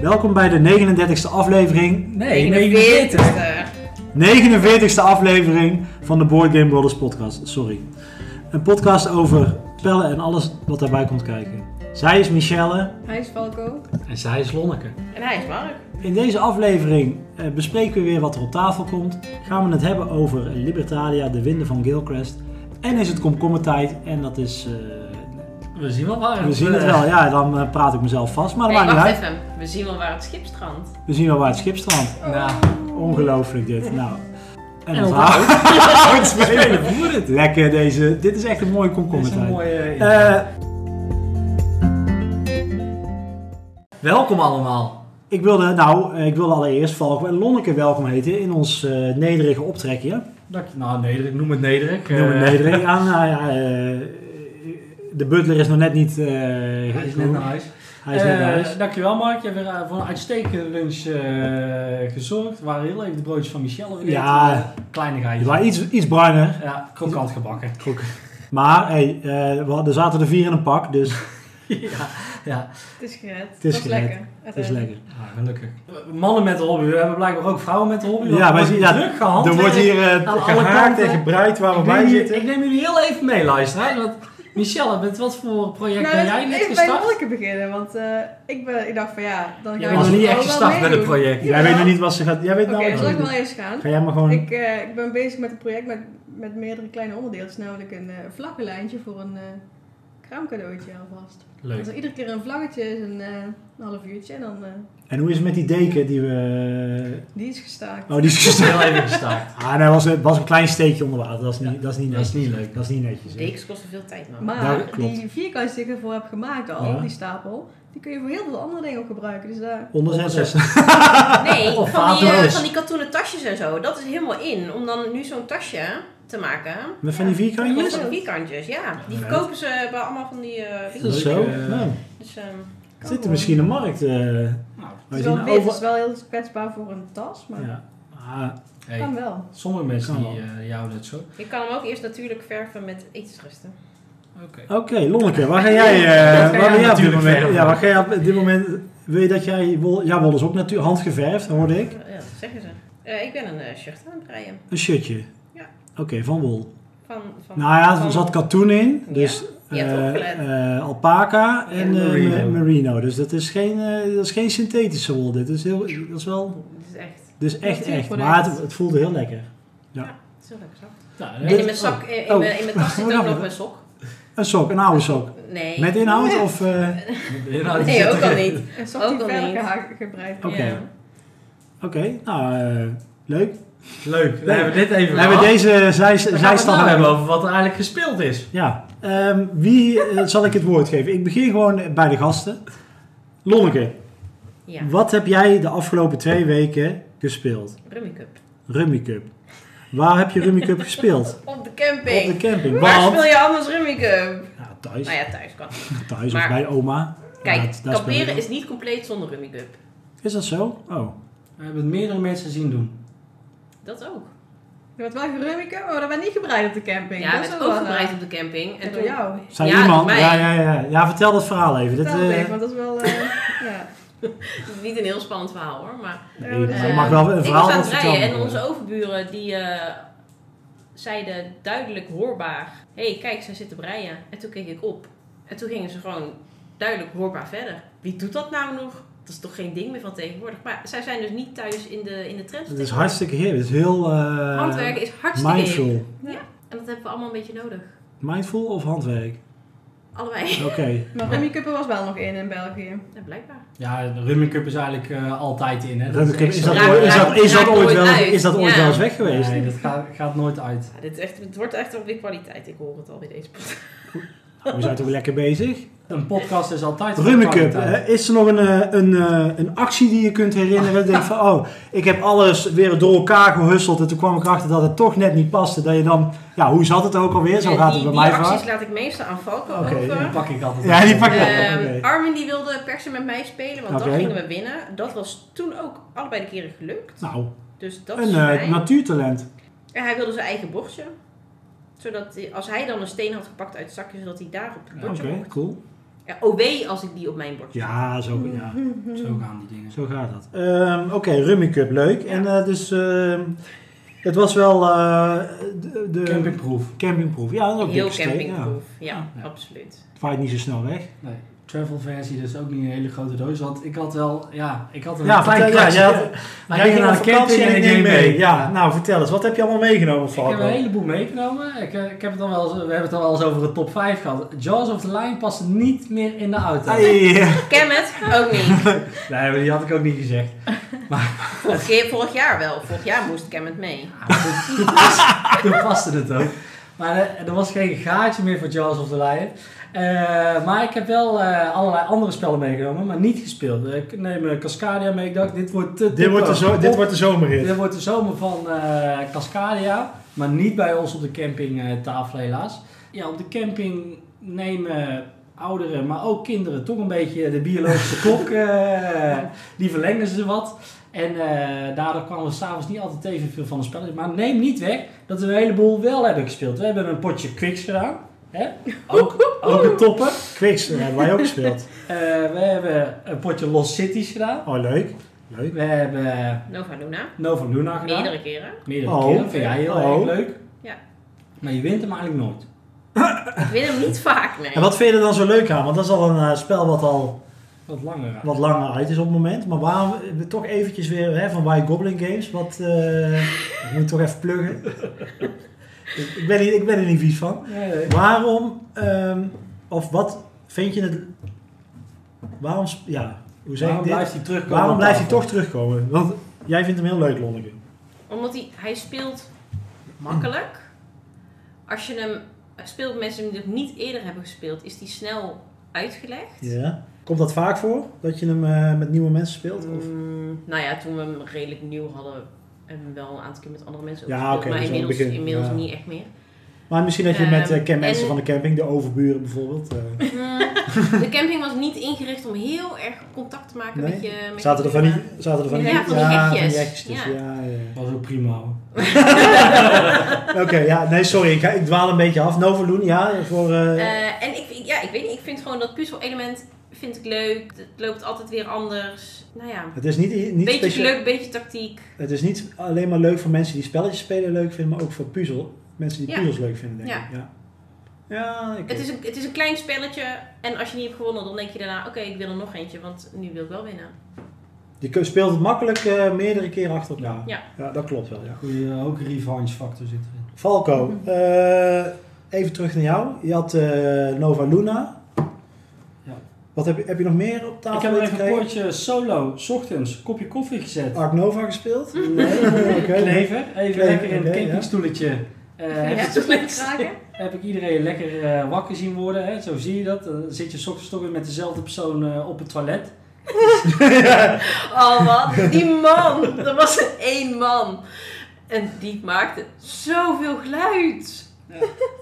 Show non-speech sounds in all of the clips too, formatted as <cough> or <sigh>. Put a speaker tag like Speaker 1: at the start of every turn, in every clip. Speaker 1: Welkom bij de 39e aflevering. Nee, 49.
Speaker 2: 49.
Speaker 1: 49e aflevering van de Board Game Brothers podcast. Sorry. Een podcast over spellen en alles wat daarbij komt kijken. Zij is Michelle
Speaker 2: Hij is Falco.
Speaker 3: En zij is Lonneke.
Speaker 2: En hij is Mark.
Speaker 1: In deze aflevering eh, bespreken we weer wat er op tafel komt. Gaan we het hebben over Libertalia, de winden van Gilcrest. En is het komkommertijd. En dat is... eh,
Speaker 3: We zien wel waar
Speaker 1: we zien het
Speaker 3: eh,
Speaker 1: wel. Ja, dan eh, praat ik mezelf vast. Maar dat maakt niet uit.
Speaker 2: even. We zien wel waar het schip strandt.
Speaker 1: We zien wel waar het schip strandt.
Speaker 3: Nou,
Speaker 1: Ongelooflijk dit. Nou. En,
Speaker 3: En <laughs>
Speaker 1: onthoud.
Speaker 3: spelen voer het.
Speaker 1: Lekker deze. Dit is echt een mooie
Speaker 3: Dit is een
Speaker 1: komkommertijd.
Speaker 3: mooie...
Speaker 1: Eh,
Speaker 3: Welkom allemaal.
Speaker 1: ik, wilde, nou, eh, ik wilde allereerst Valk en Lonneke welkom heten in ons eh, nederige optrekje.
Speaker 3: Dank je. Nou, nederig. Noem het nederig.
Speaker 1: Noem het
Speaker 3: Eh,
Speaker 1: nederig aan. Nou ja, eh, de butler is nog net niet...
Speaker 3: <laughs>
Speaker 1: eh,
Speaker 3: Hij is net naar huis.
Speaker 1: Hij is net naar
Speaker 3: Eh,
Speaker 1: huis.
Speaker 3: Dankjewel Mark. Je hebt weer eh, voor een uitstekende lunch eh, gezorgd. We waren heel even de broodjes van Michelle weer.
Speaker 1: Ja. Die
Speaker 3: Kleinigheid.
Speaker 1: waren iets, iets bruiner.
Speaker 3: Ja, krokant
Speaker 1: <laughs>
Speaker 3: gebakken.
Speaker 1: Maar hey, eh, we hadden- er zaten er vier in een pak, dus
Speaker 3: ja, ja.
Speaker 2: Het is gered. Het
Speaker 1: is
Speaker 2: was
Speaker 1: gered.
Speaker 2: lekker.
Speaker 1: dat is lekker.
Speaker 3: Ah, gelukkig. Mannen met een hobby. We hebben blijkbaar ook vrouwen met een hobby. want
Speaker 1: Ja,
Speaker 3: er
Speaker 1: wij
Speaker 3: wordt
Speaker 1: zien- ja,
Speaker 3: druk gehandeld.
Speaker 1: Er wordt hier eh,
Speaker 3: alle
Speaker 1: gehaakt
Speaker 3: kanten.
Speaker 1: en gebreid waar we
Speaker 3: Ik
Speaker 1: bij
Speaker 3: neem, jullie,
Speaker 1: zitten.
Speaker 3: ik neem jullie heel even mee, luisteraars. Want Michelle, met wat voor project ben jij net
Speaker 2: Nou, ik ben
Speaker 3: gestart?
Speaker 2: Lonneke beginnen, want eh, ik, ben, ik dacht van ja, dan ga
Speaker 3: Jij
Speaker 2: ik
Speaker 3: was
Speaker 2: het
Speaker 3: niet
Speaker 2: wel
Speaker 3: echt
Speaker 2: wel
Speaker 3: gestart met het
Speaker 2: meedoen.
Speaker 3: project.
Speaker 2: Jawel.
Speaker 1: Jij weet nog niet wat ze gaat... Jij weet
Speaker 2: Oké,
Speaker 1: nou wat
Speaker 2: zal
Speaker 1: ze
Speaker 2: ik
Speaker 1: gaat
Speaker 2: wel
Speaker 1: doen.
Speaker 2: eerst gaan?
Speaker 1: Ga jij maar gewoon...
Speaker 2: Ik, eh, ik ben bezig met een project met, met meerdere kleine onderdeeltjes, namelijk een eh vlaggenlijntje voor een eh kraamcadeautje alvast.
Speaker 3: Leuk.
Speaker 2: Dus iedere keer een vlaggetje is een, eh, een half uurtje en dan, eh,
Speaker 1: En hoe is het met die deken die we...
Speaker 2: die is gestaakt.
Speaker 1: Oh, die is
Speaker 3: Is heel even
Speaker 2: <laughs>
Speaker 3: gestart.
Speaker 1: Ah, nee, was, het was een klein steekje onder water. Dat is niet, dat is niet
Speaker 3: Dat is
Speaker 1: netjes.
Speaker 3: niet leuk.
Speaker 1: Dat is niet netjes. hè.
Speaker 4: Dekens kosten veel tijd,
Speaker 1: <laughs>
Speaker 3: Nou,
Speaker 4: man.
Speaker 2: Maar
Speaker 1: dat klopt.
Speaker 2: die vierkantjes die ik ervoor heb gemaakt al,
Speaker 1: Ja.
Speaker 2: die stapel, die kun je voor heel veel andere dingen ook gebruiken. Dus daar...
Speaker 1: Onderzetters.
Speaker 4: Nee,
Speaker 1: Oh,
Speaker 3: Of
Speaker 4: van die, eh,
Speaker 3: vaatdoos.
Speaker 4: van die katoenen tasjes en zo. Dat is helemaal in. Om dan nu zo'n tasje te maken.
Speaker 1: Met van die
Speaker 4: Dat
Speaker 1: vierkantjes?
Speaker 4: kost dan vierkantjes, ja. Die
Speaker 1: Leuk.
Speaker 4: verkopen ze bij allemaal van die eh,
Speaker 1: Is
Speaker 4: winkels.
Speaker 1: dat
Speaker 3: Leuk,
Speaker 1: zo?
Speaker 3: eh,
Speaker 1: Nou,
Speaker 4: Dus, ehm,
Speaker 1: er zit er misschien een markt. eh
Speaker 3: Nou,
Speaker 2: Het
Speaker 1: wij
Speaker 2: is
Speaker 1: zien
Speaker 2: wel wit, het is
Speaker 1: over-
Speaker 2: wel heel kwetsbaar voor een tas, maar
Speaker 1: Ja. Ah,
Speaker 3: hey,
Speaker 2: kan wel.
Speaker 3: sommige mensen
Speaker 1: Kan
Speaker 3: die eh jou dat zo.
Speaker 4: je kan hem ook eerst natuurlijk verven met etensresten.
Speaker 3: Oké.
Speaker 1: Oké, Lonneke, waar ga jij,
Speaker 3: Dat ga
Speaker 1: eh, waar
Speaker 3: jij
Speaker 1: ben jij op dit
Speaker 3: natuurlijk
Speaker 1: moment?
Speaker 3: verven.
Speaker 1: Ja, waar ga jij op dit moment? Wil je dat jij... wol- Jouw wol is ook natuurlijk handgeverfd, hoorde ik.
Speaker 4: Ja, dat zeggen ze. Eh, ik ben een eh, shirt aan het breien.
Speaker 1: Een shirtje.
Speaker 4: Ja.
Speaker 1: Oké, van wol.
Speaker 4: Van, van,
Speaker 1: Nou ja, er
Speaker 4: van-
Speaker 1: zat katoen in.
Speaker 4: Ja,
Speaker 1: Dus
Speaker 4: je hebt
Speaker 1: eh,
Speaker 4: opgelet.
Speaker 1: eh, alpaca en eh,
Speaker 3: merino.
Speaker 1: merino. Dus dat is geen, eh, dat is geen synthetische wol. Dit is, heel, dat is wel...
Speaker 4: Oh, Dit is echt
Speaker 1: Dus echt, echt.
Speaker 2: Natuurproduct.
Speaker 1: Maar het, het voelde heel lekker.
Speaker 4: het is heel lekker zacht.
Speaker 3: Nou,
Speaker 4: En
Speaker 3: dit-
Speaker 4: in mijn zak, eh, in,
Speaker 1: Oh.
Speaker 4: mijn, in mijn tas zit ook
Speaker 1: Wat
Speaker 4: nog
Speaker 1: dan?
Speaker 4: een sok.
Speaker 1: Een sok, een oude sok.
Speaker 4: Nee.
Speaker 1: Met inhoud? Of, eh,
Speaker 4: <laughs>
Speaker 3: oh, nou,
Speaker 1: <laughs>
Speaker 3: die
Speaker 4: Nee,
Speaker 3: zit
Speaker 4: ook al
Speaker 3: erin.
Speaker 4: niet.
Speaker 2: En
Speaker 4: Ook
Speaker 2: soms die
Speaker 4: al
Speaker 2: verder
Speaker 4: niet.
Speaker 2: geha- gebreid.
Speaker 1: Oké.
Speaker 4: Ja.
Speaker 1: Oké, nou, eh, leuk.
Speaker 3: <laughs> Leuk, we hebben dit even
Speaker 1: We hebben
Speaker 3: gehad.
Speaker 1: deze zij,
Speaker 3: We gaan het
Speaker 1: zijstap.
Speaker 3: nou hebben over wat er eigenlijk gespeeld is.
Speaker 1: Ja. Ehm, wie eh, zal ik het woord geven? Ik begin gewoon bij de gasten. Lonneke,
Speaker 4: Ja,
Speaker 1: wat heb jij de afgelopen twee weken gespeeld?
Speaker 4: Rummy Cup.
Speaker 1: Rummy Cup. Waar heb je Rummy Cup gespeeld?
Speaker 4: Op de
Speaker 1: Op
Speaker 4: camping.
Speaker 1: de camping.
Speaker 4: Waar
Speaker 1: Want,
Speaker 4: speel je anders Rummy Cup?
Speaker 1: ja, thuis,
Speaker 4: Nou ja, thuis kan.
Speaker 1: thuis of
Speaker 4: maar-
Speaker 1: bij oma.
Speaker 4: Kijk,
Speaker 1: Ja, dat- dat speel
Speaker 4: kamperen
Speaker 1: je.
Speaker 4: is niet compleet zonder Rummy Cup.
Speaker 1: Is dat zo? Oh.
Speaker 3: We hebben het meerdere mensen zien doen.
Speaker 4: Dat ook.
Speaker 2: Er wordt wel gerummikerd, maar er werd niet gebreid op de camping.
Speaker 4: Ja,
Speaker 2: Dat
Speaker 4: het
Speaker 2: is
Speaker 4: werd
Speaker 2: wel eh,
Speaker 4: ook
Speaker 2: waar.
Speaker 4: gebreid op de camping.
Speaker 2: En
Speaker 4: En
Speaker 2: door
Speaker 4: toen,
Speaker 2: jou.
Speaker 1: Zijn
Speaker 4: Ja,
Speaker 1: iemand?
Speaker 4: mij.
Speaker 1: Ja, ja, ja. ja, vertel dat verhaal even. Dit,
Speaker 2: Vertel het
Speaker 1: eh,
Speaker 2: even, want dat is wel... eh, <laughs> ja. dus-
Speaker 4: niet een heel spannend verhaal hoor. Maar, eh,
Speaker 1: nee,
Speaker 2: Ja,
Speaker 1: maar
Speaker 2: dat
Speaker 1: je
Speaker 2: is-
Speaker 1: mag wel een
Speaker 4: ik
Speaker 1: verhaal
Speaker 4: was aan
Speaker 1: wat
Speaker 4: het rijden
Speaker 1: vertellen.
Speaker 4: en onze overburen die eh, zeiden duidelijk hoorbaar: hé, hey, kijk, zij zitten breien. En toen keek ik op. En toen gingen ze gewoon duidelijk hoorbaar verder. Wie doet dat nou nog? Dat is toch geen ding meer van tegenwoordig. Maar zij zijn dus niet thuis in de, in de trend.
Speaker 1: Het is hartstikke heerlijk. Het is heel eh,
Speaker 4: Handwerken is hartstikke
Speaker 1: mindful.
Speaker 4: hip. En dat hebben we allemaal een beetje nodig.
Speaker 1: Mindful of handwerk?
Speaker 4: Allebei.
Speaker 1: Oké.
Speaker 2: Maar rummikuppen was wel nog in in België.
Speaker 4: Ja, blijkbaar.
Speaker 3: Ja, de Rummy Cup is eigenlijk eh, altijd in. Hè?
Speaker 1: Is dat, is dat,
Speaker 4: raakt-
Speaker 1: ooit- is dat,
Speaker 4: raakt-
Speaker 1: is dat
Speaker 4: raakt
Speaker 1: ooit,
Speaker 4: nooit
Speaker 1: wel,
Speaker 4: uit.
Speaker 1: is dat ooit
Speaker 4: Ja.
Speaker 1: wel eens weg geweest?
Speaker 3: Nee, dat gaat, gaat nooit uit.
Speaker 4: Ja, dit is echt, het wordt echt alweer kwaliteit. Ik hoor het al bij deze podcast.
Speaker 1: Nou, We zijn toch lekker bezig?
Speaker 3: Een podcast is altijd... een
Speaker 1: Rummy Cup.
Speaker 3: kwaliteit.
Speaker 1: hè? Is er nog een, eh, een, eh, een actie die je kunt herinneren? Denk van, oh, ik heb alles weer door elkaar gehusteld. En toen kwam ik erachter dat het toch net niet paste. Dat je dan, ja, hoe zat het ook alweer? Zo
Speaker 4: Ja,
Speaker 1: gaat
Speaker 4: die,
Speaker 1: het bij
Speaker 4: die
Speaker 1: mij
Speaker 4: acties
Speaker 1: vaak.
Speaker 4: laat ik meestal aan Falco
Speaker 1: Oké,
Speaker 4: over.
Speaker 3: Die pak ik altijd.
Speaker 1: Ja, die pak ik
Speaker 4: Ehm,
Speaker 1: ook. <laughs> Oké.
Speaker 4: Armin die wilde per se met mij spelen, want
Speaker 1: Oké.
Speaker 4: dan gingen we winnen. Dat was toen ook allebei de keren gelukt.
Speaker 1: Nou,
Speaker 4: Dus dat
Speaker 1: een
Speaker 4: is
Speaker 1: eh,
Speaker 4: fijn.
Speaker 1: natuurtalent.
Speaker 4: En hij wilde zijn eigen bordje. Zodat hij- als hij dan een steen had gepakt uit het zakje, zodat hij daar op het bordje
Speaker 1: Oké,
Speaker 4: mocht.
Speaker 1: cool.
Speaker 4: Ja, OW als ik die op mijn bord zet.
Speaker 1: Ja, zo, Oh,
Speaker 2: <laughs>
Speaker 1: ja.
Speaker 5: Zo gaan die dingen.
Speaker 1: Zo gaat dat. Ehm, Oké, Rummy Cup, leuk. En eh, dus, ehm, het was wel eh, de, de
Speaker 5: Campingproef.
Speaker 1: campingproef. Ja, dat is ook
Speaker 4: Heel
Speaker 1: dik gestegen, Ja.
Speaker 4: campingproof. Ja,
Speaker 5: Ja.
Speaker 4: absoluut.
Speaker 1: Het waait niet zo snel weg.
Speaker 5: Nee. Travel versie, dus ook niet een hele grote doos. Want ik had wel, ja, ik had een
Speaker 1: Ja,
Speaker 5: klein
Speaker 1: vertel- ja,
Speaker 5: kastje.
Speaker 1: jij had-
Speaker 5: Wij
Speaker 1: Jij
Speaker 5: gingen
Speaker 1: ging
Speaker 5: naar
Speaker 1: op
Speaker 5: de camping
Speaker 1: vakantie en ik neem mee. Ja,
Speaker 5: Ja.
Speaker 1: nou vertel eens, wat heb je allemaal meegenomen,
Speaker 5: Ik heb een
Speaker 1: Falco?
Speaker 5: heleboel meegenomen. Ik, eh, ik heb het dan wel eens, we hebben het dan wel eens over de top 5 gehad. Jaws of the Line past niet meer in de auto. <laughs>
Speaker 1: Hey. eh,
Speaker 4: Ken het? Ook niet.
Speaker 1: <laughs>
Speaker 5: Nee, maar die had ik ook niet gezegd.
Speaker 4: Vorig, keer, vorig jaar wel. Vorig jaar moest Ken het mee.
Speaker 5: Ja, toen,
Speaker 1: <laughs>
Speaker 5: toen pas- toen paste het ook. Maar eh, er was geen gaatje meer voor Jaws of the Lion. Eh, maar ik heb wel eh, allerlei andere spellen meegenomen, maar niet gespeeld. Eh, Ik neem eh, Cascadia mee. Ik dacht, dit wordt te
Speaker 1: Dit wordt, de zo- dit
Speaker 5: Op-
Speaker 1: wordt de zomerrit.
Speaker 5: Dit wordt de zomer van eh, Cascadia, maar niet bij ons op de campingtafel helaas. Ja, op de camping nemen ouderen, maar ook kinderen toch een beetje de biologische klok. eh, die verlengden ze wat. En eh, daardoor kwamen we s'avonds niet altijd even veel van de spelletjes. Maar neem niet weg dat we een heleboel wel hebben gespeeld. We hebben een potje Quicks gedaan. Hè?
Speaker 1: <laughs>
Speaker 5: Ook, ook een topper.
Speaker 1: Quicks, daar hebben wij ook gespeeld.
Speaker 5: Eh, we hebben een potje Lost Cities gedaan.
Speaker 1: Oh, leuk. Leuk.
Speaker 5: We hebben
Speaker 4: Nova Luna.
Speaker 5: Nova Luna gedaan.
Speaker 4: Meerdere keren.
Speaker 5: Meerdere
Speaker 1: Oh.
Speaker 5: keren. Vind jij heel
Speaker 1: Oh.
Speaker 5: erg leuk.
Speaker 4: Ja.
Speaker 5: Maar je wint hem eigenlijk nooit.
Speaker 4: Ik win hem niet <laughs> vaak, nee.
Speaker 1: En wat vind je er dan zo leuk aan? Want dat is al een eh, spel wat al
Speaker 5: Wat langer.
Speaker 1: wat langer uit is op het moment. Maar waarom eh, we toch eventjes weer hè, van White Goblin Games? Wat eh, <laughs> ik moet toch even pluggen. <laughs> Ik- ik, ben hier, ik ben er niet vies van.
Speaker 5: Nee, nee.
Speaker 1: Waarom ehm, of wat vind je het? Waarom sp- ja? Hoe zeg
Speaker 5: Waarom
Speaker 1: ik dit?
Speaker 5: blijft hij terugkomen?
Speaker 1: waarom
Speaker 5: op
Speaker 1: blijft hij
Speaker 5: tafel?
Speaker 1: toch terugkomen? Want jij vindt hem heel leuk, Lonneke.
Speaker 4: Omdat hij, hij speelt makkelijk. Als je hem eh, speelt met mensen die hem niet eerder hebben gespeeld, is die snel uitgelegd.
Speaker 1: Ja. Komt dat vaak voor dat je hem eh, met nieuwe mensen speelt? Of?
Speaker 4: Mm, nou ja, toen we hem redelijk nieuw hadden, hebben we hem wel een aantal keer met andere mensen
Speaker 1: Ja,
Speaker 4: ook gespeeld,
Speaker 1: oké,
Speaker 4: maar
Speaker 1: dus aan het
Speaker 4: inmiddels,
Speaker 1: begin,
Speaker 4: inmiddels
Speaker 1: ja.
Speaker 4: niet echt meer.
Speaker 1: Maar misschien dat je met eh,
Speaker 4: Ehm,
Speaker 1: ken- mensen
Speaker 4: en-
Speaker 1: van de camping, de overburen bijvoorbeeld. eh,
Speaker 4: Mm, de camping was niet ingericht om heel erg contact te maken
Speaker 1: Nee?
Speaker 4: met je. Met
Speaker 1: zaten
Speaker 4: je
Speaker 1: er van die,
Speaker 4: buurman.
Speaker 1: zaten er van die,
Speaker 4: Ja, van die
Speaker 1: van die
Speaker 4: hekjes.
Speaker 1: hekjes, ja, ja, ja.
Speaker 5: was ook prima. hoor.
Speaker 1: Oké, ja, nee, sorry, ik, ga- ik dwaal een beetje af. Noverloon, ja, voor... eh,
Speaker 4: Eh, en ik, ik- ja, ik weet niet, ik vind gewoon dat puzzel-element vind ik leuk. Het loopt altijd weer anders. Nou ja,
Speaker 1: het is niet, niet
Speaker 4: beetje
Speaker 1: speciaal.
Speaker 4: leuk, beetje tactiek.
Speaker 1: Het is niet alleen maar leuk voor mensen die spelletjes spelen leuk vinden, maar ook voor puzzel. Mensen die
Speaker 4: Ja.
Speaker 1: puzzels leuk vinden, denk
Speaker 4: Ja.
Speaker 1: ik. Ja, ja oké.
Speaker 4: Het is, een, het is een klein spelletje en als je niet hebt gewonnen, dan denk je daarna, oké, ik wil er nog eentje, want nu wil ik wel winnen.
Speaker 1: Je kun- speelt het makkelijk eh, meerdere keren achter elkaar.
Speaker 4: Ja.
Speaker 1: dat klopt wel, ja.
Speaker 5: Goeie, eh, ook revenge factor zit erin.
Speaker 1: Falco, eh, even terug naar jou. Je had eh, Nova Luna.
Speaker 5: Ja.
Speaker 1: Wat heb je, heb je nog meer op tafel
Speaker 5: Ik heb nog
Speaker 1: weten
Speaker 5: even een
Speaker 1: krijgen?
Speaker 5: poortje solo, s ochtends, kopje koffie gezet.
Speaker 1: Ark Nova gespeeld?
Speaker 5: Nee,
Speaker 1: Oké.
Speaker 5: <laughs> Klever. Even
Speaker 1: Klever,
Speaker 5: lekker in
Speaker 1: oké,
Speaker 5: een
Speaker 1: ja.
Speaker 5: campingstoeletje. Eh, heb,
Speaker 2: <laughs> Ja,
Speaker 5: ik-
Speaker 2: toch leuk kraken.
Speaker 5: heb ik iedereen lekker eh, wakker zien worden. Hè? Zo zie je dat. Dan zit je 's ochtends toch weer met dezelfde persoon eh, op het toilet.
Speaker 4: Oh wat, die man! Er was er één man. En die maakte zoveel geluid.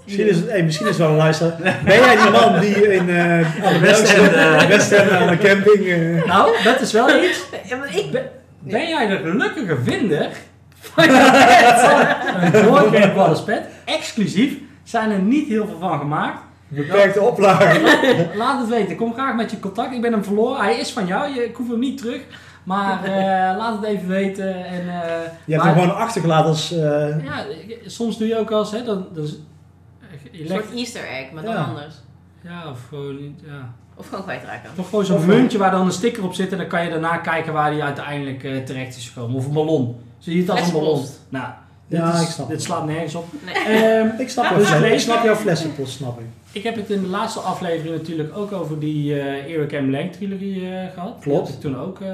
Speaker 1: Misschien is het, hey, misschien is het wel een luisteraar. Ben jij die man die in eh aan de Westende Westende aan de camping... eh,
Speaker 5: Nou,
Speaker 1: <laughs>
Speaker 5: dat is wel iets.
Speaker 4: Ja, maar ik,
Speaker 5: Ben, ben jij de gelukkige vinder van je pet? Een doorkijk pet. Exclusief. Zijn er niet heel veel van gemaakt.
Speaker 1: beperkte oplagen.
Speaker 5: Laat het weten. Kom graag met je contact. Ik ben hem verloren. Hij is van jou. Je, ik hoef hem niet terug. Maar eh, laat het even weten. En, eh,
Speaker 1: Je hebt
Speaker 5: maar-
Speaker 1: hem gewoon achtergelaten als... eh,
Speaker 5: Ja, ik- soms doe je ook wel eens. Hè, dan, dan, je
Speaker 4: een
Speaker 5: legt,
Speaker 4: soort easter egg, maar dan
Speaker 1: Ja.
Speaker 4: anders.
Speaker 5: ja, of gewoon niet. Ja.
Speaker 4: Of gewoon kwijtraken.
Speaker 5: Toch gewoon zo'n
Speaker 1: Of- eh,
Speaker 5: muntje waar dan een sticker op zit. En dan kan je daarna kijken waar die uiteindelijk eh, terecht is gekomen. Of een ballon. Zie je het als een ballon?
Speaker 4: Flessenpost.
Speaker 5: Nou, dit,
Speaker 1: Ja,
Speaker 5: is-
Speaker 1: ik snap
Speaker 5: dit
Speaker 1: het.
Speaker 5: slaat nergens op.
Speaker 4: Nee.
Speaker 5: <laughs> Ehm,
Speaker 1: Ik snap, jouw fles- ik snap jouw flessenpost, snap ik.
Speaker 5: Ik heb het in de laatste aflevering natuurlijk ook over die eh Eric M. Lang trilogie eh, gehad.
Speaker 1: Klopt.
Speaker 5: Dat ik toen ook eh,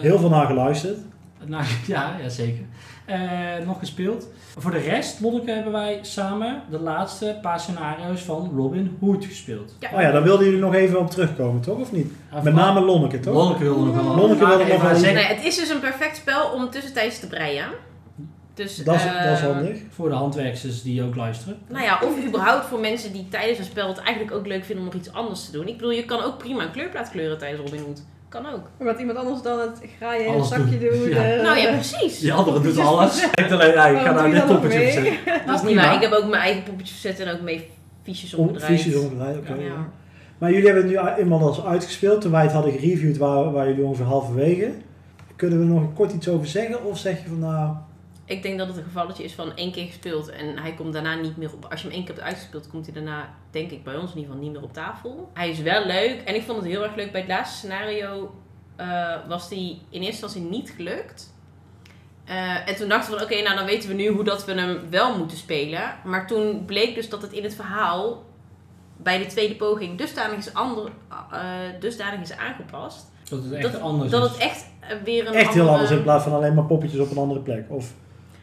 Speaker 5: <laughs>
Speaker 1: Heel veel naar geluisterd.
Speaker 5: nou, ja, ja, zeker. Eh, nog gespeeld. Voor de rest, Lonneke, hebben wij samen de laatste paar scenario's van Robin Hood gespeeld.
Speaker 1: Oh ja, daar wilden jullie nog even op terugkomen, toch? Of niet?
Speaker 5: Ja,
Speaker 1: Met name Lonneke, toch?
Speaker 5: Lonneke wilde nog wel.
Speaker 1: Lonneke wilde nog wel-
Speaker 5: zeggen.
Speaker 4: Nee, het is dus een perfect spel om tussentijds te breien. Dus,
Speaker 1: Dat is, dat is
Speaker 4: ehm,
Speaker 1: handig.
Speaker 5: Voor de handwerksters die ook luisteren.
Speaker 4: Nou ja, of überhaupt voor mensen die tijdens een spel het eigenlijk ook leuk vinden om nog iets anders te doen. Ik bedoel, je kan ook prima een kleurplaat kleuren tijdens Robin Hood. Kan ook.
Speaker 2: Wat iemand anders dan het graaien in het
Speaker 5: Alles
Speaker 2: zakje
Speaker 5: doen.
Speaker 2: doen.
Speaker 5: Ja.
Speaker 2: eh,
Speaker 4: Nou ja, precies.
Speaker 5: Die andere doet alles. <laughs> Ik denk alleen, ja, ik ga
Speaker 2: Waarom
Speaker 5: nou
Speaker 2: doe je
Speaker 5: dit
Speaker 2: dat nog
Speaker 5: poppetje
Speaker 2: mee?
Speaker 5: opzetten.
Speaker 4: Dat is niet waar. Ik heb ook mijn eigen poppetjes gezet en ook mee fiches
Speaker 1: Om-
Speaker 4: omgedraaid.
Speaker 1: Vies is omgedraaid, oké.
Speaker 4: Ja.
Speaker 1: ja. Maar jullie hebben het nu eenmaal als uitgespeeld. Toen wij het hadden gereviewd, waren, waren jullie ongeveer halverwege. Kunnen we er nog kort iets over zeggen? Of zeg je van nou,
Speaker 4: Ik denk dat het een gevalletje is van één keer gespeeld en hij komt daarna niet meer op. Als je hem één keer hebt uitgespeeld, komt hij daarna, denk ik, bij ons in ieder geval niet meer op tafel. Hij is wel leuk en ik vond het heel erg leuk. Bij het laatste scenario eh, was die in eerste instantie niet gelukt. Eh, en toen dachten we van oké, nou dan weten we nu hoe dat we hem wel moeten spelen. Maar toen bleek dus dat het in het verhaal bij de tweede poging dusdanig is, ander, eh, dusdanig is aangepast.
Speaker 5: Dat het echt
Speaker 4: Dat,
Speaker 5: anders
Speaker 4: dat
Speaker 5: is.
Speaker 4: het echt eh, weer een
Speaker 1: echt heel
Speaker 4: andere-
Speaker 1: anders in plaats van alleen maar poppetjes op een andere plek? Of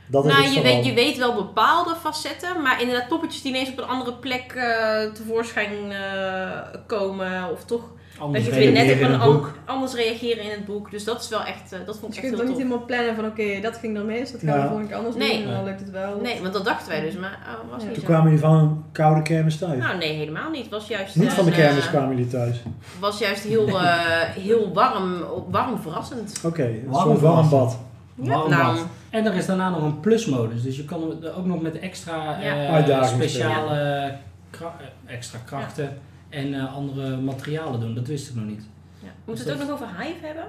Speaker 1: dat is dus
Speaker 4: nou,
Speaker 1: het
Speaker 4: je
Speaker 1: vooral.
Speaker 4: weet, je weet wel bepaalde facetten, maar inderdaad poppetjes die ineens op een andere plek eh, tevoorschijn eh, komen. Of toch
Speaker 5: anders
Speaker 4: dat je het weer net
Speaker 5: reageren
Speaker 4: op
Speaker 5: in
Speaker 4: een
Speaker 5: het
Speaker 4: an-
Speaker 5: boek.
Speaker 4: anders reageren in het boek. Dus dat is wel echt, eh, dat vond
Speaker 2: Dus
Speaker 4: ik
Speaker 2: je
Speaker 4: echt
Speaker 2: kunt
Speaker 4: heel
Speaker 2: dan niet
Speaker 4: tof.
Speaker 2: helemaal plannen van oké, dat ging dan mis, dat gaan
Speaker 1: Ja.
Speaker 2: we volgende keer anders
Speaker 4: Nee.
Speaker 2: doen en dan lukt het wel.
Speaker 4: Nee, want dat dachten wij dus, maar eh, was
Speaker 2: Ja.
Speaker 4: niet
Speaker 1: Toen
Speaker 4: zo.
Speaker 1: kwamen jullie van een koude kermis thuis.
Speaker 4: Nou nee, helemaal niet. Het was juist,
Speaker 1: Niet van de
Speaker 4: een,
Speaker 1: kermis
Speaker 4: eh,
Speaker 1: kwamen jullie thuis.
Speaker 4: was juist heel, eh, heel warm, warm verrassend.
Speaker 1: Oké, een
Speaker 5: Warm
Speaker 1: soort warm
Speaker 5: was het.
Speaker 1: bad.
Speaker 5: Warm
Speaker 4: nou,
Speaker 5: bad. En er is daarna nog een plusmodus. Dus je kan hem er ook nog met extra
Speaker 4: Ja.
Speaker 5: eh,
Speaker 1: Uitdagingen
Speaker 5: speciale kra- eh, extra krachten en eh, andere materialen doen. Dat wist ik nog niet.
Speaker 4: ja. Moeten we het ook nog over Hive hebben?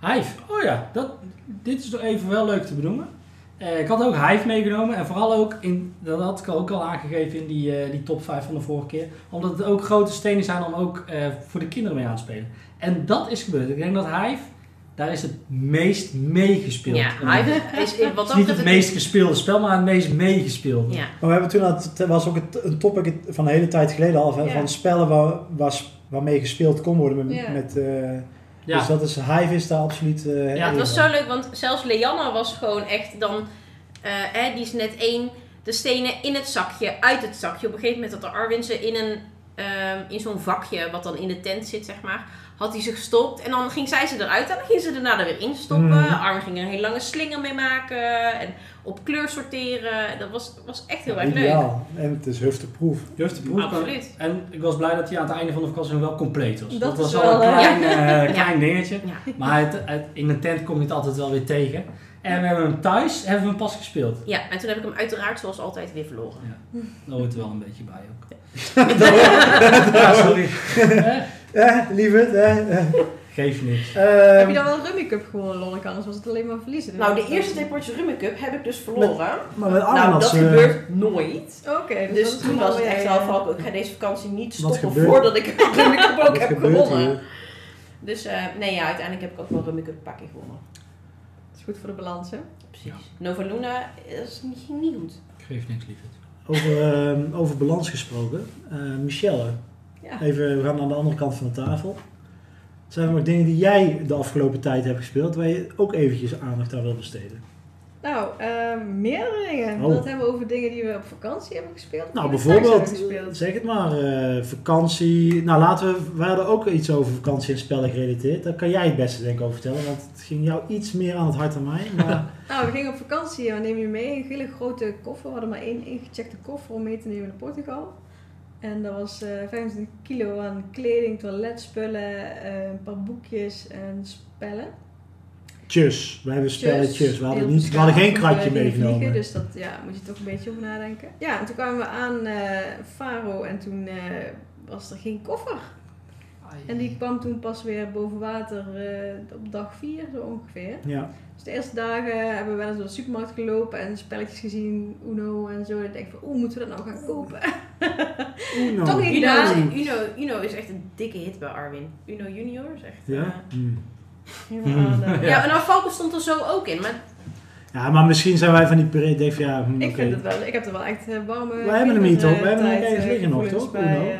Speaker 5: Hive. Oh ja, dat, dit is toch even wel leuk te benoemen. Eh, ik had ook Hive meegenomen en vooral ook, in, dat had ik ook al aangegeven in die, eh, die top 5 van de vorige keer, omdat het ook grote stenen zijn om ook eh, voor de kinderen mee aan te spelen. En dat is gebeurd. Ik denk dat Hive, daar is het meest meegespeeld.
Speaker 4: Ja, Hive is in
Speaker 5: Het is
Speaker 4: wat
Speaker 5: niet
Speaker 4: dat
Speaker 5: het
Speaker 4: betreft-
Speaker 5: meest gespeelde spel, maar het meest meegespeelde.
Speaker 4: Ja.
Speaker 1: Maar we hebben toen, dat het was ook het- een topic van een hele tijd geleden al, hè,
Speaker 2: Ja.
Speaker 1: van spellen waar, waar, sp- waarmee gespeeld kon worden. Met,
Speaker 2: Ja.
Speaker 1: met, eh,
Speaker 5: Ja.
Speaker 1: Dus dat is, Hive is daar absoluut... eh,
Speaker 4: Ja, het was
Speaker 1: één
Speaker 4: zo leuk, want zelfs Leanna was gewoon echt dan... eh, hè, die is net één, de stenen in het zakje, uit het zakje. Op een gegeven moment had de Arwin ze in, een, ehm, in zo'n vakje, wat dan in de tent zit, zeg maar... Had hij ze gestopt en dan ging zij ze eruit en dan ging ze daarna er weer in stoppen.
Speaker 1: Mhm.
Speaker 4: Armin ging er een hele lange slinger mee maken en op kleur sorteren. Dat was, was echt heel
Speaker 1: van.
Speaker 4: erg leuk.
Speaker 1: Ideaal. En het is
Speaker 4: <laughs>
Speaker 1: hufteproof.
Speaker 5: Je hoeft de proef
Speaker 4: Absoluut.
Speaker 5: En ik was blij dat hij aan het einde van de vakantie nog wel compleet was. Dat,
Speaker 2: Dat is
Speaker 5: was al
Speaker 2: wel,
Speaker 5: een
Speaker 2: eh, <laughs>
Speaker 5: klein, eh, klein dingetje.
Speaker 4: Ja.
Speaker 5: Maar het, het- in de tent kom je het altijd wel weer tegen. En we hebben hem thuis, hebben we hem pas gespeeld.
Speaker 4: ja, en toen heb ik hem uiteraard zoals altijd weer verloren.
Speaker 5: Daar hoort er wel een beetje bij ook.
Speaker 1: <laughs>
Speaker 5: ja, sorry. Eh,
Speaker 1: Eh, lieverd, eh, eh.
Speaker 5: Geef niks.
Speaker 2: Heb je
Speaker 1: Ehm,
Speaker 2: dan wel Rummy Cup gewonnen, Lork? Anders was het alleen maar verliezen.
Speaker 4: Nou, de eerste twee potjes Rummy Cup heb ik dus verloren.
Speaker 1: maar met
Speaker 4: nou,
Speaker 1: ananas,
Speaker 4: dat
Speaker 1: eh,
Speaker 4: gebeurt nooit.
Speaker 2: <laughs> Oké, dus, dat
Speaker 4: Dus
Speaker 2: is
Speaker 4: toen
Speaker 2: helemaal
Speaker 4: was het
Speaker 2: weer,
Speaker 4: echt
Speaker 2: eh,
Speaker 4: wel van, ik ga deze vakantie niet
Speaker 1: Wat
Speaker 4: stoppen
Speaker 1: gebeurt?
Speaker 4: voordat ik <laughs> de Rummy Cup ook
Speaker 1: wat
Speaker 4: heb
Speaker 1: eh, gebeurt
Speaker 4: gewonnen.
Speaker 1: hier?
Speaker 4: Dus eh, nee, ja, uiteindelijk heb ik ook wel Rummy Cup een paar keer gewonnen.
Speaker 2: Dat is goed voor de balans, hè?
Speaker 4: Precies. Nova Luna is niet, ging niet goed.
Speaker 5: Geef niks, lieverd.
Speaker 1: Over, ehm, over balans gesproken. Eh, Michelle,
Speaker 2: Ja.
Speaker 1: even, we gaan aan de andere kant van de tafel. Zijn er nog dingen die jij de afgelopen tijd hebt gespeeld, waar je ook eventjes aandacht aan wil besteden?
Speaker 2: Nou, eh, meerdere dingen. We
Speaker 1: Oh.
Speaker 2: willen het hebben over dingen die we op vakantie hebben gespeeld. of
Speaker 1: Nou,
Speaker 2: die we thuis hebben
Speaker 1: bijvoorbeeld,
Speaker 2: gespeeld.
Speaker 1: zeg het maar, eh, vakantie. Nou, laten we, we hadden ook iets over vakantie en spellen gerelateerd. Daar kan jij het beste denk ik over vertellen, want het ging jou iets meer aan het hart dan mij.
Speaker 2: <laughs>
Speaker 1: Maar
Speaker 2: Nou, we gingen op vakantie en we nemen je mee een hele grote koffer. We hadden maar één ingecheckte koffer om mee te nemen naar Portugal. En dat was eh 25 kilo aan kleding, toiletspullen, eh, een paar boekjes en spellen.
Speaker 1: tjus, we hebben spelletjes. We hadden, niet, we hadden geen
Speaker 2: Heel
Speaker 1: kratje
Speaker 2: beschaafd, want dus we gingen
Speaker 1: meegenomen.
Speaker 2: vliegen, dus dat ja, moet je toch een beetje over nadenken. Ja, en toen kwamen we aan eh, Faro en toen eh, was er geen koffer. En die kwam toen pas weer boven water eh, op dag 4 zo ongeveer.
Speaker 1: Ja,
Speaker 2: Dus de eerste dagen hebben we wel eens door de supermarkt gelopen en spelletjes gezien, Uno en zo. En ik denk van, oeh, moeten we dat nou gaan kopen?
Speaker 1: <laughs> Uno.
Speaker 2: Toch niet.
Speaker 4: Uno,
Speaker 2: Ja.
Speaker 4: Uno, Uno is echt een dikke hit bij Arwin. Uno Junior is echt... eh,
Speaker 1: Ja? Hm.
Speaker 2: Helemaal aan
Speaker 4: ja.
Speaker 2: de-
Speaker 4: en nou Falco stond er zo ook in, maar
Speaker 1: ja, maar misschien zijn wij van die periode, ik denk van ja, hm, oké.
Speaker 2: Ik vind het wel, ik heb er wel echt eh, warme
Speaker 1: Wij hebben hem niet, hoor. Wij hebben hem
Speaker 2: kindertijd,
Speaker 1: ergens
Speaker 2: eh,
Speaker 1: liggen nog,
Speaker 2: gevoelens
Speaker 1: toch,
Speaker 2: bij,
Speaker 1: Uno?
Speaker 2: eh,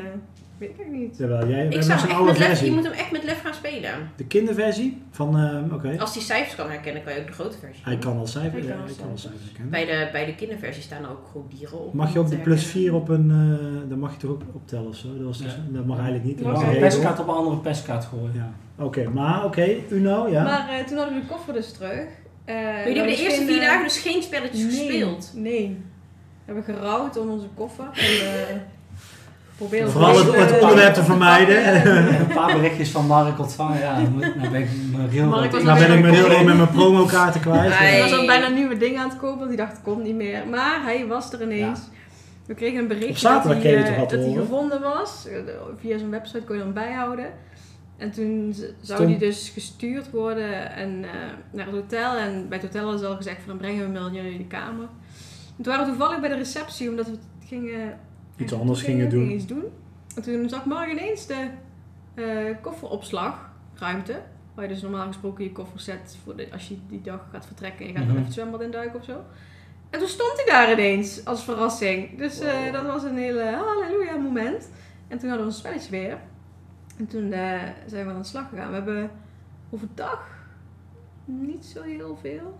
Speaker 2: Weet ik niet.
Speaker 1: Jawel, jij, we
Speaker 4: ik
Speaker 1: hebben
Speaker 4: zou
Speaker 1: nog zo'n
Speaker 4: hem
Speaker 1: oude
Speaker 4: echt met lef, je
Speaker 1: versie.
Speaker 4: moet hem echt met lef gaan spelen.
Speaker 1: De kinderversie van, ehm, oké.
Speaker 4: Als hij cijfers kan herkennen, kan je ook de grote versie
Speaker 1: Hij kan al cijfers.
Speaker 4: Oh. Hij kan
Speaker 1: ja,
Speaker 4: al
Speaker 1: hij kan al
Speaker 4: cijfers.
Speaker 1: cijfers herkennen.
Speaker 4: Bij de, bij de kinderversie staan er ook gewoon dieren op.
Speaker 1: Mag je
Speaker 4: om
Speaker 1: ook de
Speaker 4: te
Speaker 1: plus
Speaker 4: herkennen.
Speaker 1: 4 op een, eh dat mag je toch ook optellen of zo? Dat, was dus, dat mag eigenlijk niet.
Speaker 2: Je
Speaker 1: Dat
Speaker 2: mag
Speaker 1: was
Speaker 5: Mag
Speaker 1: een
Speaker 2: een
Speaker 5: een
Speaker 1: regel.
Speaker 5: pestkaart op een andere pestkaart gooien.
Speaker 1: Ja. Oké, maar oké, Uno, ja.
Speaker 2: Maar eh, toen hadden we de koffer dus terug. Eh,
Speaker 4: Maar
Speaker 2: dat
Speaker 4: Jullie hebben
Speaker 2: was
Speaker 4: de eerste
Speaker 2: geen,
Speaker 4: vier
Speaker 2: eh,
Speaker 4: dagen dus geen spelletjes
Speaker 2: nee,
Speaker 4: gespeeld.
Speaker 2: Nee. We hebben gerouwd om onze koffer. En, eh, proberen
Speaker 1: Vooral het,
Speaker 2: om,
Speaker 1: het
Speaker 2: eh,
Speaker 1: onderwerp te
Speaker 2: op
Speaker 1: vermijden.
Speaker 2: <laughs> pakken.
Speaker 5: Ik heb Een paar berichtjes van Mark ontvangen. Ja, dan moet- nou ben ik mijn reel
Speaker 2: Mark
Speaker 5: wat
Speaker 2: was
Speaker 5: in.
Speaker 1: Nou ben ik me heel
Speaker 2: Nee.
Speaker 1: erg met mijn promokaarten kwijt.
Speaker 4: Nee.
Speaker 2: Hij was al bijna nieuwe dingen aan het kopen, want die dacht, komt niet meer. Maar hij was er ineens. We kregen een
Speaker 1: Op
Speaker 2: bericht dat
Speaker 1: zaterdag
Speaker 2: hij,
Speaker 1: kreeg je
Speaker 2: eh,
Speaker 1: toch wat
Speaker 2: dat
Speaker 1: te
Speaker 2: hij
Speaker 1: horen?
Speaker 2: gevonden was. Eh, Via zo'n website kon je hem bijhouden. En toen z- zou
Speaker 1: Stom.
Speaker 2: hij dus gestuurd worden en, eh, naar het hotel. En bij het hotel hadden ze al gezegd van dan brengen we hem wel naar jullie kamer. En toen waren we toevallig bij de receptie omdat we het gingen...
Speaker 1: Iets anders gingen
Speaker 2: we
Speaker 1: doen.
Speaker 2: Iets doen. En toen zag Mark ineens de eh, kofferopslagruimte. Waar je dus normaal gesproken je koffer zet voor de, als je die dag gaat vertrekken en je gaat
Speaker 3: Mhm.
Speaker 2: dan even het zwembad induiken of zo. En toen stond hij daar ineens als verrassing. Dus eh, dat was een hele halleluja moment. En toen hadden we een spelletje weer. En toen eh, zijn we aan de slag gegaan. We hebben overdag niet zo heel veel.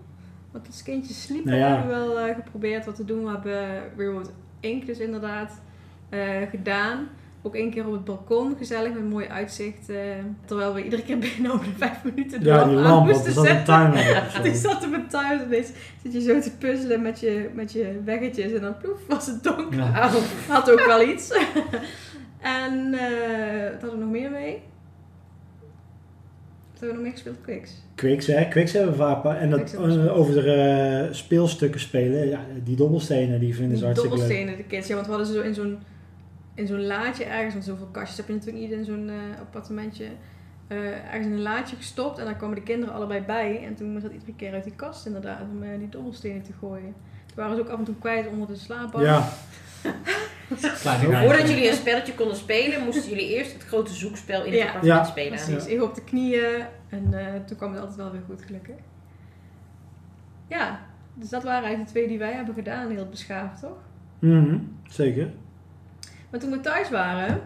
Speaker 2: Want als kindje sliep
Speaker 1: Nou ja.
Speaker 2: hebben we wel eh, geprobeerd wat te doen. We hebben Remote Ink dus inderdaad eh, gedaan. Ook één keer op het balkon, gezellig met mooi uitzicht. eh, terwijl we iedere keer <laughs> binnen over de vijf minuten de
Speaker 1: Ja, die
Speaker 2: aan
Speaker 1: lamp, want er
Speaker 2: moesten
Speaker 1: zat een
Speaker 2: zetten.
Speaker 1: timer op. of zo.
Speaker 2: <laughs> Die zat er met thuis ineens. Zit je zo te puzzelen met je, met je weggetjes en dan ploef was het donker.
Speaker 3: Ja.
Speaker 2: Au, <laughs> Had ook wel iets. <laughs> en eh wat hadden we nog meer mee? Wat hebben we nog meer gespeeld? Quicks.
Speaker 1: Quicks, hè? Quicks hebben we vaak. pa- En dat,
Speaker 2: Quicks hebben we
Speaker 1: over de eh, speelstukken spelen, ja, die dobbelstenen die vinden
Speaker 2: Die
Speaker 1: ze hartstikke leuk.
Speaker 2: dobbelstenen, de kids. Ja, want we hadden ze zo in zo'n, in zo'n laadje ergens. Want zoveel kastjes heb je natuurlijk niet in zo'n eh, appartementje. eh, ergens in een laadje gestopt. En daar kwamen de kinderen allebei bij. En toen was dat iedere keer uit die kast inderdaad. Om eh, die dobbelstenen te gooien. Toen waren ze ook af en toe kwijt onder de slaapbank.
Speaker 1: Ja,
Speaker 3: Kleinigheid.
Speaker 4: Voordat jullie een spelletje konden spelen, moesten jullie eerst het grote zoekspel in het
Speaker 2: Ja.
Speaker 4: appartement
Speaker 1: Ja.
Speaker 4: spelen.
Speaker 2: Precies, ik op de knieën. En eh, toen kwam het altijd wel weer goed, gelukkig. Ja, dus dat waren eigenlijk de twee die wij hebben gedaan. Heel beschaafd, toch?
Speaker 1: Mhm, zeker.
Speaker 2: Maar toen we thuis waren...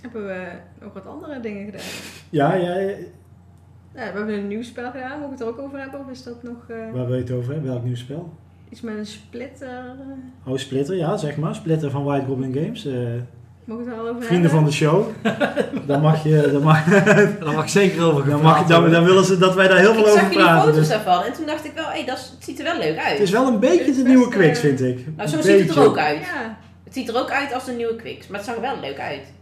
Speaker 2: Hebben we nog wat andere dingen gedaan.
Speaker 1: Ja, ja,
Speaker 2: Nou, we hebben een nieuw spel gedaan. Moet ik het er ook over hebben? Of is dat nog eh,
Speaker 1: waar wil je het over hebben? Welk nieuw spel?
Speaker 2: iets met een splitter?
Speaker 1: Oh, Splitter, ja, zeg maar. Splitter van White Goblin Games. eh,
Speaker 2: Mogen we het er al over
Speaker 1: vrienden van
Speaker 2: hebben?
Speaker 1: de show. Daar mag je, daar mag,
Speaker 3: Daar mag ik zeker over
Speaker 1: daar
Speaker 3: gepraat
Speaker 1: mag, daar,
Speaker 3: worden.
Speaker 1: daar willen ze dat wij daar heel
Speaker 4: Ik
Speaker 1: veel
Speaker 4: zag
Speaker 1: over
Speaker 4: jullie
Speaker 1: praten. Dus.
Speaker 4: foto's daarvan en toen dacht ik wel, hé, dat is- het ziet er wel leuk uit.
Speaker 1: Het is wel een beetje de
Speaker 2: Best,
Speaker 1: nieuwe
Speaker 2: eh,
Speaker 1: Quicks, vind ik.
Speaker 4: nou, zo
Speaker 1: Een
Speaker 4: ziet het er
Speaker 1: beetje.
Speaker 4: ook uit.
Speaker 2: Ja,
Speaker 4: Het ziet er ook uit als een nieuwe Quicks, maar het zag er wel leuk uit.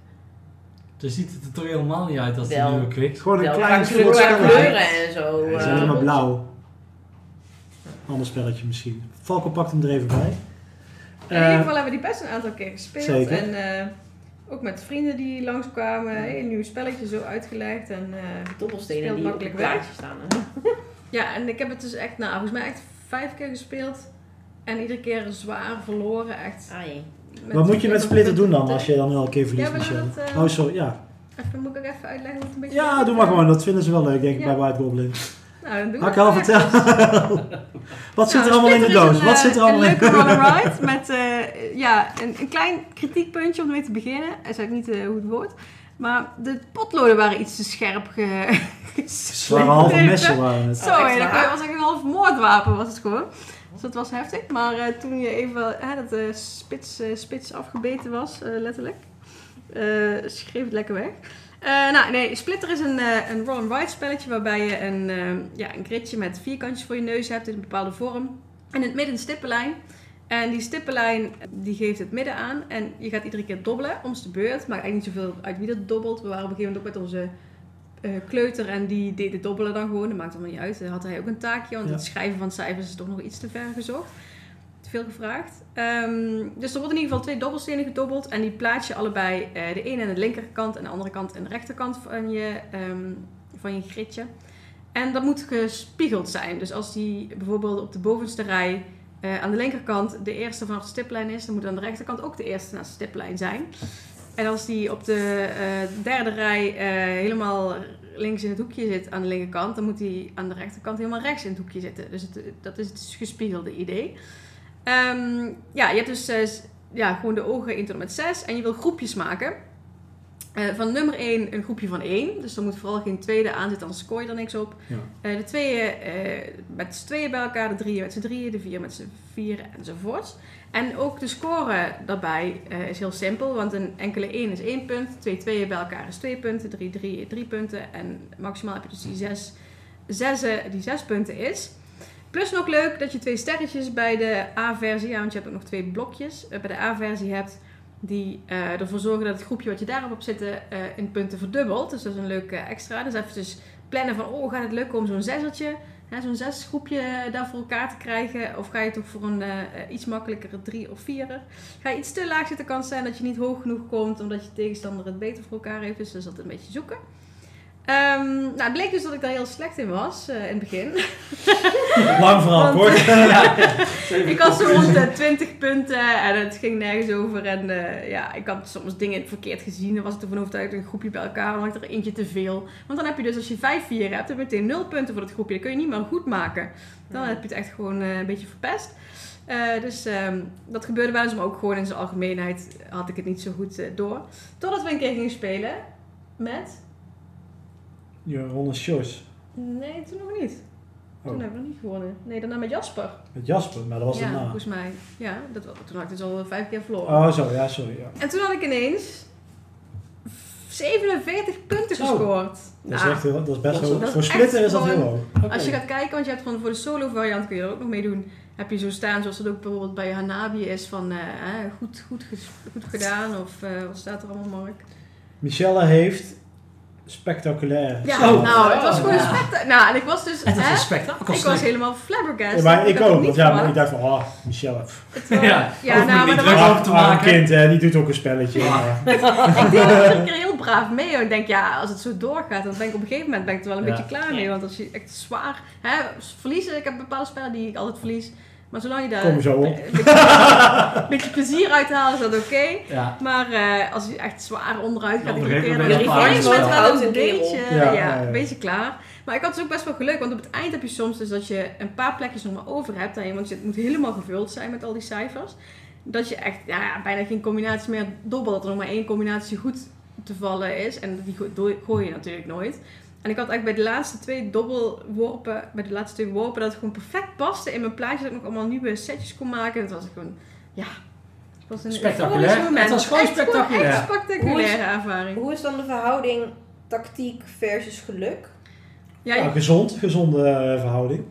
Speaker 3: Dus ziet het er toch helemaal niet uit als de
Speaker 4: Wel.
Speaker 3: nieuwe Quicks.
Speaker 1: Gewoon een
Speaker 4: Wel
Speaker 1: klein
Speaker 4: qua kleur- qua
Speaker 1: spelletje.
Speaker 4: kleuren en zo.
Speaker 1: Het is
Speaker 4: eh,
Speaker 1: alleen maar blauw. Ander spelletje misschien. Valko pakt hem er even bij.
Speaker 2: in ieder
Speaker 1: Eh,
Speaker 2: geval hebben we die best een aantal keer gespeeld.
Speaker 1: Zeker.
Speaker 2: En eh, ook met vrienden die langskwamen. Hey, een nieuw spelletje zo uitgelegd. En, eh,
Speaker 4: Dobbelstenen die
Speaker 2: Speelt
Speaker 4: op het
Speaker 2: makkelijk weg.
Speaker 4: plaatje staan. hè.
Speaker 2: ja, en ik heb het dus echt, nou, volgens mij echt vijf keer gespeeld. En iedere keer zwaar verloren, echt.
Speaker 4: Ai.
Speaker 2: Met-
Speaker 1: wat moet je met splitter doen dan als je dan elke keer
Speaker 2: Ja,
Speaker 1: verliest,
Speaker 2: maar
Speaker 1: Michel?
Speaker 2: dat, eh,
Speaker 1: Oh, sorry, ja.
Speaker 2: Even, moet ik ook even uitleggen hoe het een beetje...
Speaker 1: Ja, doe maar gewoon. Dat vinden ze wel leuk, denk ik,
Speaker 2: Ja.
Speaker 1: bij White Goblin.
Speaker 2: Nou, dan doen we
Speaker 1: Had
Speaker 2: het
Speaker 1: ik al
Speaker 2: echt.
Speaker 1: verteld. <laughs> Wat zit
Speaker 2: Nou,
Speaker 1: er allemaal in de
Speaker 2: Splitter is
Speaker 1: doos?
Speaker 2: een,
Speaker 1: Wat
Speaker 2: eh,
Speaker 1: zit er allemaal
Speaker 2: een
Speaker 1: in
Speaker 2: leuke roll-ride met eh, ja, een, een klein kritiekpuntje om mee te beginnen. Dat is eigenlijk niet eh, hoe het woord. Maar de potloden waren iets te scherp ge...
Speaker 1: Het waren halve
Speaker 2: geslepen.
Speaker 1: messen waren het.
Speaker 2: Sorry,
Speaker 4: Oh, echt
Speaker 2: dat
Speaker 4: waar?
Speaker 2: was echt een half moordwapen was het gewoon. Dus dat was heftig. Maar eh, toen je even hè, dat de spits, eh, spits afgebeten was, eh, letterlijk, eh, schreef het lekker weg. Eh, nou, nee, Splitter is een, eh, een roll-and-ride spelletje waarbij je een, eh, ja, een gridje met vierkantjes voor je neus hebt in een bepaalde vorm. En in het midden een stippenlijn. En die stippenlijn die geeft het midden aan. En je gaat iedere keer dobbelen, om de beurt. Maakt eigenlijk niet zoveel uit wie dat dobbelt. We waren op een gegeven moment ook met onze eh, kleuter en die deed het dobbelen dan gewoon. Dat maakt allemaal niet uit. Dan had hij ook een taakje, want
Speaker 1: Ja.
Speaker 2: het schrijven van cijfers is toch nog iets te ver gezocht. Te veel gevraagd. Ehm, dus er wordt in ieder geval twee dobbelstenen gedobbeld. En die plaats je allebei, eh, de ene aan de linkerkant en de andere kant aan de rechterkant van je, ehm, van je gridje. En dat moet gespiegeld zijn. Dus als die bijvoorbeeld op de bovenste rij eh, aan de linkerkant de eerste vanaf de stiplijn is, dan moet aan de rechterkant ook de eerste naast de stiplijn zijn. En als die op de eh, derde rij eh, helemaal links in het hoekje zit aan de linkerkant, dan moet die aan de rechterkant helemaal rechts in het hoekje zitten. Dus het, dat is het gespiegelde idee. Ehm, ja, je hebt dus eh, s- ja, gewoon de ogen 1 tot en met 6 en je wil groepjes maken. Eh, van nummer 1 een groepje van 1. Dus er moet vooral geen tweede aan zitten, anders scoor je er niks op.
Speaker 1: Ja.
Speaker 2: Eh, de tweeën eh, met z'n tweeën bij elkaar, de drieën met z'n drieën, de vier met z'n vieren enzovoorts. En ook de score daarbij eh, is heel simpel, want een enkele 1 is 1 punt, twee tweeën bij elkaar is 2 punten, 3 3 3 punten en maximaal heb je dus die 6 zes, eh, die zes punten is. Plus nog leuk dat je twee sterretjes bij de A-versie, ja, want je hebt ook nog twee blokjes, eh, bij de A-versie hebt die eh, ervoor zorgen dat het groepje wat je daarop op zitten eh, in punten verdubbelt. Dus dat is een leuke extra. Dus even dus plannen van, oh, gaat het lukken om zo'n zessertje hè, zo'n zes groepje daar voor elkaar te krijgen. Of ga je toch voor een eh, eh, iets makkelijkere drie of vierer. Ga je iets te laag zitten, kan het zijn dat je niet hoog genoeg komt. Omdat je tegenstander het beter voor elkaar heeft. Dus dat is altijd een beetje zoeken. Ehm, nou, het bleek dus dat ik daar heel slecht in was eh, in het begin.
Speaker 1: Lang verhaal
Speaker 2: Oh. Want-
Speaker 1: kort.
Speaker 2: <laughs> Ik had zo rond de 20 punten en het ging nergens over. En eh, ja, ik had soms dingen verkeerd gezien. Dan was ik ervan overtuigd een groepje bij elkaar. Dan had ik er eentje te veel. Want dan heb je dus, als je 5 vier hebt, dan heb je meteen 0 punten voor dat groepje. Dat kun je niet meer goed maken. Dan heb je het echt gewoon eh, een beetje verpest. Eh, dus ehm, dat gebeurde wel eens, maar ook gewoon in zijn algemeenheid had ik het niet zo goed eh, door. Totdat we een keer gingen spelen met.
Speaker 1: Ja, Ronde Sjors.
Speaker 2: Nee, toen nog niet. Toen
Speaker 1: Oh.
Speaker 2: hebben we nog niet gewonnen. Nee, daarna met Jasper.
Speaker 1: Met Jasper, maar dat was
Speaker 2: ja,
Speaker 1: het na.
Speaker 2: volgens mij. Ja, dat, was- toen had ik dus al vijf keer verloren.
Speaker 1: Oh, zo, ja, sorry. Ja.
Speaker 2: En toen had ik ineens 47 punten
Speaker 1: Zo.
Speaker 2: gescoord.
Speaker 1: Dat, is
Speaker 2: Nou,
Speaker 1: echt heel, dat is best
Speaker 3: Dat is-
Speaker 1: hoog.
Speaker 2: dat is
Speaker 1: Voor
Speaker 2: echt
Speaker 1: splitter is dat
Speaker 2: gewoon-
Speaker 1: heel hoog.
Speaker 3: Oké.
Speaker 2: Als je gaat kijken, want je hebt gewoon voor de solo variant kun je er ook nog mee doen. Heb je zo staan zoals dat ook bijvoorbeeld bij Hanabi is van eh, hè, goed, goed, ges- goed gedaan of eh, wat staat er allemaal Mark?
Speaker 1: Michelle heeft spectaculair.
Speaker 2: Ja,
Speaker 1: Zo.
Speaker 2: nou het was gewoon
Speaker 3: Ja.
Speaker 2: een spectakel. Nou en ik was dus,
Speaker 3: Het is
Speaker 2: hè,
Speaker 3: een spektakel.
Speaker 2: ik was helemaal flabbergasted.
Speaker 1: Ja, maar ik
Speaker 2: had er
Speaker 1: ook, want
Speaker 2: niet
Speaker 1: ja, maar ik
Speaker 2: verwacht.
Speaker 1: dacht van, ah, Michelle. pff,
Speaker 2: Het was-
Speaker 3: Ja,
Speaker 2: ja,
Speaker 3: hoef me
Speaker 2: nou,
Speaker 3: niet
Speaker 2: maar dat
Speaker 3: druk
Speaker 2: was,
Speaker 3: over te
Speaker 1: arm
Speaker 3: maken.
Speaker 1: kind, hè, die doet ook een spelletje.
Speaker 3: Ja.
Speaker 1: maar-
Speaker 2: ik deed er iedere keer heel braaf mee. hoor. Ik denk, ja, als het zo doorgaat, dan ben ik op een gegeven moment ben ik er wel een
Speaker 3: Ja.
Speaker 2: beetje klaar mee. Want als je echt zwaar hè, verliezen, ik heb bepaalde spellen die ik altijd verlies. Maar zolang je daar eh,
Speaker 1: Kom zo op.
Speaker 2: een beetje, <laughs> een beetje plezier uit haalt, is dat oké.
Speaker 3: Ja.
Speaker 2: Maar eh, als je echt zwaar onderuit
Speaker 3: Ja,
Speaker 2: gaat,
Speaker 3: op een
Speaker 2: iedere keer
Speaker 3: gegeven
Speaker 2: dan
Speaker 3: moment
Speaker 2: op een
Speaker 3: ben je
Speaker 2: gegeven moment
Speaker 4: klaar.
Speaker 2: wel een
Speaker 4: Oude kerel.
Speaker 2: beetje,
Speaker 1: Ja,
Speaker 2: ja,
Speaker 1: ja, ja.
Speaker 2: een beetje klaar. Maar ik had dus ook best wel geluk, want op het eind heb je soms dus dat je een paar plekjes nog maar over hebt. aan je- Want het moet helemaal gevuld zijn met al die cijfers. Dat je echt ja, bijna geen combinaties meer dobbelt. Dat er nog maar één combinatie goed te vallen is. En die go- dooi- gooi je natuurlijk nooit. En ik had eigenlijk bij de laatste twee dobbelworpen, bij de laatste twee worpen, dat het gewoon perfect paste in mijn plaatje. Dat ik nog allemaal nieuwe setjes kon maken. Het was gewoon, ja, het was een
Speaker 3: Spectaculair.
Speaker 2: euforisch moment.
Speaker 3: Het was gewoon
Speaker 2: Echt
Speaker 3: spectaculair.
Speaker 2: echt spectaculaire ervaring.
Speaker 6: Hoe is dan de verhouding tactiek versus geluk?
Speaker 2: Ja,
Speaker 1: Ja,
Speaker 2: ja,
Speaker 1: gezond, gezonde eh, verhouding.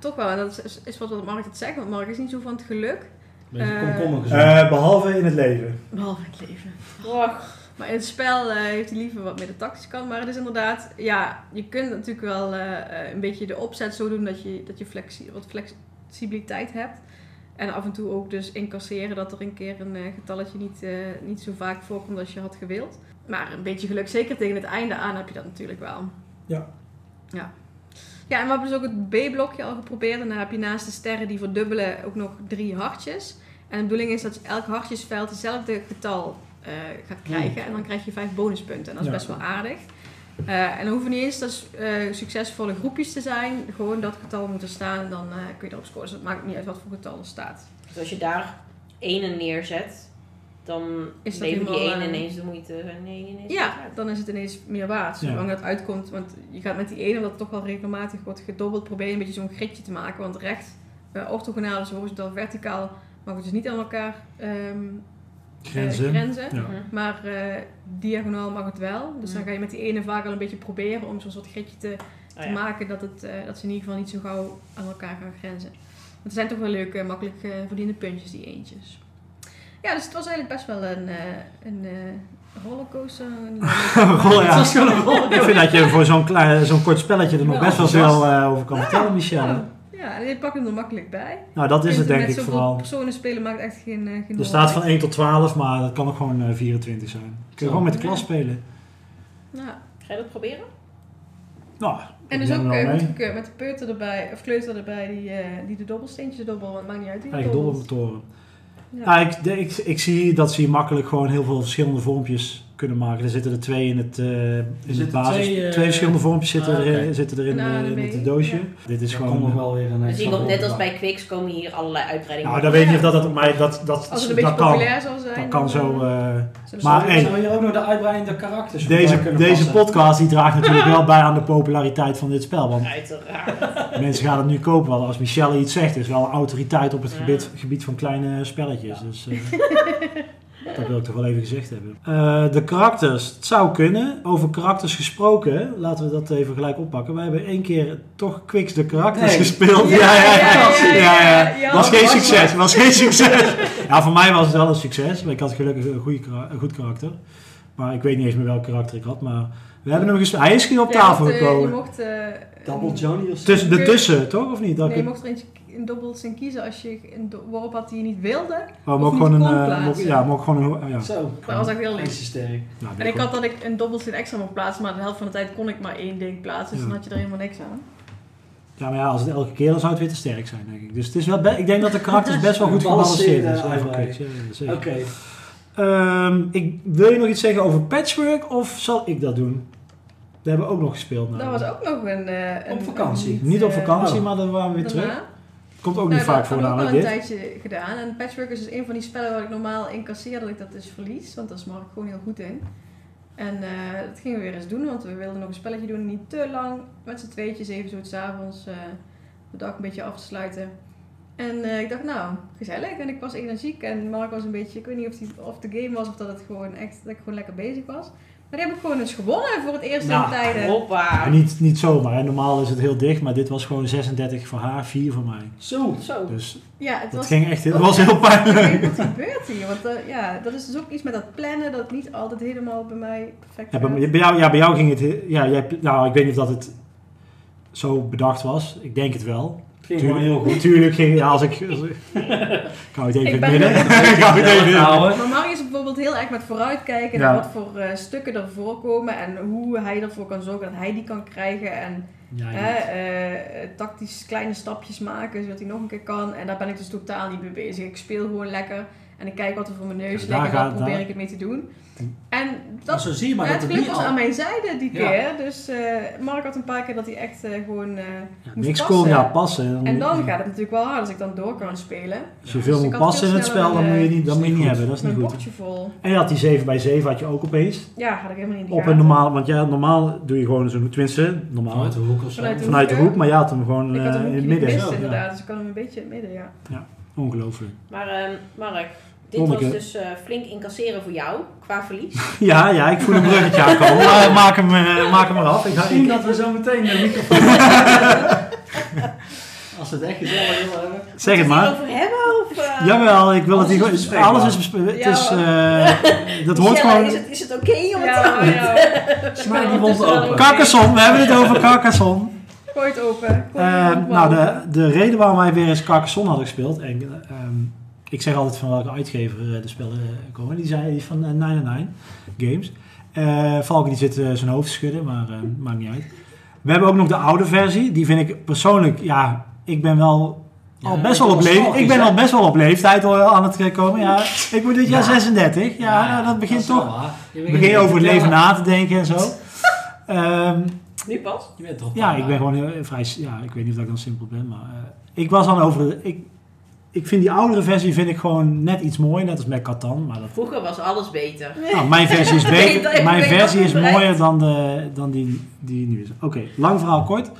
Speaker 2: toch wel. En dat is, is wat Mark het zegt, want Mark is niet zo van het geluk.
Speaker 3: Beetje
Speaker 2: Eh,
Speaker 3: komkommer gezond.
Speaker 5: <laughs>
Speaker 1: Eh, behalve in het leven.
Speaker 2: Behalve in het leven.
Speaker 6: Ach,
Speaker 2: Maar in het spel eh, heeft hij liever wat meer de tactische kant. Maar het is inderdaad, ja, je kunt natuurlijk wel eh, eh, een beetje de opzet zo doen dat je, dat je flexi wat flexibiliteit hebt. En af en toe ook dus incasseren dat er een keer een eh, getalletje niet, eh, niet zo vaak voorkomt als je had gewild. Maar een beetje geluk, zeker tegen het einde aan, heb je dat natuurlijk wel.
Speaker 1: Ja.
Speaker 2: Ja. Ja, en we hebben dus ook het B-blokje al geprobeerd. En daar heb je naast de sterren die verdubbelen ook nog drie hartjes. En de bedoeling is dat elk hartjesveld hetzelfde getal eh, gaat krijgen. En dan krijg je vijf bonuspunten. En dat is
Speaker 1: Ja.
Speaker 2: best wel aardig. Eh, en dan hoeven niet eens dus, eh, succesvolle groepjes te zijn. Gewoon dat getal moet er staan. Dan eh, kun je erop scoren. Dus het maakt niet uit wat voor getal er staat.
Speaker 4: Dus als je daar ene neerzet, dan
Speaker 2: Is dat
Speaker 4: leven die
Speaker 2: helemaal,
Speaker 4: ene
Speaker 2: eh,
Speaker 4: ineens de moeite. van, Nee, nee, nee.
Speaker 2: Ja, dan is het ineens meer waard.
Speaker 1: Ja.
Speaker 2: Zolang dat uitkomt. Want je gaat met die ene, dat toch wel regelmatig wordt gedobbeld. Probeer je een beetje zo'n gridje te maken. Want recht, eh, orthogonaal, dus horizontaal, verticaal. Mag het dus niet aan elkaar ehm, eh,
Speaker 1: <laughs>
Speaker 2: grenzen.
Speaker 1: Ja.
Speaker 4: Mhm.
Speaker 2: Maar eh, diagonaal mag het wel. Dus dan
Speaker 4: Mm.
Speaker 2: ga je met die ene vaak al een beetje proberen om zo'n soort gridje te,
Speaker 4: Ah,
Speaker 2: te
Speaker 4: ja.
Speaker 2: maken dat, het, eh, dat ze in ieder geval niet zo gauw aan elkaar gaan grenzen. Want het zijn toch wel leuke, makkelijk eh, verdiende puntjes, die eentjes. Ja, dus het was eigenlijk best wel een, eh, een eh, rollercoaster. Een-
Speaker 1: Oh, Goh,
Speaker 3: Het
Speaker 1: ja.
Speaker 3: was gewoon een rol.
Speaker 1: Ik vind dat je voor zo'n klein- zo'n kort spelletje er nog
Speaker 3: Ja,
Speaker 1: best wel
Speaker 3: enthousiast.
Speaker 1: veel eh, over kan vertellen, Michelle.
Speaker 2: Ja, ja, en je pakt hem er makkelijk bij.
Speaker 1: Nou, dat is het denk
Speaker 2: met
Speaker 1: ik
Speaker 2: zoveel
Speaker 1: vooral.
Speaker 2: personen spelen maakt echt geen, eh, geen
Speaker 1: Er
Speaker 2: hol
Speaker 1: staat
Speaker 2: uit.
Speaker 1: van 1 tot 12, maar dat kan ook gewoon eh, 24 zijn. Kun je
Speaker 3: Zo.
Speaker 1: gewoon met de
Speaker 2: Ja.
Speaker 1: klas spelen.
Speaker 2: Ja.
Speaker 4: Ga je dat proberen?
Speaker 1: Nou,
Speaker 2: En
Speaker 1: ik
Speaker 2: dus
Speaker 1: neem
Speaker 2: ook
Speaker 1: er
Speaker 2: eh,
Speaker 1: wel
Speaker 2: goed
Speaker 1: mee.
Speaker 2: gekeurd met de peuter erbij, of kleuter erbij, die, eh, die de dobbelsteentjes dobbelen, want het maakt niet uit wie het
Speaker 1: Eigen
Speaker 2: dobbelt.
Speaker 1: dobbelmotoren.
Speaker 2: Ja.
Speaker 1: Ja, Ah, ik, de- ik, ik zie dat ze hier makkelijk gewoon heel veel verschillende vormpjes kunnen maken. Er zitten er twee in het, eh, in het
Speaker 3: zitten
Speaker 1: basis. Twee,
Speaker 3: twee, eh,
Speaker 1: verschillende vormpjes zitten,
Speaker 3: ah,
Speaker 1: erin,
Speaker 3: oké.
Speaker 1: zitten erin
Speaker 2: Een
Speaker 1: eh,
Speaker 2: A en een
Speaker 1: in
Speaker 2: B,
Speaker 1: het doosje.
Speaker 2: ja.
Speaker 1: Dit is
Speaker 3: Er
Speaker 1: gewoon...
Speaker 3: komt nog wel weer een...
Speaker 5: eh,
Speaker 4: Dus hier komt net als
Speaker 3: bij.
Speaker 4: bij Quicks komen hier allerlei uitbreidingen.
Speaker 1: Nou, dan weet je of
Speaker 2: Ja.
Speaker 1: dat het... Maar dat, dat,
Speaker 2: Als het
Speaker 1: dat,
Speaker 2: een beetje
Speaker 1: kan.
Speaker 2: populair zal zijn.
Speaker 1: Dat kan
Speaker 2: dan,
Speaker 1: zo...
Speaker 2: eh,
Speaker 1: eh,
Speaker 2: zullen ze
Speaker 1: maar
Speaker 2: wel-
Speaker 1: één.
Speaker 3: Zou je ook nog de uitbreidende karakters voor
Speaker 1: deze
Speaker 3: kunnen
Speaker 1: deze
Speaker 3: passen?
Speaker 1: podcast die draagt natuurlijk wel bij aan de populariteit van dit spel. Want
Speaker 4: Uiteraard.
Speaker 1: mensen gaan het nu kopen. Want als Michelle iets zegt, is wel een autoriteit op het
Speaker 4: Ja.
Speaker 1: gebied, gebied van kleine spelletjes.
Speaker 3: Ja.
Speaker 1: Dus eh, dat wil ik toch wel even gezegd hebben. Eh, de karakters. Het zou kunnen. Over karakters gesproken. Laten we dat even gelijk oppakken. Wij hebben één keer toch Quicks de karakters
Speaker 3: Nee.
Speaker 1: gespeeld.
Speaker 2: Ja, ja, ja, ja, ja.
Speaker 1: Was geen
Speaker 3: Was maar-
Speaker 1: succes.
Speaker 2: <laughs>
Speaker 1: Was geen succes. ja, voor mij was het wel een succes. Maar ik had gelukkig een, goede kara- een goed karakter. Maar ik weet niet eens meer welk karakter ik had. Maar we hebben hem gespeeld. Hij is hier op tafel
Speaker 2: want, eh,
Speaker 1: gekomen.
Speaker 2: Je mocht, eh,
Speaker 5: Double Johnny of zo?
Speaker 1: Tussen de tussen, toch? Of niet? Dat
Speaker 2: nee,
Speaker 1: ik
Speaker 2: je
Speaker 1: het-
Speaker 2: mocht er eentje in dobbels in kiezen als je een do- worp had die je niet wilde.
Speaker 1: oh, mocht
Speaker 2: of
Speaker 1: gewoon een.
Speaker 2: niet
Speaker 1: eh,
Speaker 2: kon
Speaker 1: mocht-
Speaker 2: plaatsen.
Speaker 1: ja, mocht gewoon een. Ja.
Speaker 5: Zo.
Speaker 2: Maar dat was echt heel
Speaker 5: Dat
Speaker 2: lief.
Speaker 5: is sterk.
Speaker 1: Nou,
Speaker 2: En
Speaker 1: dat
Speaker 2: ik
Speaker 1: kon-
Speaker 2: had dat ik een dobbelsteen extra mocht plaatsen, maar de helft van de tijd kon ik maar één ding plaatsen, dus
Speaker 1: Ja.
Speaker 2: dan had je er helemaal niks aan.
Speaker 1: Ja, maar ja, als het elke keer dan zou het weer te sterk zijn, denk ik. Dus het is wel be- ik denk dat de karakters best wel goed
Speaker 5: Gebalanceerde
Speaker 1: gebalanceerd is.
Speaker 2: eh,
Speaker 1: over
Speaker 5: uitbreiding.
Speaker 1: Quiz. Ja, ja, zeker.
Speaker 5: Oké.
Speaker 1: Ehm, ik, wil je nog iets zeggen over patchwork of zal ik dat doen? We hebben ook nog gespeeld.
Speaker 2: Dat
Speaker 1: namelijk.
Speaker 2: was ook nog een... eh, een
Speaker 5: Op vakantie.
Speaker 2: een-
Speaker 1: Niet op
Speaker 2: eh,
Speaker 1: vakantie,
Speaker 5: Oh.
Speaker 1: maar dan waren we weer terug.
Speaker 2: daarna.
Speaker 1: Komt ook
Speaker 2: Nou,
Speaker 1: niet vaak
Speaker 2: dat
Speaker 1: voor
Speaker 2: heb ik ook al
Speaker 1: namelijk
Speaker 2: een
Speaker 1: dit.
Speaker 2: tijdje gedaan. En Patchwork is dus een van die spellen waar ik normaal incasseer dat ik dat dus verlies. Want daar is Mark gewoon heel goed in. En eh, dat gingen we weer eens doen, want we wilden nog een spelletje doen. Niet te lang, met z'n tweetjes, even zo 's avonds eh, de dag een beetje af te sluiten. En eh, ik dacht, nou, gezellig. En ik was energiek en Mark was een beetje, ik weet niet of, die, of de game was of dat het gewoon echt, dat ik gewoon lekker bezig was. Maar die heb ik gewoon eens gewonnen voor het eerst
Speaker 5: Nou,
Speaker 2: in tijden.
Speaker 1: Ja,
Speaker 4: Hoppa.
Speaker 1: niet, niet zomaar. Hè. Normaal is het heel dicht, maar dit was gewoon 36 voor haar, 4 voor mij.
Speaker 5: Zo.
Speaker 6: Zo.
Speaker 1: Dus
Speaker 2: Ja, het
Speaker 1: dat
Speaker 2: was
Speaker 1: ging echt heel, was heel
Speaker 2: Ik <laughs> weet
Speaker 1: pijnlijk.
Speaker 2: niet wat gebeurt hier? Want eh, ja, dat is dus ook iets met dat plannen dat niet altijd helemaal bij mij perfect
Speaker 1: Ja,
Speaker 2: gaat.
Speaker 1: bij, bij jou, ja, bij jou ging het... he- Ja, jij, nou, ik weet niet of dat het zo bedacht was. Ik denk het wel.
Speaker 5: Het ging gewoon heel goed.
Speaker 1: Tuurlijk ging... Ja, als ik...
Speaker 2: <laughs>
Speaker 1: Als ik, ik hou het even
Speaker 2: Ik
Speaker 1: in het
Speaker 2: ben-
Speaker 1: midden. <laughs> Ik hou het even in het midden.
Speaker 2: Maar Mario is bijvoorbeeld heel erg met vooruitkijken
Speaker 1: Ja.
Speaker 2: naar wat voor eh, stukken er voorkomen en hoe hij ervoor kan zorgen dat hij die kan krijgen. En
Speaker 5: Ja,
Speaker 2: hè, eh, tactisch kleine stapjes maken zodat hij nog een keer kan. En daar ben ik dus totaal niet mee bezig. Ik speel gewoon lekker en ik kijk wat er voor mijn neus
Speaker 1: Ja,
Speaker 2: ligt en
Speaker 1: daar
Speaker 2: dan
Speaker 1: gaat-
Speaker 2: probeer
Speaker 1: daar-
Speaker 2: ik het mee te doen.
Speaker 3: Maar
Speaker 2: En dat
Speaker 3: zo zie je maar
Speaker 2: Ja,
Speaker 3: dat
Speaker 2: het
Speaker 3: het
Speaker 2: geluk
Speaker 3: niet
Speaker 2: was
Speaker 3: al...
Speaker 2: aan mijn zijde die
Speaker 3: Ja.
Speaker 2: keer. Dus eh, Mark had een paar keer dat hij echt eh, gewoon eh,
Speaker 1: Ja,
Speaker 2: moest
Speaker 1: niks
Speaker 2: passen.
Speaker 1: kon ja, passen.
Speaker 2: En dan gaat het natuurlijk wel hard als ik dan door kan spelen.
Speaker 1: Als je veel
Speaker 2: Dus
Speaker 1: moet
Speaker 2: ik had
Speaker 1: passen in
Speaker 2: veel
Speaker 1: het spel, dan
Speaker 2: sneller,
Speaker 1: moet je
Speaker 2: eh,
Speaker 1: niet, dan
Speaker 5: is
Speaker 1: moet je
Speaker 5: niet
Speaker 1: niet
Speaker 5: goed.
Speaker 1: hebben. Dat is
Speaker 2: Mijn
Speaker 1: niet goed.
Speaker 2: bordje vol.
Speaker 1: En je had die 7 bij 7 had je ook opeens.
Speaker 2: Ja, had ik helemaal niet in de
Speaker 1: Op een
Speaker 2: gaten.
Speaker 1: normaal, want ja, normaal doe je gewoon zo'n tenminste, normaal vanuit,
Speaker 5: Vanuit de hoek of zo.
Speaker 2: Vanuit de hoek.
Speaker 1: de hoek, maar je had hem gewoon
Speaker 2: Ik had
Speaker 1: eh,
Speaker 2: een
Speaker 1: in
Speaker 2: hoekje
Speaker 1: het
Speaker 2: niet
Speaker 1: midden.
Speaker 2: mist
Speaker 1: Ja.
Speaker 2: inderdaad, dus ik kan hem een beetje in het midden, ja.
Speaker 1: Ongelooflijk.
Speaker 4: Maar ehm, Mark, dit
Speaker 1: Monneke.
Speaker 4: was dus eh, flink incasseren voor jou, qua verlies.
Speaker 1: Ja, ja, ik voel een bruggetje aankomen. maar maak hem, eh, maak hem eraf. Ik ga,
Speaker 5: Misschien
Speaker 1: ik,
Speaker 5: dat we zo meteen de microfoon. Als we het echt gezellig willen hebben.
Speaker 1: zeg het maar.
Speaker 4: Over hebben of... eh,
Speaker 1: Jawel, ik wil het
Speaker 5: Alles
Speaker 1: niet.
Speaker 5: is
Speaker 1: gewoon-
Speaker 5: bespreekbaar.
Speaker 1: Alles is bespreekbaar. Het
Speaker 2: Ja,
Speaker 1: is, eh, dat hoort
Speaker 6: Michelle,
Speaker 1: gewoon.
Speaker 6: Is het, is het oké om het
Speaker 2: Ja, ja.
Speaker 5: Smaak die wond
Speaker 4: Ondertussen
Speaker 5: open.
Speaker 4: wel-
Speaker 1: Carcassonne, we hebben het over Carcassonne.
Speaker 2: Gooi het open. Gooi
Speaker 5: Oh,
Speaker 1: Eh,
Speaker 2: het open.
Speaker 1: nou, de, de reden waarom wij weer eens Carcassonne hadden gespeeld. En, eh, ehm, ik zeg altijd van welke uitgever eh, de spellen eh, komen. Die zei die van eh, 99 Games. Eh Valken die zit eh, zijn hoofd te schudden, maar eh, maakt niet uit. We hebben ook nog de oude versie. Die vind ik persoonlijk, ja, ik ben wel. Al
Speaker 5: Ja,
Speaker 1: best wel op
Speaker 5: nostalgisch,
Speaker 1: leeftijd. Ik ben
Speaker 5: hè?
Speaker 1: al best wel op leeftijd al aan het eh, komen. Ja, ik word dit jaar
Speaker 5: Ja.
Speaker 1: 36. Ja, nou, dat begint
Speaker 5: is wel
Speaker 1: toch.
Speaker 5: waar. Je
Speaker 1: Ik begin
Speaker 5: bent-
Speaker 1: over het
Speaker 5: Ja,
Speaker 1: leven na te denken en zo.
Speaker 5: <laughs>
Speaker 1: Ehm,
Speaker 4: <laughs> Nu pas.
Speaker 5: Je bent toch
Speaker 1: ja,
Speaker 5: wel
Speaker 1: ik ben gewoon heel, vrij... s- Ja, ik weet niet of dat ik dan simpel ben, maar... eh, ik was dan over... de- Ik, ik vind die oudere versie vind ik gewoon net iets mooier. Net als met Catan. Maar
Speaker 2: <laughs>
Speaker 1: dat,
Speaker 4: Vroeger was alles beter.
Speaker 1: nou, mijn versie is
Speaker 2: Nee, dat-
Speaker 1: beter.
Speaker 2: ik
Speaker 1: Mijn
Speaker 2: denk dat
Speaker 1: versie is
Speaker 2: het bereikt.
Speaker 1: mooier dan, de, dan die, die nu is. Oké, lang verhaal kort.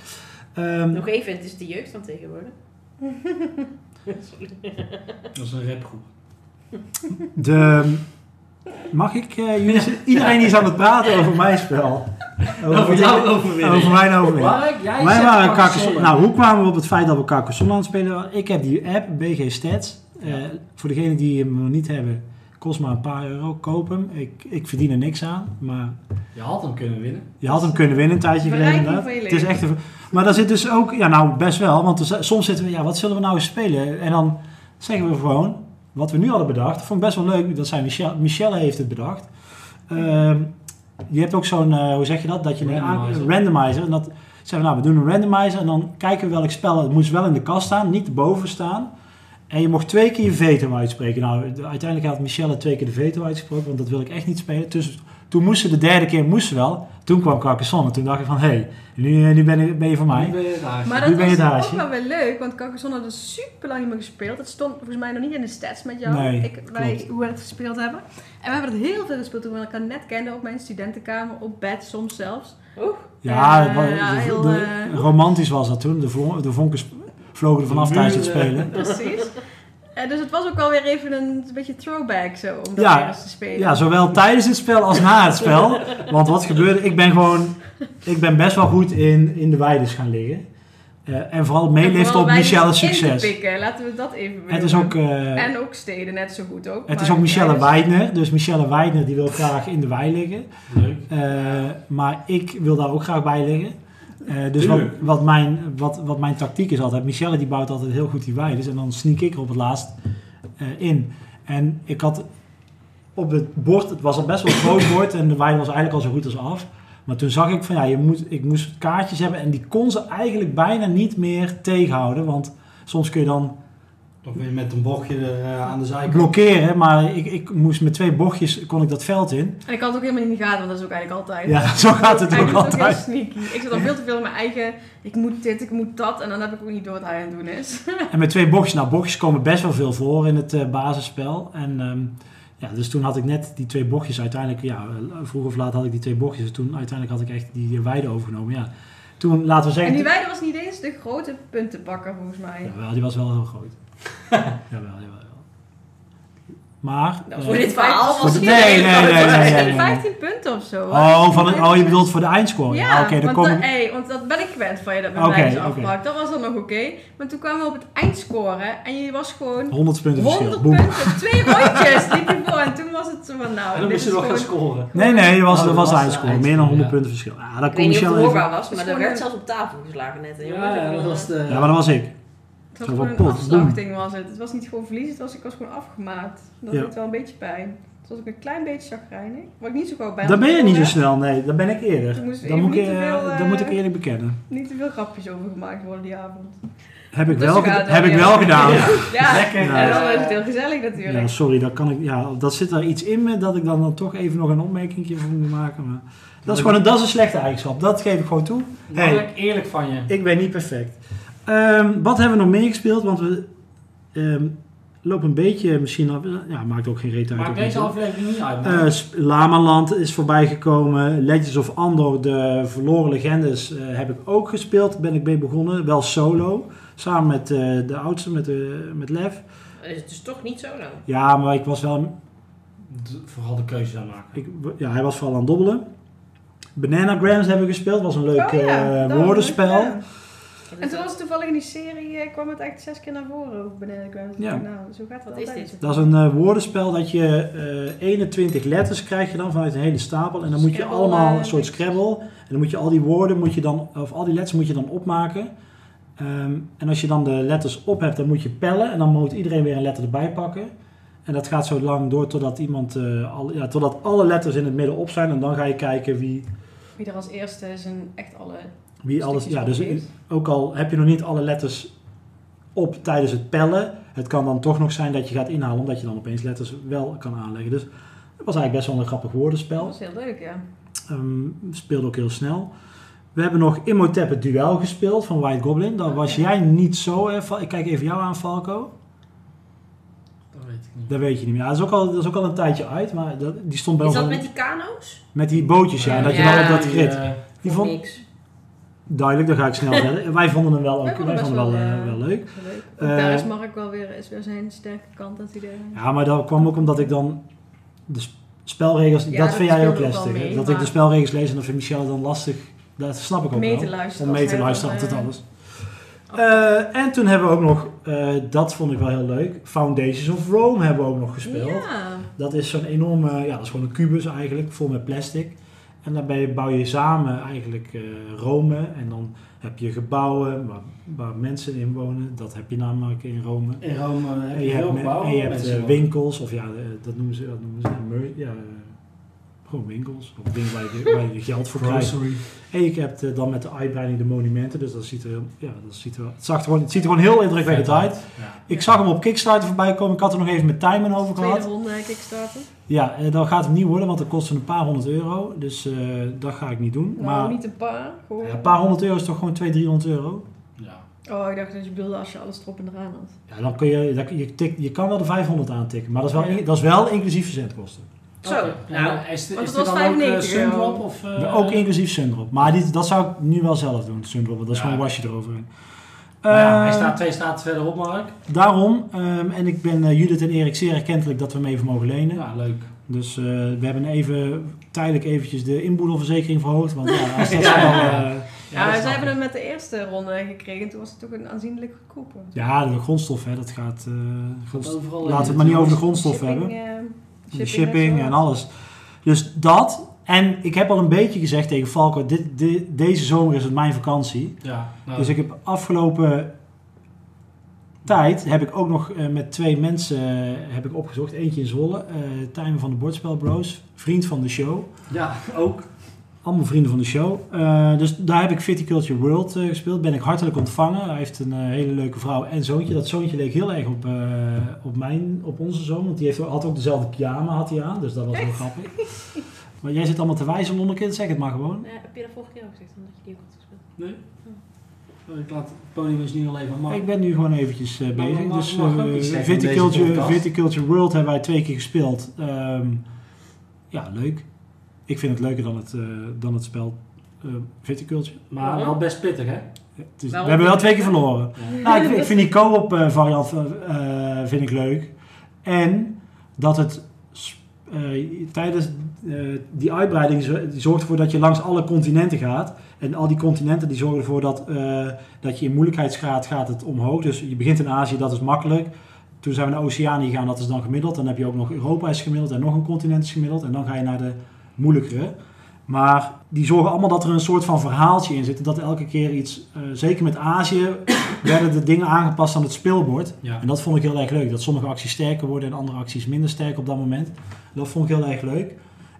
Speaker 1: Ehm,
Speaker 4: Nog even, het is de jeugd van tegenwoordig.
Speaker 5: Dat is een rapgroep.
Speaker 1: de... Mag ik... eh, jullie, Iedereen is aan het praten over mijn spel.
Speaker 2: <laughs>
Speaker 5: Over jouw overwinning.
Speaker 1: Over mijn overwinning.
Speaker 5: Mark, jij
Speaker 1: Wij waren
Speaker 5: zet Carcassonne.
Speaker 1: Carcassonne. Nou, hoe kwamen we op het feit dat we Carcassonne aan het spelen waren? Ik heb die app, BG Stats. Eh, voor degenen die hem nog niet hebben, kost maar een paar euro. Koop hem. Ik, ik verdien er niks aan. Maar
Speaker 5: Je had hem kunnen winnen.
Speaker 1: je had hem kunnen winnen een tijdje geleden.
Speaker 2: Verrijking
Speaker 1: inderdaad.
Speaker 2: van je
Speaker 1: Het is
Speaker 2: leven.
Speaker 1: echt een, maar daar zit dus ook... Ja, nou, best wel. Want er zi- soms zitten we... Ja, wat zullen we nou eens spelen? En dan zeggen we gewoon... Wat we nu hadden bedacht. Vond ik best wel leuk. Dat zijn Michelle. Michelle heeft het bedacht. Ehm, je hebt ook zo'n... eh, hoe zeg je dat? Dat je een aan-
Speaker 5: Randomizer.
Speaker 1: een randomizer... En dat zeggen we, nou, we doen een randomizer. En dan kijken we welk spel... Het moest wel in de kast staan. Niet boven staan. En je mocht twee keer je veto uitspreken. Nou, de- uiteindelijk had Michelle twee keer de veto uitgesproken. Want dat wil ik echt niet spelen. Dus toen moest ze de derde keer moest ze wel. Toen kwam Carcassonne. Toen dacht ik van, hé, hey, nu, nu ben, ik, ben je van
Speaker 5: Nu
Speaker 1: mij.
Speaker 5: ben je het haasje.
Speaker 2: Maar
Speaker 1: Ah, nu
Speaker 2: dat
Speaker 1: ben je
Speaker 2: was
Speaker 1: het
Speaker 2: ook
Speaker 1: haasje.
Speaker 2: wel weer leuk, want Carcassonne had dus super lang niet meer gespeeld. Het stond volgens mij nog niet in de stats met jou,
Speaker 1: Nee,
Speaker 2: ik, wij,
Speaker 1: klopt.
Speaker 2: hoe we het gespeeld hebben. En we hebben het heel veel gespeeld toen we elkaar net kenden, op mijn studentenkamer, op bed soms zelfs.
Speaker 4: Oeh,
Speaker 1: Ja,
Speaker 2: Eh,
Speaker 1: wa-
Speaker 2: ja,
Speaker 1: de-
Speaker 2: heel,
Speaker 1: de-
Speaker 2: eh,
Speaker 1: romantisch was dat toen. De, vlo- de vonken sp- vlogen er vanaf
Speaker 5: De
Speaker 1: tijdens het
Speaker 5: muren.
Speaker 1: spelen.
Speaker 2: Precies. En dus het was ook wel weer even een beetje throwback zo, om dat
Speaker 1: Ja,
Speaker 2: weer eens te spelen.
Speaker 1: Ja, zowel tijdens het spel als na het spel. Want wat gebeurde, ik ben gewoon, ik ben best wel goed in, in de weides gaan liggen. Eh, en vooral meeliften op Michelle's succes.
Speaker 2: Pikken, laten we dat even
Speaker 1: Het is ook,
Speaker 2: benoemen.
Speaker 1: eh,
Speaker 2: en ook steden, net zo goed ook.
Speaker 1: het is
Speaker 2: maar-
Speaker 1: ook Michelle
Speaker 2: Ja,
Speaker 1: Weidner. Dus Michelle Weidner die wil graag in de wei liggen.
Speaker 5: Leuk.
Speaker 1: Eh, maar ik wil daar ook graag bij liggen. Eh, dus wat,
Speaker 5: Tuurlijk.
Speaker 1: wat, mijn, wat, wat mijn tactiek is altijd, Michelle die bouwt altijd heel goed die weides en dan sneak ik er op het laatst eh, in. En ik had op het bord, het was al best wel een groot bord en de wijn was eigenlijk al zo goed als af. Maar toen zag ik van ja, je moet, ik moest kaartjes hebben en die kon ze eigenlijk bijna niet meer tegenhouden. Want soms kun je dan
Speaker 5: Of weer met een bochtje er eh, aan de zijkant.
Speaker 1: blokkeren, maar ik, ik moest met twee bochtjes kon ik dat veld in.
Speaker 2: En ik had het ook helemaal niet in de gaten, want dat is ook eigenlijk altijd.
Speaker 1: Ja, zo gaat het ook
Speaker 2: Eigenlijk is het
Speaker 1: altijd.
Speaker 2: ook heel sneaky. Ik zat al veel te veel in mijn eigen, ik moet dit, ik moet dat. En dan heb ik ook niet door wat hij aan het doen is.
Speaker 1: En met twee bochtjes, nou bochtjes komen best wel veel voor in het eh, basisspel. En ehm, ja, dus toen had ik net die twee bochtjes uiteindelijk, ja, eh, vroeg of laat had ik die twee bochtjes. Dus Toen uiteindelijk had ik echt die eh, weide overgenomen, ja. Toen, laten we
Speaker 2: En
Speaker 1: zeggen...
Speaker 2: die weide was niet eens de grote puntenbakker volgens mij.
Speaker 1: Jawel, die was wel heel
Speaker 6: <laughs>
Speaker 1: groot. jawel, jawel, jawel. Maar...
Speaker 6: Nou,
Speaker 1: eh,
Speaker 6: voor dit verhaal
Speaker 1: voor
Speaker 6: was
Speaker 1: de-
Speaker 6: het
Speaker 1: nee, nee, nee, nee, nee, nee, nee.
Speaker 2: 15 punten of zo.
Speaker 1: Oh, van het, oh, je bedoelt voor de eindscore?
Speaker 2: Ja,
Speaker 1: Ah, oké, dan
Speaker 2: want,
Speaker 1: kom
Speaker 2: dat,
Speaker 1: ik...
Speaker 2: hey, want dat ben ik gewend van je dat bij
Speaker 1: Oké,
Speaker 2: mij is
Speaker 1: oké.
Speaker 2: afgepakt. Dat was dan nog oké. Maar toen kwamen we op het eindscoren en je was gewoon
Speaker 1: 100 punten
Speaker 2: 100
Speaker 1: verschil. Boem.
Speaker 2: punten. Twee rondjes liep je voor. En toen was het zo van nou,
Speaker 5: En dan
Speaker 2: dit
Speaker 5: moest
Speaker 2: is
Speaker 5: je nog gaan
Speaker 2: gewoon-
Speaker 5: scoren.
Speaker 1: Nee, nee, dat was,
Speaker 5: Oh,
Speaker 1: dat was
Speaker 5: dat
Speaker 1: de
Speaker 5: was de
Speaker 1: eindscore. Meer
Speaker 5: eindscore,
Speaker 1: dan 100
Speaker 5: ja.
Speaker 1: punten verschil. Ah, daar
Speaker 6: Ik
Speaker 1: kon
Speaker 6: weet niet of
Speaker 1: Michel
Speaker 6: het
Speaker 1: even...
Speaker 6: hoorbaar was, maar er werd zelfs op tafel geslagen net. En jongens,
Speaker 5: Ja,
Speaker 6: ik
Speaker 5: dat
Speaker 6: wil-
Speaker 5: was de...
Speaker 1: Ja, maar dat was ik.
Speaker 2: Het was
Speaker 1: Zo
Speaker 2: gewoon
Speaker 1: van,
Speaker 2: een
Speaker 1: pot,
Speaker 2: afslachting was het. Het was niet gewoon verlies, het was, ik was gewoon afgemaakt. Dat
Speaker 1: Ja.
Speaker 2: deed wel een beetje pijn. Toen was ik een klein beetje chagrijnig. Wat ik niet zo gauw bij
Speaker 1: Daar
Speaker 2: had
Speaker 1: ben je niet zo
Speaker 2: gehoord,
Speaker 1: snel, nee. Daar ben ik eerder.
Speaker 2: Toen moest
Speaker 1: Dan
Speaker 2: even
Speaker 1: moet, ik,
Speaker 2: niet te
Speaker 1: eh,
Speaker 2: veel,
Speaker 1: dat moet
Speaker 2: eh,
Speaker 1: ik eerlijk bekennen.
Speaker 2: Niet te veel grapjes over gemaakt worden die avond.
Speaker 1: Heb ik
Speaker 2: Dus
Speaker 1: wel,
Speaker 2: je gaat
Speaker 1: ged-
Speaker 2: wel
Speaker 1: heb ik
Speaker 2: weer-
Speaker 1: wel gedaan. Ja.
Speaker 2: Ja,
Speaker 5: Lekker.
Speaker 2: en dan
Speaker 5: eh,
Speaker 2: is het heel gezellig natuurlijk.
Speaker 1: sorry, dat, kan ik, ja, dat zit er iets in me dat ik dan, dan toch even nog een opmerking voor moet maken. Maar dat, is gewoon een, dat is een slechte eigenschap, dat geef ik gewoon toe. Hey,
Speaker 5: Eerlijk, eerlijk van je.
Speaker 1: ik ben niet perfect. Ehm, wat hebben we nog meer gespeeld? Want we ehm, lopen een beetje misschien af. Ja, maakt ook geen reet uit.
Speaker 5: Maakt
Speaker 1: ook
Speaker 5: deze
Speaker 1: niet.
Speaker 5: aflevering niet uit. man.
Speaker 1: Eh, Sp- Lamaland is voorbij gekomen. Legends of Andor, de verloren legendes, eh, heb ik ook gespeeld. Ben ik mee begonnen. Wel solo. Samen met eh, de oudste, met, eh, met Lev.
Speaker 4: Het is toch niet zo nou. lang.
Speaker 1: Ja, maar ik was wel...
Speaker 5: D- Vooral de keuzes aan maken.
Speaker 1: Ik, ja, hij was vooral aan het dobbelen. Bananagrams hebben we gespeeld. was een leuk
Speaker 2: Oh ja,
Speaker 1: eh,
Speaker 2: dat was
Speaker 1: woordenspel.
Speaker 2: leuk, ja.
Speaker 4: Wat
Speaker 2: En toen
Speaker 4: is dat?
Speaker 2: was het toevallig in die serie, eh, kwam het echt zes keer naar voren over Benedict Cumberbatch.
Speaker 1: Ja.
Speaker 2: Nou, zo gaat dat
Speaker 4: Wat is
Speaker 2: altijd.
Speaker 4: dit?
Speaker 1: Dat is een eh, woordenspel dat je eh 21 letters krijg je dan vanuit een hele stapel. En dan moet je
Speaker 4: Scrabble,
Speaker 1: allemaal
Speaker 4: eh,
Speaker 1: een soort scrabble. En dan moet je al die woorden, moet je dan, of al die letters moet je dan opmaken. Ehm, en als je dan de letters op hebt, dan moet je pellen. En dan moet iedereen weer een letter erbij pakken. En dat gaat zo lang door totdat, iemand, eh, al, ja, totdat alle letters in het midden op zijn. En dan ga je kijken wie,
Speaker 2: Wie er als eerste zijn echt alle
Speaker 1: wie alles...
Speaker 2: stukjes
Speaker 1: Ja, dus
Speaker 2: probeert.
Speaker 1: ook al heb je nog niet alle letters op tijdens het pellen, het kan dan toch nog zijn dat je gaat inhalen, omdat je dan opeens letters wel kan aanleggen. Dus het was eigenlijk best wel een grappig
Speaker 2: Dat
Speaker 1: woordenspel.
Speaker 2: was heel leuk, ja.
Speaker 1: Ehm, speelde ook heel snel. We hebben nog Imhotep het duel gespeeld van White Goblin. Daar was jij niet zo... eh, Fal- ik kijk even jou aan, Falco.
Speaker 5: Dat weet ik niet.
Speaker 1: Dat weet je niet meer. Ja, dat, is ook al, dat is ook al een tijdje uit, maar dat, die stond bij
Speaker 4: Is
Speaker 1: ons
Speaker 4: dat
Speaker 1: al-
Speaker 4: met die kano's?
Speaker 1: met die bootjes. Ja, en dat je
Speaker 4: Ja,
Speaker 1: wel op dat
Speaker 5: Die,
Speaker 1: grid.
Speaker 5: eh,
Speaker 1: Die
Speaker 4: Voor
Speaker 1: vond,
Speaker 4: niks.
Speaker 1: duidelijk, daar ga ik snel verder. Wij vonden hem wel,
Speaker 2: Wij
Speaker 1: ook,
Speaker 2: vonden
Speaker 1: wij
Speaker 2: best
Speaker 1: vonden hem wel,
Speaker 2: wel,
Speaker 1: eh,
Speaker 2: eh,
Speaker 1: wel leuk.
Speaker 2: Dat was leuk. Ook
Speaker 1: Eh,
Speaker 2: daar is Mark wel weer, is weer zijn sterke kant dat hij er...
Speaker 1: Ja, maar dat kwam ook omdat ik dan de sp- spelregels,
Speaker 2: Ja,
Speaker 1: dat
Speaker 2: dat
Speaker 1: vind jij
Speaker 2: speelt
Speaker 1: ook
Speaker 2: ook wel
Speaker 1: lastig. hè?
Speaker 2: mee,
Speaker 1: dat ik
Speaker 2: maar-
Speaker 1: de spelregels lees en dat vind Michelle dan lastig. Dat snap ik ook
Speaker 2: eh, Mee
Speaker 1: wel.
Speaker 2: te luisteren
Speaker 1: Om mee
Speaker 2: als
Speaker 1: te
Speaker 2: hij
Speaker 1: luisteren
Speaker 2: dan,
Speaker 1: tot
Speaker 2: eh,
Speaker 1: alles. Eh, en toen hebben we ook nog, eh, dat vond ik wel heel leuk, Foundations of Rome hebben we ook nog gespeeld.
Speaker 2: Ja.
Speaker 1: Dat is zo'n enorme, ja dat is gewoon een kubus eigenlijk, vol met plastic. En daarbij bouw je samen eigenlijk eh, Rome en dan heb je gebouwen waar, waar mensen in wonen. Dat heb je namelijk in Rome.
Speaker 5: In Rome eh, heb
Speaker 1: En
Speaker 5: je
Speaker 1: je hebt,
Speaker 5: heel
Speaker 1: me-
Speaker 5: gebouw.
Speaker 1: en je hebt,
Speaker 5: mensen
Speaker 1: eh,
Speaker 5: wonen.
Speaker 1: winkels, of ja, eh, dat noemen ze, dat noemen ze mer- ja, eh, gewoon winkels. Of dingen waar je, waar je geld voor krijgt.
Speaker 5: Grocery.
Speaker 1: En je hebt eh, dan met de uitbreiding de monumenten, dus dat ziet er, heel- ja, dat ziet er, wel- het, zag er gewoon, het ziet er gewoon heel indrukwekkend uit.
Speaker 5: Ja.
Speaker 1: Ik zag hem op Kickstarter voorbij komen, ik had er nog even met Timon over
Speaker 2: Tweede
Speaker 1: gehad.
Speaker 2: ronde eh, Kickstarter.
Speaker 1: Ja, eh, dat gaat hem niet worden, want dat kost een paar honderd euro. Dus eh, dat ga ik niet doen.
Speaker 2: Nou,
Speaker 1: maar
Speaker 2: niet een paar. Gewoon...
Speaker 1: ja, een paar honderd euro is toch gewoon 200, 300 euro?
Speaker 5: Ja.
Speaker 2: Oh, ik dacht dat je bedoelde als je alles erop en eraan had.
Speaker 1: Ja, dan kun je, dat- je, tikt- je kan wel de 500 aantikken, maar dat is wel, in- dat is wel inclusief verzendkosten.
Speaker 4: Zo, nou.
Speaker 5: nou, is, dit-
Speaker 2: want
Speaker 5: is
Speaker 2: het
Speaker 5: dit
Speaker 2: was
Speaker 5: dan ook eh,
Speaker 2: 95 euro.
Speaker 5: Sundrop of... eh,
Speaker 1: Ja, ook inclusief Sundrop. Maar die, dat zou ik nu wel zelf doen, Sundrop. Want dat is
Speaker 5: Ja.
Speaker 1: gewoon een wasje eroverheen.
Speaker 5: nou ja, hij
Speaker 1: Eh,
Speaker 5: staat twee staten verderop, Mark.
Speaker 1: Daarom, ehm, en ik ben eh, Judith en Erik zeer erkentelijk dat we hem even mogen lenen.
Speaker 5: Ja, leuk.
Speaker 1: Dus eh, we
Speaker 5: <laughs>
Speaker 1: hebben even tijdelijk eventjes de inboedelverzekering verhoogd. Want ja, als dat
Speaker 5: Ja.
Speaker 1: allemaal, eh,
Speaker 2: Ja,
Speaker 5: dat
Speaker 2: ze
Speaker 5: snap
Speaker 2: hebben
Speaker 5: ik.
Speaker 2: hem met de eerste ronde gekregen. Toen was het toch een aanzienlijk goedkoper.
Speaker 1: Ja, de grondstof, hè, dat gaat... eh, grondstof-
Speaker 5: Overal in
Speaker 1: Laten we het maar niet over de grondstof
Speaker 2: Shipping,
Speaker 1: hebben.
Speaker 2: eh,
Speaker 1: De
Speaker 2: shipping
Speaker 1: shipping
Speaker 2: zo.
Speaker 1: en alles. Dus dat. En ik heb al een beetje gezegd tegen Falco, dit, dit- deze zomer is het mijn vakantie.
Speaker 7: Ja, nou,
Speaker 1: Dus ik heb afgelopen tijd heb ik ook nog eh, met twee mensen eh, heb ik opgezocht. Eentje in Zwolle, eh Tijmen van de Bordspel Bros, vriend van de show.
Speaker 5: Ja, ook.
Speaker 1: Allemaal vrienden van de show. Eh, dus daar heb ik Viticulture World eh, gespeeld. Ben ik hartelijk ontvangen. Hij heeft een eh, hele leuke vrouw en zoontje. Dat zoontje leek heel erg op, eh, op, mijn, op onze zoon. Want die heeft, had ook dezelfde pyjama had hij aan. Dus dat was heel grappig. Maar jij zit allemaal te wijzen om onderkind. Zeg het maar gewoon.
Speaker 4: Eh, heb je dat vorige keer ook gezegd, omdat je die ook had gespeeld?
Speaker 5: Eh, Ik laat het podium eens niet alleen van Mark.
Speaker 1: Ik ben nu gewoon eventjes eh,
Speaker 5: Maar
Speaker 1: bezig.
Speaker 5: mag-
Speaker 1: dus
Speaker 5: mag
Speaker 1: eh,
Speaker 5: ook iets zeggen in deze
Speaker 1: Viticulture,
Speaker 5: podcast.
Speaker 1: Viticulture World hebben wij twee keer gespeeld. Ehm, ja, leuk. Ik vind het leuker dan het, eh, dan het spel eh, Viticulture.
Speaker 5: Maar wel best pittig, hè?
Speaker 1: Het is- we
Speaker 4: Waarom?
Speaker 1: hebben wel twee keer verloren.
Speaker 5: Ja.
Speaker 1: Nou, ik, vind- ik vind die co-op eh, variant eh, vind ik leuk. En dat het s- eh, tijdens eh, die uitbreiding zo- die zorgt ervoor dat je langs alle continenten gaat. En al die continenten die zorgen ervoor dat, eh, dat je in moeilijkheidsgraad gaat het omhoog. Dus je begint in Azië, dat is makkelijk. Toen zijn we naar Oceanië gegaan, dat is dan gemiddeld. Dan heb je ook nog Europa is gemiddeld en nog een continent is gemiddeld. En dan ga je naar de moeilijkere. Maar die zorgen allemaal dat er een soort van verhaaltje in zit. En Dat elke keer iets, eh, zeker met Azië, <coughs> werden de dingen aangepast aan het speelbord.
Speaker 5: Ja.
Speaker 1: En dat vond ik heel erg leuk. Dat sommige acties sterker worden en andere acties minder sterk op dat moment. Dat vond ik heel erg leuk.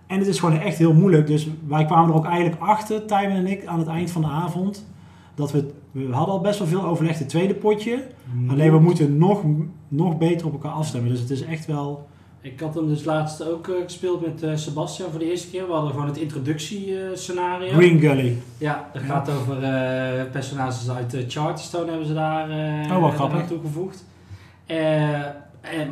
Speaker 1: En het is gewoon echt heel moeilijk. Dus wij kwamen er ook eigenlijk achter, Tijmen en ik, aan het eind van de avond. Dat we, we hadden al best wel veel overleg, het tweede potje. Alleen we moeten nog, nog beter op elkaar afstemmen. Dus het is echt wel...
Speaker 5: Ik had hem dus laatst ook eh, gespeeld met eh, Sebastian voor de eerste keer. We hadden gewoon het introductiescenario.
Speaker 1: Green Gully.
Speaker 5: Ja, dat gaat over eh, personages uit eh, Charterstone hebben ze daar eh,
Speaker 1: Oh, wat grappig.
Speaker 5: daaraan toegevoegd. Eh, eh,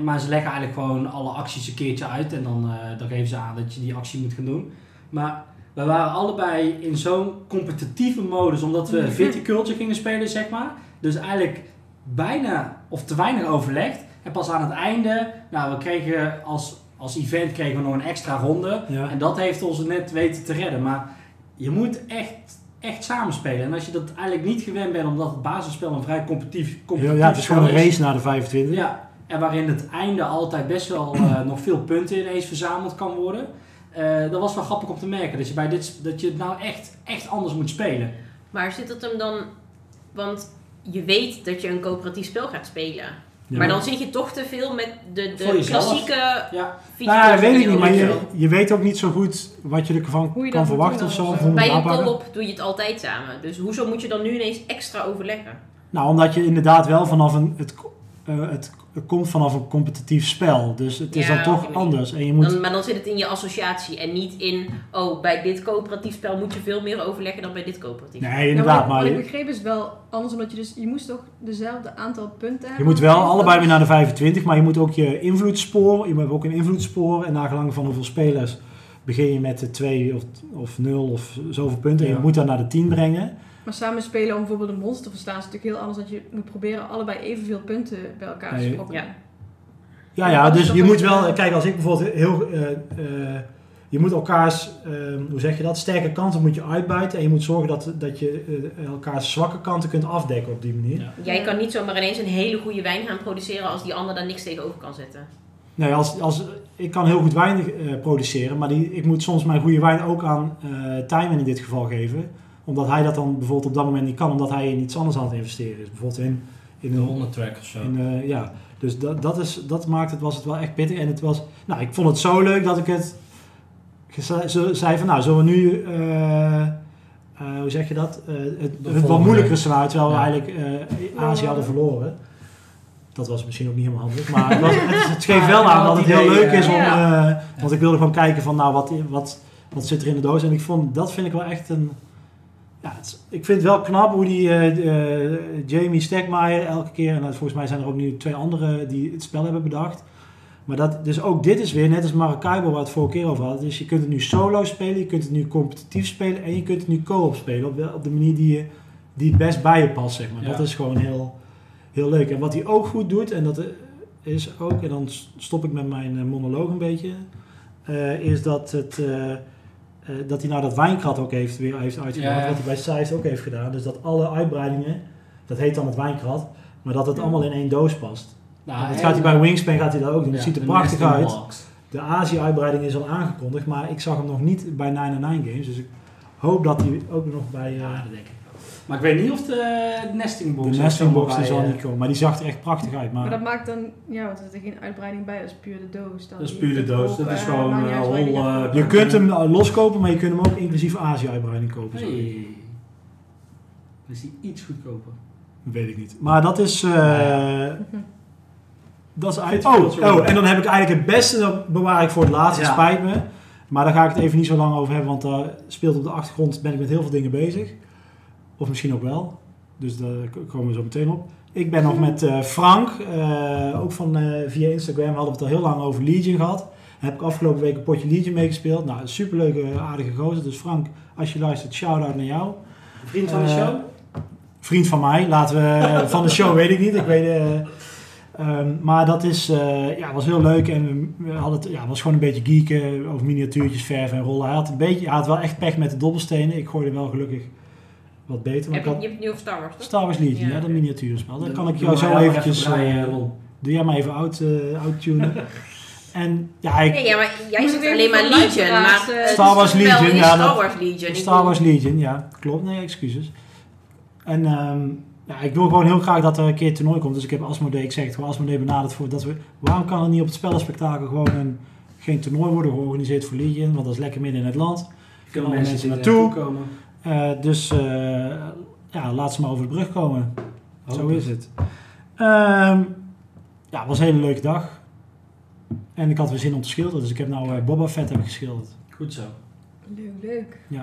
Speaker 5: maar ze leggen eigenlijk gewoon alle acties een keertje uit en dan, eh, dan geven ze aan dat je die actie moet gaan doen. Maar we waren allebei in zo'n competitieve modus, omdat we viticulture gingen spelen, zeg maar. Dus eigenlijk bijna of te weinig overlegd. En pas aan het einde, nou we kregen als, als event kregen we nog een extra ronde.
Speaker 1: Ja.
Speaker 5: En dat heeft ons net weten te redden. Maar je moet echt, echt samenspelen. En als je dat eigenlijk niet gewend bent, omdat het basisspel een vrij competitief, competitief
Speaker 1: Ja, het is gewoon een
Speaker 5: spel
Speaker 1: race naar de 25.
Speaker 5: Ja, en waarin het einde altijd best
Speaker 1: <clears throat>
Speaker 5: wel eh, nog veel punten ineens verzameld kan worden. Eh, dat was wel grappig om te merken. Dat je, bij dit, dat je het nou echt, echt anders moet spelen.
Speaker 4: Maar zit het hem dan... Want je weet dat je een coöperatief spel gaat spelen.
Speaker 1: Ja.
Speaker 4: Maar dan zit je toch te veel met de,
Speaker 5: Voor
Speaker 4: de
Speaker 5: jezelf.
Speaker 4: klassieke...
Speaker 5: Ja.
Speaker 1: Nou, ja, dat weet ik niet, maar
Speaker 4: video.
Speaker 1: je, je weet ook niet zo goed wat je ervan
Speaker 2: Hoe je
Speaker 1: kan
Speaker 2: dat moet
Speaker 1: verwachten
Speaker 2: doen
Speaker 1: of zo.
Speaker 2: dan
Speaker 1: of
Speaker 2: of
Speaker 1: hoe je
Speaker 2: zo.
Speaker 4: Bij
Speaker 1: het
Speaker 4: een
Speaker 1: aanpakken.
Speaker 4: co-op doe je het altijd samen. Dus hoezo moet je dan nu ineens extra overleggen?
Speaker 1: Nou, omdat je inderdaad wel vanaf een. Het, ko- eh, het komt vanaf een competitief spel. Dus het is
Speaker 4: Ja,
Speaker 1: dan toch
Speaker 4: oké.
Speaker 1: anders. En je moet.
Speaker 4: Dan, maar dan zit het in je associatie en niet in... Oh, bij dit coöperatief spel moet je veel meer overleggen dan bij dit coöperatief.
Speaker 1: nee,
Speaker 2: Ja, wat
Speaker 1: inderdaad.
Speaker 2: ik-
Speaker 1: maar
Speaker 2: Wat ik
Speaker 1: je,
Speaker 2: begreep is wel anders, omdat je dus... Je moest toch dezelfde aantal punten
Speaker 1: je
Speaker 2: hebben.
Speaker 1: moet wel
Speaker 2: Dus
Speaker 1: allebei weer
Speaker 2: dat-
Speaker 1: naar de 25. Maar je moet ook je invloedsspoor. Je hebt ook een invloedsspoor. En naar gelang van hoeveel spelers begin je met de 2 of, of 0 of zoveel punten. En
Speaker 5: Ja.
Speaker 1: je moet dat naar de 10 brengen.
Speaker 2: Maar samen spelen om bijvoorbeeld een monster te verstaan is natuurlijk heel anders. Dat je moet proberen allebei evenveel punten bij elkaar
Speaker 1: Nee.
Speaker 2: te sprokkelen.
Speaker 4: Ja.
Speaker 1: Ja,
Speaker 2: Ja,
Speaker 1: ja,
Speaker 2: dat
Speaker 1: dus
Speaker 2: is
Speaker 1: je
Speaker 2: ook
Speaker 1: moet
Speaker 2: een-
Speaker 1: wel, kijk, als ik bijvoorbeeld heel, eh, eh, je moet elkaars, eh, hoe zeg je dat, sterke kanten moet je uitbuiten en je moet zorgen dat, dat je eh, elkaars zwakke kanten kunt afdekken op die manier.
Speaker 5: Ja.
Speaker 4: Jij kan niet zomaar ineens een hele goede wijn gaan produceren als die ander daar niks tegenover kan zetten.
Speaker 1: Nee, Nou als, als, ik kan heel goed wijn eh, produceren, maar die, ik moet soms mijn goede wijn ook aan eh Tijmen in dit geval geven, omdat hij dat dan bijvoorbeeld op dat moment niet kan, omdat hij in iets anders aan het investeren is, bijvoorbeeld in, in een
Speaker 7: hondentrack of zo.
Speaker 1: En, eh, ja, dus dat, dat, is, dat maakt het, was het wel echt pittig. En het was, nou, ik vond het zo leuk dat ik het geze- zo- zei van, nou, zullen we nu, eh, eh, hoe zeg je dat, Eh, het, het wat
Speaker 7: volgende.
Speaker 1: moeilijkere scenario, terwijl we
Speaker 7: Ja.
Speaker 1: eigenlijk eh, Azië hadden verloren. Dat was misschien ook niet helemaal handig, maar het, was, het, het geeft wel
Speaker 5: Ja,
Speaker 1: aan
Speaker 5: wel
Speaker 1: dat het
Speaker 5: het
Speaker 1: heel
Speaker 5: idee,
Speaker 1: leuk is
Speaker 2: eh,
Speaker 1: om,
Speaker 2: ja.
Speaker 1: eh, want ik wilde gewoon kijken van, nou, wat, wat, wat zit er in de doos? En ik vond, dat vind ik wel echt een... Ja, het is- ik vind het wel knap hoe die eh, eh, Jamie Stegmaier elke keer, en dat- volgens mij zijn er ook nu twee anderen die het spel hebben bedacht. Maar dat, dus ook dit is weer, net als Maracaibo waar we het vorige keer over hadden, dus je kunt het nu solo spelen, je kunt het nu competitief spelen en je kunt het nu co-op spelen op, wel- op de manier die, je, die het best bij je past, zeg maar.
Speaker 5: Ja.
Speaker 1: Dat is gewoon heel, heel leuk. En wat hij ook goed doet, en dat eh, is ook, en dan stop ik met mijn eh, monoloog een beetje, eh, is dat het... eh, eh, dat hij nou dat wijnkrat ook heeft, weer heeft uitgebracht.
Speaker 5: Ja, ja.
Speaker 1: Wat hij bij Sijs ook heeft gedaan. Dus dat alle uitbreidingen, dat heet dan het wijnkrat, maar dat het allemaal in één doos past.
Speaker 5: Nou,
Speaker 1: dat
Speaker 5: en-
Speaker 1: gaat hij bij Wingspan gaat hij dat ook doen.
Speaker 5: Ja,
Speaker 1: Het ziet er
Speaker 5: de
Speaker 1: prachtig
Speaker 5: Nesting
Speaker 1: uit.
Speaker 5: Box.
Speaker 1: De Azië-uitbreiding is al aangekondigd, maar ik zag hem nog niet bij 99 Games. Dus ik hoop dat hij ook nog bij eh,
Speaker 5: Ja, dat denk ik wel. Maar ik weet niet of de nesting box...
Speaker 1: de
Speaker 5: is
Speaker 1: Nesting
Speaker 5: helemaal
Speaker 1: Box is
Speaker 5: bij,
Speaker 1: al
Speaker 5: eh,
Speaker 1: niet komen. Maar die zag er echt prachtig uit.
Speaker 2: Maar
Speaker 1: Maar
Speaker 2: dat maakt dan, ja, want er zit er geen uitbreiding bij, dat is puur de doos. Dan
Speaker 5: Dat is puur de doos. Dat is
Speaker 2: Eh,
Speaker 5: gewoon,
Speaker 2: maakt niet
Speaker 5: eh,
Speaker 2: uit waar je die
Speaker 5: hol,
Speaker 2: hebt.
Speaker 5: eh,
Speaker 1: je kunt hem eh, loskopen, maar je kunt hem ook inclusief Azië-uitbreiding kopen. zag ik.
Speaker 5: Hey. Dan is die iets goedkoper.
Speaker 1: Weet ik niet. Maar dat is. eh, Dat is uit.
Speaker 5: Vind
Speaker 1: Oh,
Speaker 5: ik wel zo.
Speaker 1: oh, en dan heb ik eigenlijk het beste, dat bewaar ik voor het laatst, het
Speaker 5: Ja.
Speaker 1: spijt me. Maar daar ga ik het even niet zo lang over hebben, want daar speelt op de achtergrond, ben ik met heel veel dingen bezig. Of misschien ook wel. Dus daar k- komen we zo meteen op. Ik ben nog met eh, Frank, eh, ook van, eh, via Instagram, hadden we het al heel lang over Legion gehad. Heb ik afgelopen week een potje Legion meegespeeld. Nou, superleuke, aardige gozer. Dus Frank, als je luistert, shout-out naar jou.
Speaker 5: Vriend van de
Speaker 1: Eh,
Speaker 5: show?
Speaker 1: Vriend van mij, laten
Speaker 5: <laughs>
Speaker 1: we. van de show weet ik niet. Ik weet, eh, ehm, maar dat is, eh, ja, was heel leuk. En we hadden het ja, was gewoon een beetje geeken over miniatuurtjes, verven en rollen. Hij had, een beetje, hij had wel echt pech met de dobbelstenen. Ik gooide wel gelukkig wat beter. Maar
Speaker 4: Heb
Speaker 1: ik had
Speaker 4: je, je hebt het nu over Star Wars, toch?
Speaker 1: Star Wars Legion, ja,
Speaker 4: Ja.
Speaker 1: dat miniatuurspel. Dat
Speaker 5: Dan
Speaker 1: kan ik
Speaker 5: doe
Speaker 1: jou
Speaker 5: maar
Speaker 1: zo
Speaker 5: jou
Speaker 1: eventjes...
Speaker 5: even draaien,
Speaker 1: eh,
Speaker 5: Ron.
Speaker 1: doe jij maar even out, eh, outtunen.
Speaker 4: <laughs>
Speaker 1: en ja, ik,
Speaker 4: Nee, ja, maar jij
Speaker 2: Moet
Speaker 4: zegt
Speaker 2: weer
Speaker 4: alleen maar
Speaker 2: voor
Speaker 4: Legion.
Speaker 2: luisteraars,
Speaker 4: Maar
Speaker 2: eh,
Speaker 4: het
Speaker 1: Star Wars
Speaker 4: spel is
Speaker 1: Legion, ja, dat-
Speaker 4: Star Wars Legion. Ik
Speaker 1: Star Wars Legion, ja, klopt. Nee, excuses. En ehm, ja, ik wil gewoon heel graag dat er een keer een toernooi komt. Dus ik heb Asmodee, ik zeg het gewoon, Asmodee benaderd voor dat we... Waarom kan er niet op het spellenspectakel gewoon een, geen toernooi worden georganiseerd voor Legion? Want dat is lekker midden in het land.
Speaker 5: Kunnen
Speaker 1: alle
Speaker 5: mensen
Speaker 1: mensen
Speaker 5: er
Speaker 1: naartoe.
Speaker 5: naartoe komen?
Speaker 1: Eh, dus eh, ja, laat ze maar over de brug komen. Zo
Speaker 5: Hoop
Speaker 1: is het. Ehm, ja, het was een hele leuke dag. En ik had weer zin om te schilderen. Dus ik heb nou eh, Boba Fett heb ik geschilderd.
Speaker 5: Goed zo.
Speaker 1: eh,
Speaker 2: Leuk, leuk.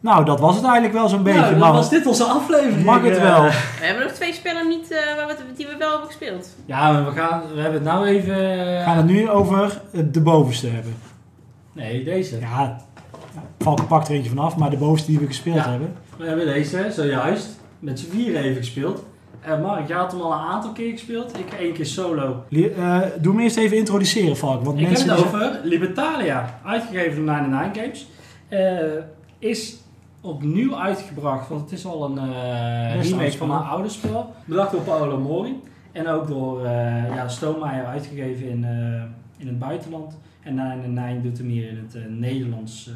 Speaker 1: Nou, dat was het eigenlijk wel zo'n beetje.
Speaker 5: Nou, dan
Speaker 1: maar
Speaker 5: was dit onze aflevering.
Speaker 1: mag het
Speaker 5: Eh,
Speaker 1: wel?
Speaker 4: We hebben nog twee spellen niet, eh, waar we, die we wel hebben gespeeld.
Speaker 5: Ja, maar we, gaan, we hebben het nou even...
Speaker 1: We gaan het nu over eh, de bovenste hebben.
Speaker 5: Nee, deze.
Speaker 1: Ja, Valken pakt er eentje vanaf, maar de bovenste die we gespeeld
Speaker 5: Ja.
Speaker 1: hebben.
Speaker 5: We hebben deze zojuist met z'n vieren even gespeeld. En Mark, jij had hem al een aantal keer gespeeld. Ik één keer solo.
Speaker 1: Lie- eh, doe hem eerst even introduceren, Valk. Want
Speaker 5: Ik heb
Speaker 1: mensen
Speaker 5: het
Speaker 1: die-
Speaker 5: over Libertalia, uitgegeven door 99 Games. Eh, is opnieuw uitgebracht, want het is al een eh,
Speaker 1: Best oud
Speaker 5: remake
Speaker 1: spel.
Speaker 5: van een oude spel. Bedacht door Paolo Mori en ook door eh ja, Stoomeijer uitgegeven in, eh, in het buitenland. En 99 doet hem hier in het eh, Nederlands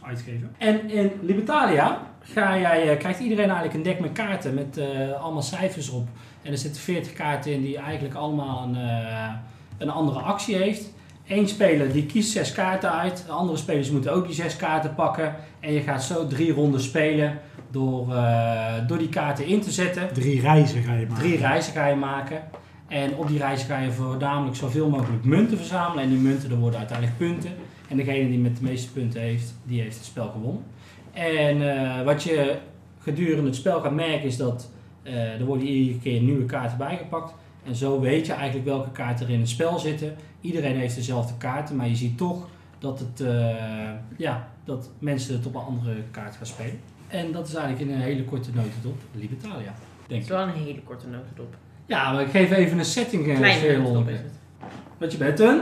Speaker 5: eh, uitgeven. En in Libertalia ga jij, eh, krijgt iedereen eigenlijk een dek met kaarten met eh, allemaal cijfers op. En er zitten 40 kaarten in die eigenlijk allemaal een, eh, een andere actie heeft. Eén speler die kiest zes kaarten uit. De andere spelers moeten ook die zes kaarten pakken. En je gaat zo drie ronden spelen door, eh, door die kaarten in te zetten.
Speaker 1: Drie reizen ga je maken.
Speaker 5: Drie reizen ga je maken. En op die reizen ga je voornamelijk zoveel mogelijk munten verzamelen. En die munten, daar worden uiteindelijk punten. En degene die met de meeste punten heeft, die heeft het spel gewonnen. En eh, wat je gedurende het spel gaat merken is dat eh, er worden iedere keer nieuwe kaarten bijgepakt. En zo weet je eigenlijk welke kaarten er in het spel zitten. Iedereen heeft dezelfde kaarten, maar je ziet toch dat, het, eh, ja, dat mensen het op een andere kaart gaan spelen. En dat is eigenlijk in een hele korte notendop Libertalia, denk
Speaker 4: Het
Speaker 5: ik.
Speaker 4: is wel een hele korte notendop.
Speaker 5: Ja, maar ik geef even een setting. eh,
Speaker 4: Kleine
Speaker 5: veel
Speaker 4: notendop
Speaker 5: om.
Speaker 4: is het.
Speaker 5: Want je bent een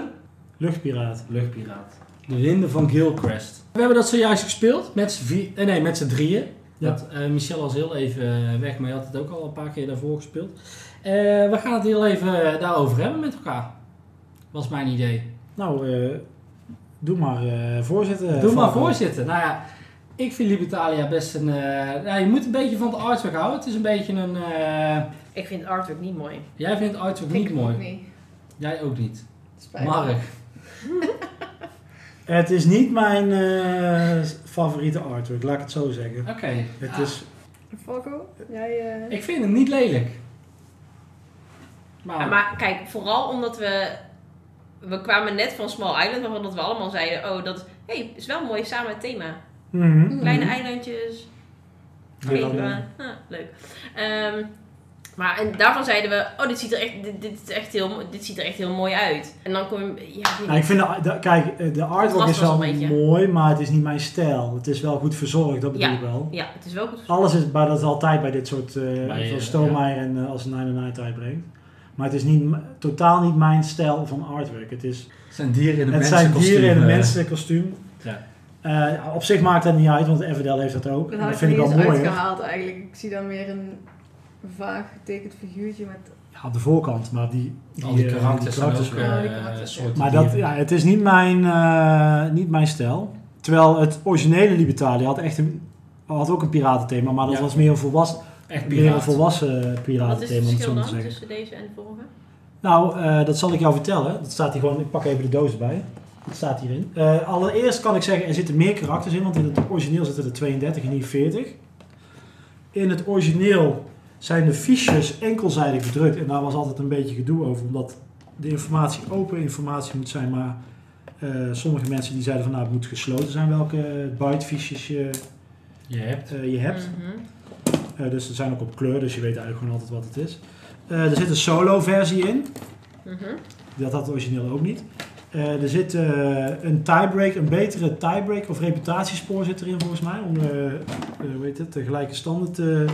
Speaker 1: Luchtpiraat.
Speaker 5: luchtpiraat. De winden van Gilcrest. We hebben dat zojuist gespeeld met z'n vier- eh, nee, met z'n drieën.
Speaker 1: Ja.
Speaker 5: Dat, eh, Michel was heel even eh, weg, maar je had het ook al een paar keer daarvoor gespeeld. Eh, we gaan het heel even eh, daarover hebben met elkaar. Was mijn idee.
Speaker 1: Nou, eh, doe maar eh, voorzitter.
Speaker 5: Doe maar
Speaker 1: Valk.
Speaker 5: voorzitten. Nou ja, ik vind Libertalia best een... eh, nou, je moet een beetje van het artwork houden. Het is een beetje een... eh,
Speaker 4: Ik vind het artwork niet mooi.
Speaker 5: jij vindt het artwork
Speaker 2: Vind
Speaker 5: niet
Speaker 2: ik ook
Speaker 5: mooi.
Speaker 2: niet.
Speaker 5: Jij ook niet.
Speaker 2: Spijt.
Speaker 5: Mark.
Speaker 1: Het is niet mijn eh, favoriete artwork, laat ik het zo zeggen.
Speaker 5: Oké.
Speaker 1: Het
Speaker 5: Ah.
Speaker 1: is,
Speaker 2: Falco, jij... eh
Speaker 5: Ik vind hem niet lelijk. Maar,
Speaker 1: Ah.
Speaker 4: Ja, maar kijk, vooral omdat we... We kwamen net van Small Island, waarvan dat we allemaal zeiden... Oh, dat hey, is wel een mooi samen thema.
Speaker 1: Mhm.
Speaker 4: Kleine
Speaker 1: Mhm.
Speaker 4: eilandjes.
Speaker 1: Ja,
Speaker 4: Geen
Speaker 1: dat, eh,
Speaker 4: baan. Ah, leuk. Ehm, maar en daarvan zeiden we, oh, dit ziet, er echt, dit, dit is echt heel, mo- dit ziet er echt heel mooi uit. En dan kom je... Ja, ik weet niet.
Speaker 1: Nou, ik vind, de, de- kijk, eh, de artwork
Speaker 4: Contrast
Speaker 1: is
Speaker 4: was
Speaker 1: wel
Speaker 4: een beetje.
Speaker 1: mooi, maar het is niet mijn stijl. Het is wel goed verzorgd, dat bedoel
Speaker 4: Ja.
Speaker 1: ik wel.
Speaker 4: ja, het is wel goed.
Speaker 1: Alles is, maar dat is altijd bij dit soort,
Speaker 5: Bij,
Speaker 1: eh
Speaker 5: eh,
Speaker 1: zoals Stoomeijer en eh, als een Nine Night uitbrengt. Maar het is niet, m- totaal niet mijn stijl van artwork. Het, is,
Speaker 5: het zijn dieren in een eh,
Speaker 1: het zijn dieren in een mensenkostuum.
Speaker 5: Ja.
Speaker 1: Eh, op zich maakt dat niet uit, want Everdell heeft dat ook. En
Speaker 2: Dat had
Speaker 1: dat
Speaker 2: ik
Speaker 1: vind
Speaker 2: er
Speaker 1: ik wel
Speaker 2: niet eens
Speaker 1: mooi. hoor.
Speaker 2: uitgehaald eigenlijk. Ik zie dan meer een vaag getekend figuurtje met...
Speaker 1: Ja, op de voorkant, maar die,
Speaker 5: Al die
Speaker 1: eh,
Speaker 5: karakters zijn ook
Speaker 1: karakters wel.
Speaker 5: eh,
Speaker 2: wel. Ja, Oh, die karakters, ja.
Speaker 5: soorten
Speaker 1: Maar dat,
Speaker 5: dieren.
Speaker 1: ja, het is niet mijn, eh, niet mijn stijl. Terwijl het originele Libertalia had echt een, had ook een piratenthema, maar dat
Speaker 5: Ja.
Speaker 1: was meer een volwassen,
Speaker 5: Echt
Speaker 1: meer een
Speaker 5: piraat.
Speaker 1: volwassen
Speaker 4: Wat is het
Speaker 1: piratenthema, om het zo
Speaker 4: verschil
Speaker 1: maar te
Speaker 4: dan
Speaker 1: zeggen.
Speaker 4: tussen deze en de vorige?
Speaker 1: Nou, eh, dat zal ik jou vertellen. Dat staat hier gewoon, ik pak even de doos erbij. Dat staat hierin. Eh, allereerst kan ik zeggen, er zitten meer karakters in, want in het origineel zitten er 32 en niet 40. In het origineel zijn de fiches enkelzijdig bedrukt. En daar was altijd een beetje gedoe over, omdat de informatie open informatie moet zijn. Maar eh, sommige mensen die zeiden van nou, het moet gesloten zijn welke bytefiches je,
Speaker 5: Je hebt.
Speaker 1: eh, je hebt.
Speaker 4: Mhm.
Speaker 1: Eh, dus ze zijn ook op kleur, dus je weet eigenlijk gewoon altijd wat het is. Eh, er zit een solo versie in.
Speaker 4: Mhm.
Speaker 1: Dat had het origineel ook niet. Eh, er zit eh, een tiebreak, een betere tiebreak of reputatiespoor zit erin volgens mij. Om eh, eh, hoe heet het, de gelijke standen te,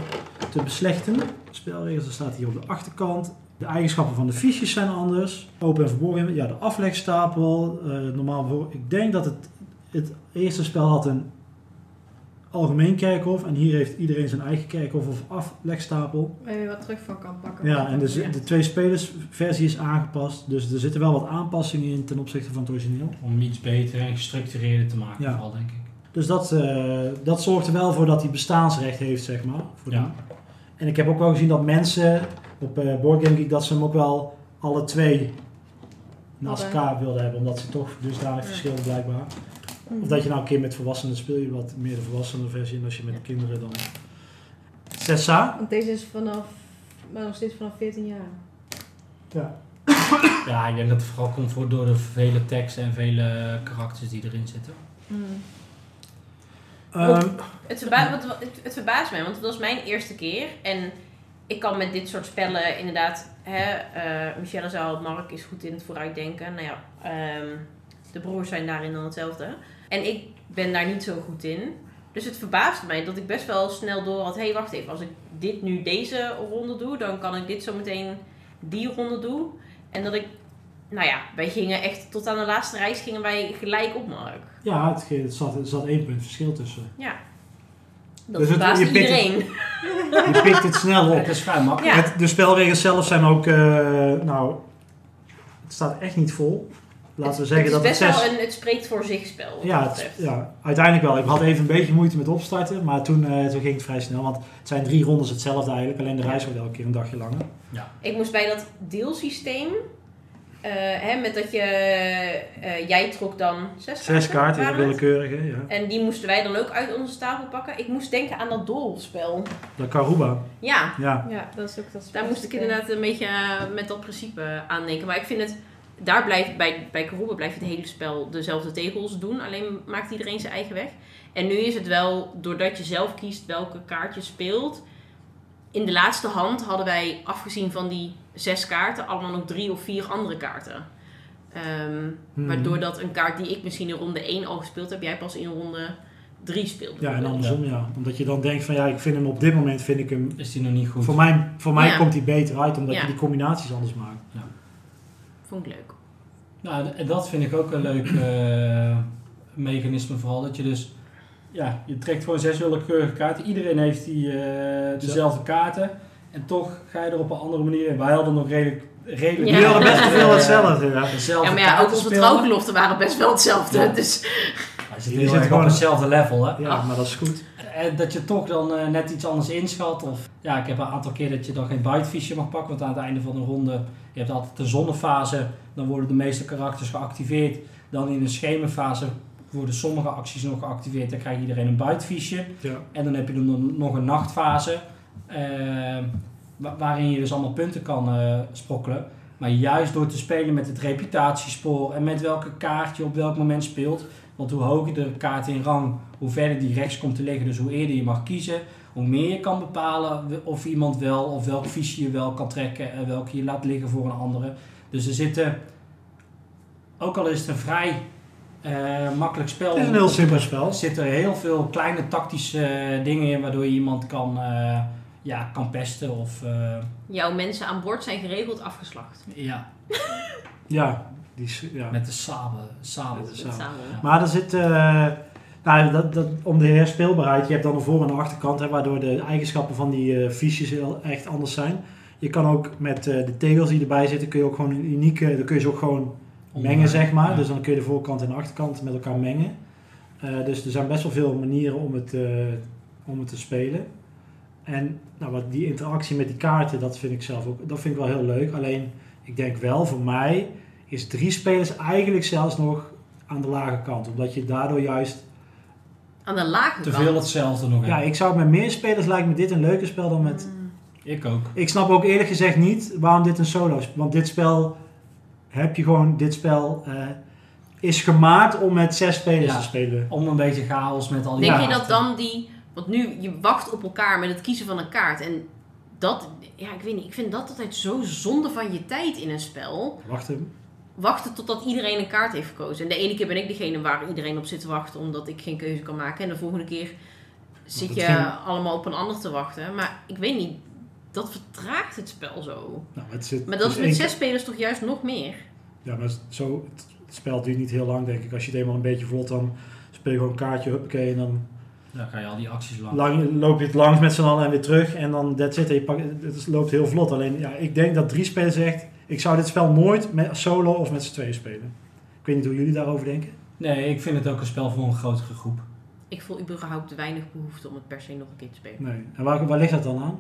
Speaker 1: te beslechten. Spelregels, dat staat hier op de achterkant. De eigenschappen van de fiches zijn anders. Open en verborgen. Ja, de aflegstapel. eh, normaal, voor- ik denk dat het, het eerste spel had een algemeen kerkhof. En hier heeft iedereen zijn eigen kerkhof of aflegstapel.
Speaker 2: Waar je wat terug van kan pakken.
Speaker 1: Ja, en dus- de,
Speaker 2: Ja.
Speaker 1: de twee spelers versie is aangepast. Dus er zitten wel wat aanpassingen in ten opzichte van het origineel.
Speaker 5: Om iets beter en gestructureerder te maken,
Speaker 1: Ja.
Speaker 5: vooral denk ik.
Speaker 1: Dus dat, eh, dat zorgt er wel voor dat hij bestaansrecht heeft, zeg maar. Voor
Speaker 5: Ja.
Speaker 1: die. En ik heb ook wel gezien dat mensen op eh BoardGameGeek... dat ze hem ook wel alle twee naast
Speaker 2: Hadden.
Speaker 1: elkaar wilden hebben. Omdat ze toch dusdanig
Speaker 4: Ja.
Speaker 1: verschillen blijkbaar. Of dat je nou een keer met volwassenen speel je wat meer de volwassenen versie. En als je met
Speaker 4: Ja.
Speaker 1: kinderen dan... Sessa?
Speaker 2: Want deze is vanaf... Maar nog steeds vanaf 14 jaar.
Speaker 1: Ja.
Speaker 5: Ja, ik denk dat het vooral komt voor door de vele teksten en vele eh, karakters die erin zitten.
Speaker 2: Hmm.
Speaker 1: Ehm,
Speaker 4: Het, verba wat- wat- het, het verbaast mij, want het was mijn eerste keer. En ik kan met dit soort spellen inderdaad... Hè, eh, Michelle zei al, Mark is goed in het vooruitdenken. Nou ja, ehm, de broers zijn daarin dan hetzelfde. En ik ben daar niet zo goed in. Dus het verbaasde mij dat ik best wel snel door had... Hé, hey, wacht even, als ik dit nu deze ronde doe... dan kan ik dit zo meteen die ronde doen. En dat ik... Nou ja, wij gingen echt tot aan de laatste reis gingen wij gelijk op Mark.
Speaker 1: Ja, het, ge- het zat, er zat één punt verschil tussen.
Speaker 4: Dat
Speaker 1: Dus het-
Speaker 4: verbaasde
Speaker 1: je pikt het-
Speaker 4: iedereen.
Speaker 1: Je pikt het snel op.
Speaker 5: Het is vrij makkelijk.
Speaker 4: Ja.
Speaker 1: Het- de spelregels zelf zijn ook, eh, nou, het staat echt niet vol. Laten we zeggen dat
Speaker 4: het
Speaker 1: het
Speaker 4: is best
Speaker 1: zes...
Speaker 4: wel een het spreekt voor zich spel. wat
Speaker 1: Ja,
Speaker 4: dat
Speaker 1: het-
Speaker 4: betreft.
Speaker 1: ja, uiteindelijk wel. Ik had even een beetje moeite met opstarten, maar toen, eh, toen ging het vrij snel. Want het zijn drie rondes hetzelfde eigenlijk, alleen de reis wordt elke keer een dagje langer.
Speaker 4: Ik moest bij dat deelsysteem, eh, hè, met dat je, eh, jij trok dan zes,
Speaker 1: Zes kaarten, ja,
Speaker 4: waren het?
Speaker 1: willekeurige, ja.
Speaker 4: En die moesten wij dan ook uit onze tafel pakken. Ik moest denken aan dat doolspel.
Speaker 1: De Karuba,
Speaker 4: Ja,
Speaker 1: ja.
Speaker 2: Ja, dat is ook dat
Speaker 4: daar moest ik inderdaad een beetje eh, met dat principe aan denken. Maar ik vind het, daar blijft bij, bij Kahoebe blijft het hele spel dezelfde tegels doen. Alleen maakt iedereen zijn eigen weg. En nu is het wel, doordat je zelf kiest welke kaart je speelt. In de laatste hand hadden wij, afgezien van die zes kaarten, allemaal nog drie of vier andere kaarten. Ehm,
Speaker 1: Mhm.
Speaker 4: Waardoor dat een kaart die ik misschien in ronde 1 al gespeeld heb, jij pas in ronde 3 speelt.
Speaker 1: Ja, en andersom, ja. Omdat je dan denkt van, ja, ik vind hem op dit moment, vind ik hem...
Speaker 5: Is die nog niet goed?
Speaker 1: Voor mij, voor mij
Speaker 4: Ja.
Speaker 1: komt hij beter uit, omdat
Speaker 4: Ja.
Speaker 1: je die combinaties anders maakt.
Speaker 4: Vond ik leuk.
Speaker 5: Nou, d- dat vind ik ook een leuk eh, mechanisme vooral. Dat je dus, ja, je trekt gewoon zes willekeurige kaarten. Iedereen heeft die, eh, dezelfde kaarten. En toch ga je er op een andere manier in. Wij hadden nog redelijk... redelijk
Speaker 4: Ja.
Speaker 1: Jullie hadden best
Speaker 4: <laughs>
Speaker 1: wel veel
Speaker 5: eh,
Speaker 1: hetzelfde, ja.
Speaker 5: Dezelfde
Speaker 4: Ja, maar ja, ook
Speaker 5: kaarten
Speaker 4: onze
Speaker 5: speelden.
Speaker 4: trouwbeloften waren best wel hetzelfde.
Speaker 5: Ja.
Speaker 4: Dus
Speaker 5: Maar Je zit
Speaker 1: Jullie
Speaker 5: heel
Speaker 1: zitten
Speaker 5: erg
Speaker 1: gewoon-
Speaker 5: op hetzelfde level, hè.
Speaker 1: Ja, maar dat is goed.
Speaker 5: En dat je toch dan eh, net iets anders inschat. Of ja, ik heb een aantal keer dat je dan geen buitvisje mag pakken. Want aan het einde van een ronde, je hebt altijd de zonnefase. Dan worden de meeste karakters geactiveerd. Dan in de schemerfase worden sommige acties nog geactiveerd. Dan krijgt iedereen een buitvisje.
Speaker 1: Ja.
Speaker 5: En dan heb je dan nog een nachtfase. eh, wa- waarin je dus allemaal punten kan eh, sprokkelen. Maar juist door te spelen met het reputatiespoor en met welke kaart je op welk moment speelt. Want hoe hoger de kaart in rang, hoe verder die rechts komt te liggen. Dus hoe eerder je mag kiezen, hoe meer je kan bepalen w- of iemand wel of welk fiche je wel kan trekken en welke je laat liggen voor een andere. Dus er zitten, ook al is het een vrij eh, makkelijk spel,
Speaker 1: Het is een heel simpel spel.
Speaker 5: er zitten heel veel kleine tactische eh, dingen in waardoor je iemand kan, eh, ja, kan pesten of eh,
Speaker 4: Jouw mensen aan boord zijn geregeld afgeslacht.
Speaker 5: ja,
Speaker 1: Ja, Die, s- ja.
Speaker 5: Met de sabel. sabel.
Speaker 1: Met de
Speaker 4: Dat
Speaker 1: sabel.
Speaker 4: samen.
Speaker 1: Maar er zit, eh, nou, dat, dat, om de herspeelbaarheid, je hebt dan een voor- en een achterkant, hè, waardoor de eigenschappen van die eh, fiches heel echt anders zijn. Je kan ook met eh, de tegels die erbij zitten, kun je ook gewoon een unieke, dan kun je ze ook gewoon mengen, zeg maar.
Speaker 5: eh, ja.
Speaker 1: Dus dan kun je de voorkant en de achterkant met elkaar mengen. Eh, dus er zijn best wel veel manieren om het, eh, om het te spelen. En nou, wat die interactie met die kaarten, dat vind ik zelf ook, dat vind ik wel heel leuk. Alleen, ik denk wel, voor mij is drie spelers eigenlijk zelfs nog aan de lage kant. Omdat je daardoor juist...
Speaker 4: Aan de lage
Speaker 5: Te
Speaker 4: kant.
Speaker 5: veel hetzelfde nog. hè?
Speaker 1: Ja, ik zou met meer spelers lijkt me dit een leuker spel dan met...
Speaker 5: Ik ook.
Speaker 1: Ik snap ook eerlijk gezegd niet waarom dit een solo is. Want dit spel heb je gewoon... Dit spel eh, is gemaakt om met zes spelers
Speaker 5: Ja.
Speaker 1: te spelen.
Speaker 5: Om een beetje chaos met al die
Speaker 4: Denk je
Speaker 5: kaarten.
Speaker 4: dat dan die... Want nu, je wacht op elkaar met het kiezen van een kaart. En dat... Ja, ik weet niet. Ik vind dat altijd zo zonde van je tijd in een spel.
Speaker 1: Wacht even.
Speaker 4: Wachten totdat iedereen een kaart heeft gekozen. En de ene keer ben ik degene waar iedereen op zit te wachten. Omdat ik geen keuze kan maken. En de volgende keer zit
Speaker 1: het
Speaker 4: je
Speaker 1: ging-
Speaker 4: allemaal op een ander te wachten. Maar ik weet niet. Dat vertraagt het spel zo.
Speaker 1: Nou, het zit,
Speaker 4: Maar dat is
Speaker 1: dus
Speaker 4: met
Speaker 1: één-
Speaker 4: zes spelers toch juist nog meer?
Speaker 1: Ja, maar zo, het, het spel duurt niet heel lang, denk ik. Als je het eenmaal een beetje vlot, dan speel je gewoon een kaartje, huppakee, en dan
Speaker 5: Dan ga je al die acties lang.
Speaker 1: lang, loop je het langs met z'n allen en weer terug. En dan, that's it, en je pakt, het is- loopt heel vlot. Alleen, ja, ik denk dat drie spelers echt... Ik zou dit spel nooit met solo of met z'n tweeën spelen. Ik weet niet hoe jullie daarover denken.
Speaker 5: Nee, ik vind het ook een spel voor een grotere groep.
Speaker 4: Ik voel überhaupt weinig behoefte om het per se nog een keer te spelen.
Speaker 1: Nee. En waar, waar ligt dat dan aan?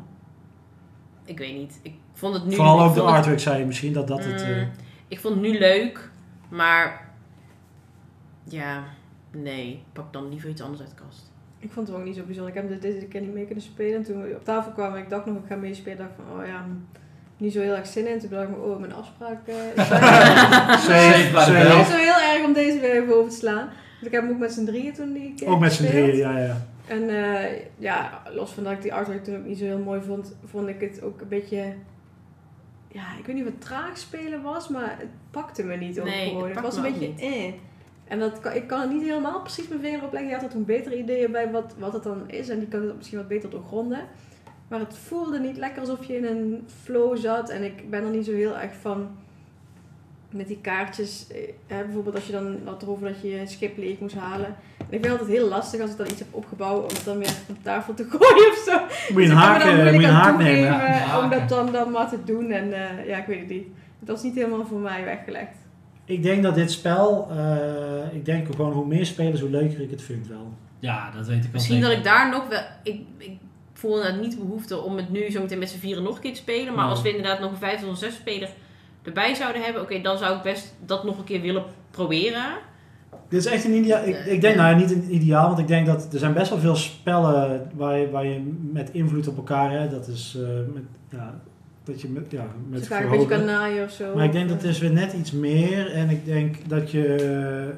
Speaker 4: Ik weet niet. Ik vond het nu...
Speaker 1: Vooral
Speaker 4: ik
Speaker 1: ook de
Speaker 4: vond het-
Speaker 1: artwork, zei je misschien, dat dat het...
Speaker 4: Mm,
Speaker 1: eh,
Speaker 4: Ik vond het nu leuk, maar ja, nee, pak dan liever iets anders uit de kast.
Speaker 2: Ik vond het ook niet zo bijzonder. Ik heb dit deze keer niet mee kunnen spelen. En toen we op tafel kwamen en ik dacht nog, ik ga meespelen. dacht ik van, oh ja, niet zo heel erg zin in. Toen dacht ik, oh, mijn afspraak eh,
Speaker 1: <laughs>
Speaker 2: is
Speaker 1: eh, safe,
Speaker 5: by the
Speaker 1: safe.
Speaker 2: Het
Speaker 5: bell.
Speaker 2: is zo heel erg om deze weer even over te slaan. Want ik heb hem ook met z'n drieën toen die keer
Speaker 1: Ook met z'n
Speaker 2: gespeeld.
Speaker 1: drieën, ja, ja.
Speaker 2: En eh, ja, los van dat ik die artwork toen ook niet zo heel mooi vond, vond ik het ook een beetje... Ja, ik weet niet wat traag spelen was, maar het pakte me niet ook
Speaker 4: Nee,
Speaker 2: gewoon.
Speaker 4: het
Speaker 2: Het was
Speaker 4: pakt
Speaker 2: een
Speaker 4: me
Speaker 2: beetje
Speaker 4: ook
Speaker 2: eh. En dat kan, ik kan er niet helemaal precies mijn vinger op leggen. Je had er toen betere ideeën bij wat, wat het dan is. En die kan het misschien wat beter doorgronden. Maar het voelde niet lekker alsof je in een flow zat. En ik ben er niet zo heel erg van met die kaartjes. eh, Hè, bijvoorbeeld als je dan had erover dat je je schip leeg moest halen. En ik vind het altijd heel lastig als ik dan iets heb opgebouwd om het dan weer van tafel te <laughs> gooien of zo.
Speaker 1: Moet je
Speaker 2: Dus
Speaker 1: een
Speaker 2: ik kan me
Speaker 1: haak,
Speaker 2: daar
Speaker 1: eh, moet
Speaker 2: moeilijk
Speaker 1: je een
Speaker 2: aan
Speaker 1: haak nemen.
Speaker 2: toegeven
Speaker 5: ja, haken.
Speaker 2: Om dat dan, dan maar te doen. En eh, ja, ik weet het niet. Het was niet helemaal voor mij weggelegd.
Speaker 1: Ik denk dat dit spel, eh, ik denk gewoon hoe meer spelers, hoe leuker ik het vind wel.
Speaker 5: Ja, dat weet ik wel
Speaker 4: Misschien dat
Speaker 5: zeker.
Speaker 4: ik daar nog wel, ik, ik voel inderdaad niet de behoefte om het nu zo meteen met z'n vieren nog een keer te spelen. Maar
Speaker 1: Mm.
Speaker 5: Nee.
Speaker 4: als we inderdaad nog een vijfde of zes speler erbij zouden hebben, oké, dan zou ik best dat nog een keer willen proberen.
Speaker 1: Dit is echt een ideaal. Ik, ik denk, nou ja, niet een ideaal, want ik denk dat er zijn best wel veel spellen waar je, waar je met invloed op elkaar, hè, dat is eh, met, ja, dat je met, ja,
Speaker 2: Dus
Speaker 1: met
Speaker 2: ik vaak een beetje
Speaker 1: verhogen.
Speaker 2: kan naaien of zo.
Speaker 1: Maar ik denk dat het is weer net iets meer en ik denk dat je, eh,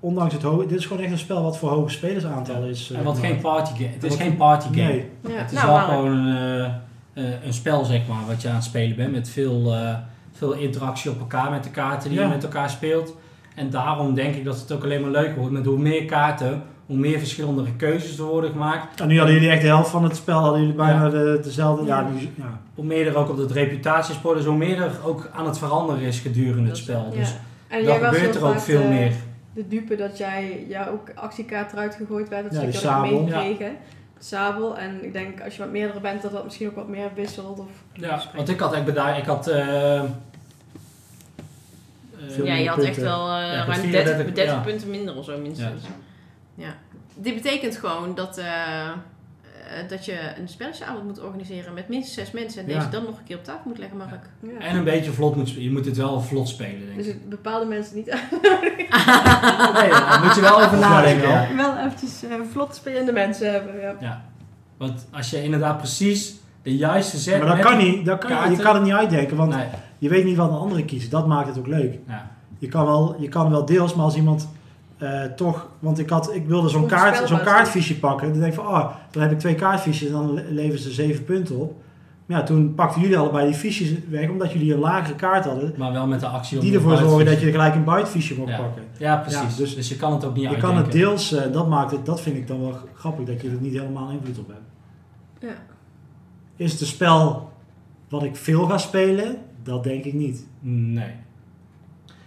Speaker 1: ondanks het hoge, dit is gewoon echt een spel wat voor hoge spelersaantal is. eh,
Speaker 5: En wat
Speaker 1: gemaakt.
Speaker 5: geen party game. Het is
Speaker 1: Wat-
Speaker 5: geen party game.
Speaker 1: Nee,
Speaker 2: Ja.
Speaker 5: Het is
Speaker 4: Nou,
Speaker 5: wel
Speaker 4: waarom?
Speaker 5: gewoon een, eh, eh, een spel, zeg maar, wat je aan het spelen bent. Met veel, eh, veel interactie op elkaar met de kaarten die
Speaker 1: Ja.
Speaker 5: je met elkaar speelt. En daarom denk ik dat het ook alleen maar leuker wordt. Met hoe meer kaarten, hoe meer verschillende keuzes er worden gemaakt.
Speaker 1: en nu hadden jullie echt de helft van het spel, hadden jullie bijna
Speaker 5: Ja.
Speaker 1: de, dezelfde, ja,
Speaker 2: Ja.
Speaker 1: die- ja.
Speaker 5: Hoe meer er ook op dat reputatiesport is, hoe meer er ook aan het veranderen is gedurende het spel.
Speaker 2: Ja.
Speaker 5: Dus
Speaker 2: En
Speaker 5: dan
Speaker 2: jij was
Speaker 5: gebeurt
Speaker 2: heel
Speaker 5: er ook
Speaker 2: vaak,
Speaker 5: veel
Speaker 2: eh,
Speaker 5: meer.
Speaker 2: de dupe dat jij ja, ook actiekaart eruit gegooid werd. Dat
Speaker 1: Ja,
Speaker 2: ja,
Speaker 1: die
Speaker 2: ik had ik
Speaker 1: sabel.
Speaker 2: meegekregen. Sabel. En ik denk als je wat meerdere bent, dat dat misschien ook wat meer wisselt. Of
Speaker 5: Ja, want ik had echt bedaald, ik had... eh, eh,
Speaker 1: Veel
Speaker 4: ja, je
Speaker 1: meer
Speaker 4: had echt
Speaker 1: punten.
Speaker 4: wel eh,
Speaker 5: Ja, ik had
Speaker 4: ruim
Speaker 5: 34,
Speaker 4: 30, 30
Speaker 5: ja.
Speaker 4: punten minder of zo minstens. Ja. Dit betekent gewoon dat, eh, eh, dat je een spelletjesavond moet organiseren met minstens zes mensen. En
Speaker 1: Ja.
Speaker 4: deze dan nog een keer op tafel moet leggen, Mark.
Speaker 2: ja.
Speaker 5: eh, En een beetje vlot moet spelen. Je moet het wel vlot spelen, denk
Speaker 2: Dus
Speaker 5: ik.
Speaker 2: het bepaalde mensen niet
Speaker 5: Nee, daar moet je wel over nadenken.
Speaker 1: Ja.
Speaker 2: <laughs> wel eventjes eh, vlot spelende mensen hebben. Ja.
Speaker 5: Want als je inderdaad precies de juiste zet...
Speaker 1: Maar dat
Speaker 5: met-
Speaker 1: kan niet, dat kan, je
Speaker 5: kaarten.
Speaker 1: kan het niet uitdenken, want
Speaker 5: Nee,
Speaker 1: je weet niet wat de anderen kiezen, dat maakt het ook leuk.
Speaker 5: ja.
Speaker 1: Je kan wel, je kan wel deels, maar als iemand eh, toch... Want ik, had, ik wilde zo'n, kaart, zo'n
Speaker 2: Onvoorspelbaar.
Speaker 1: kaartfiche pakken. Dan denk ik van, oh, dan heb ik twee kaartfiches en dan le- leveren ze zeven punten op. Maar ja, toen pakten jullie allebei die fiches weg, omdat jullie een lagere kaart hadden.
Speaker 5: Maar wel met de actie... om
Speaker 1: Die
Speaker 5: de
Speaker 1: ervoor
Speaker 5: buiten
Speaker 1: zorgen
Speaker 5: te
Speaker 1: dat je gelijk een buitenfiche mocht
Speaker 5: Ja.
Speaker 1: pakken.
Speaker 5: schieten. Ja,
Speaker 1: Ja,
Speaker 5: precies.
Speaker 1: dus-
Speaker 5: dus, je kan het ook niet
Speaker 1: Je kan
Speaker 5: uitdenken.
Speaker 1: het deels, eh, dat maakt het, dat vind ik dan wel grappig, dat je er niet helemaal invloed op hebt.
Speaker 2: Ja.
Speaker 1: Is het een spel wat ik veel ga spelen? Dat denk ik niet.
Speaker 5: Nee.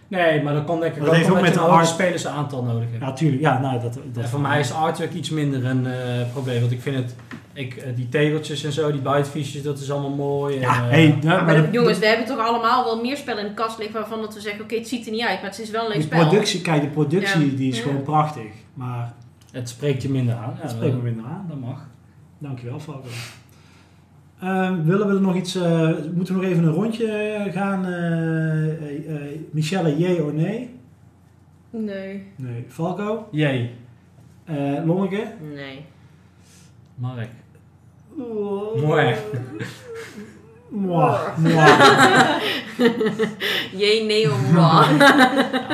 Speaker 5: Nee, maar dat kan denk ik
Speaker 1: Dat
Speaker 5: ook
Speaker 1: heeft
Speaker 5: omdat
Speaker 1: ook
Speaker 5: je
Speaker 1: met
Speaker 5: een
Speaker 1: een
Speaker 5: hoger
Speaker 1: hard-
Speaker 5: spelersaantal nodig hebt.
Speaker 1: Ja, tuurlijk. Ja, nou, dat, dat
Speaker 5: en voor mij is artwork iets minder een eh, probleem. Want ik vind het, ik, eh, die tegeltjes en zo, die buitenfiches, dat is allemaal mooi.
Speaker 1: Ja,
Speaker 5: en, eh,
Speaker 1: hey, daar-
Speaker 4: Ah, Maar
Speaker 1: maar
Speaker 4: de-
Speaker 1: de-
Speaker 4: jongens, we hebben toch allemaal wel meer spellen in de kast liggen waarvan dat we zeggen, oké, het ziet er niet uit, maar het is wel een leuk
Speaker 1: die
Speaker 4: spel.
Speaker 1: productie, kijk, de productie die is
Speaker 4: Ja.
Speaker 1: gewoon prachtig. Maar
Speaker 5: Het spreekt je minder aan. Ja,
Speaker 1: dat spreekt me
Speaker 5: dat-
Speaker 1: minder aan.
Speaker 5: Dat mag.
Speaker 1: Dankjewel, Falco. Ehm, willen we er nog iets... eh, moeten we nog even een rondje eh, gaan? eh, eh, eh, Michelle, jee of nee?
Speaker 2: Nee.
Speaker 1: Nee. Falco?
Speaker 5: Jee,
Speaker 1: Eh Lonneke?
Speaker 4: Nee.
Speaker 5: Mark.
Speaker 1: Mooi. Mooi.
Speaker 5: <laughs>
Speaker 4: Jee, nee of
Speaker 1: <laughs>
Speaker 4: wa.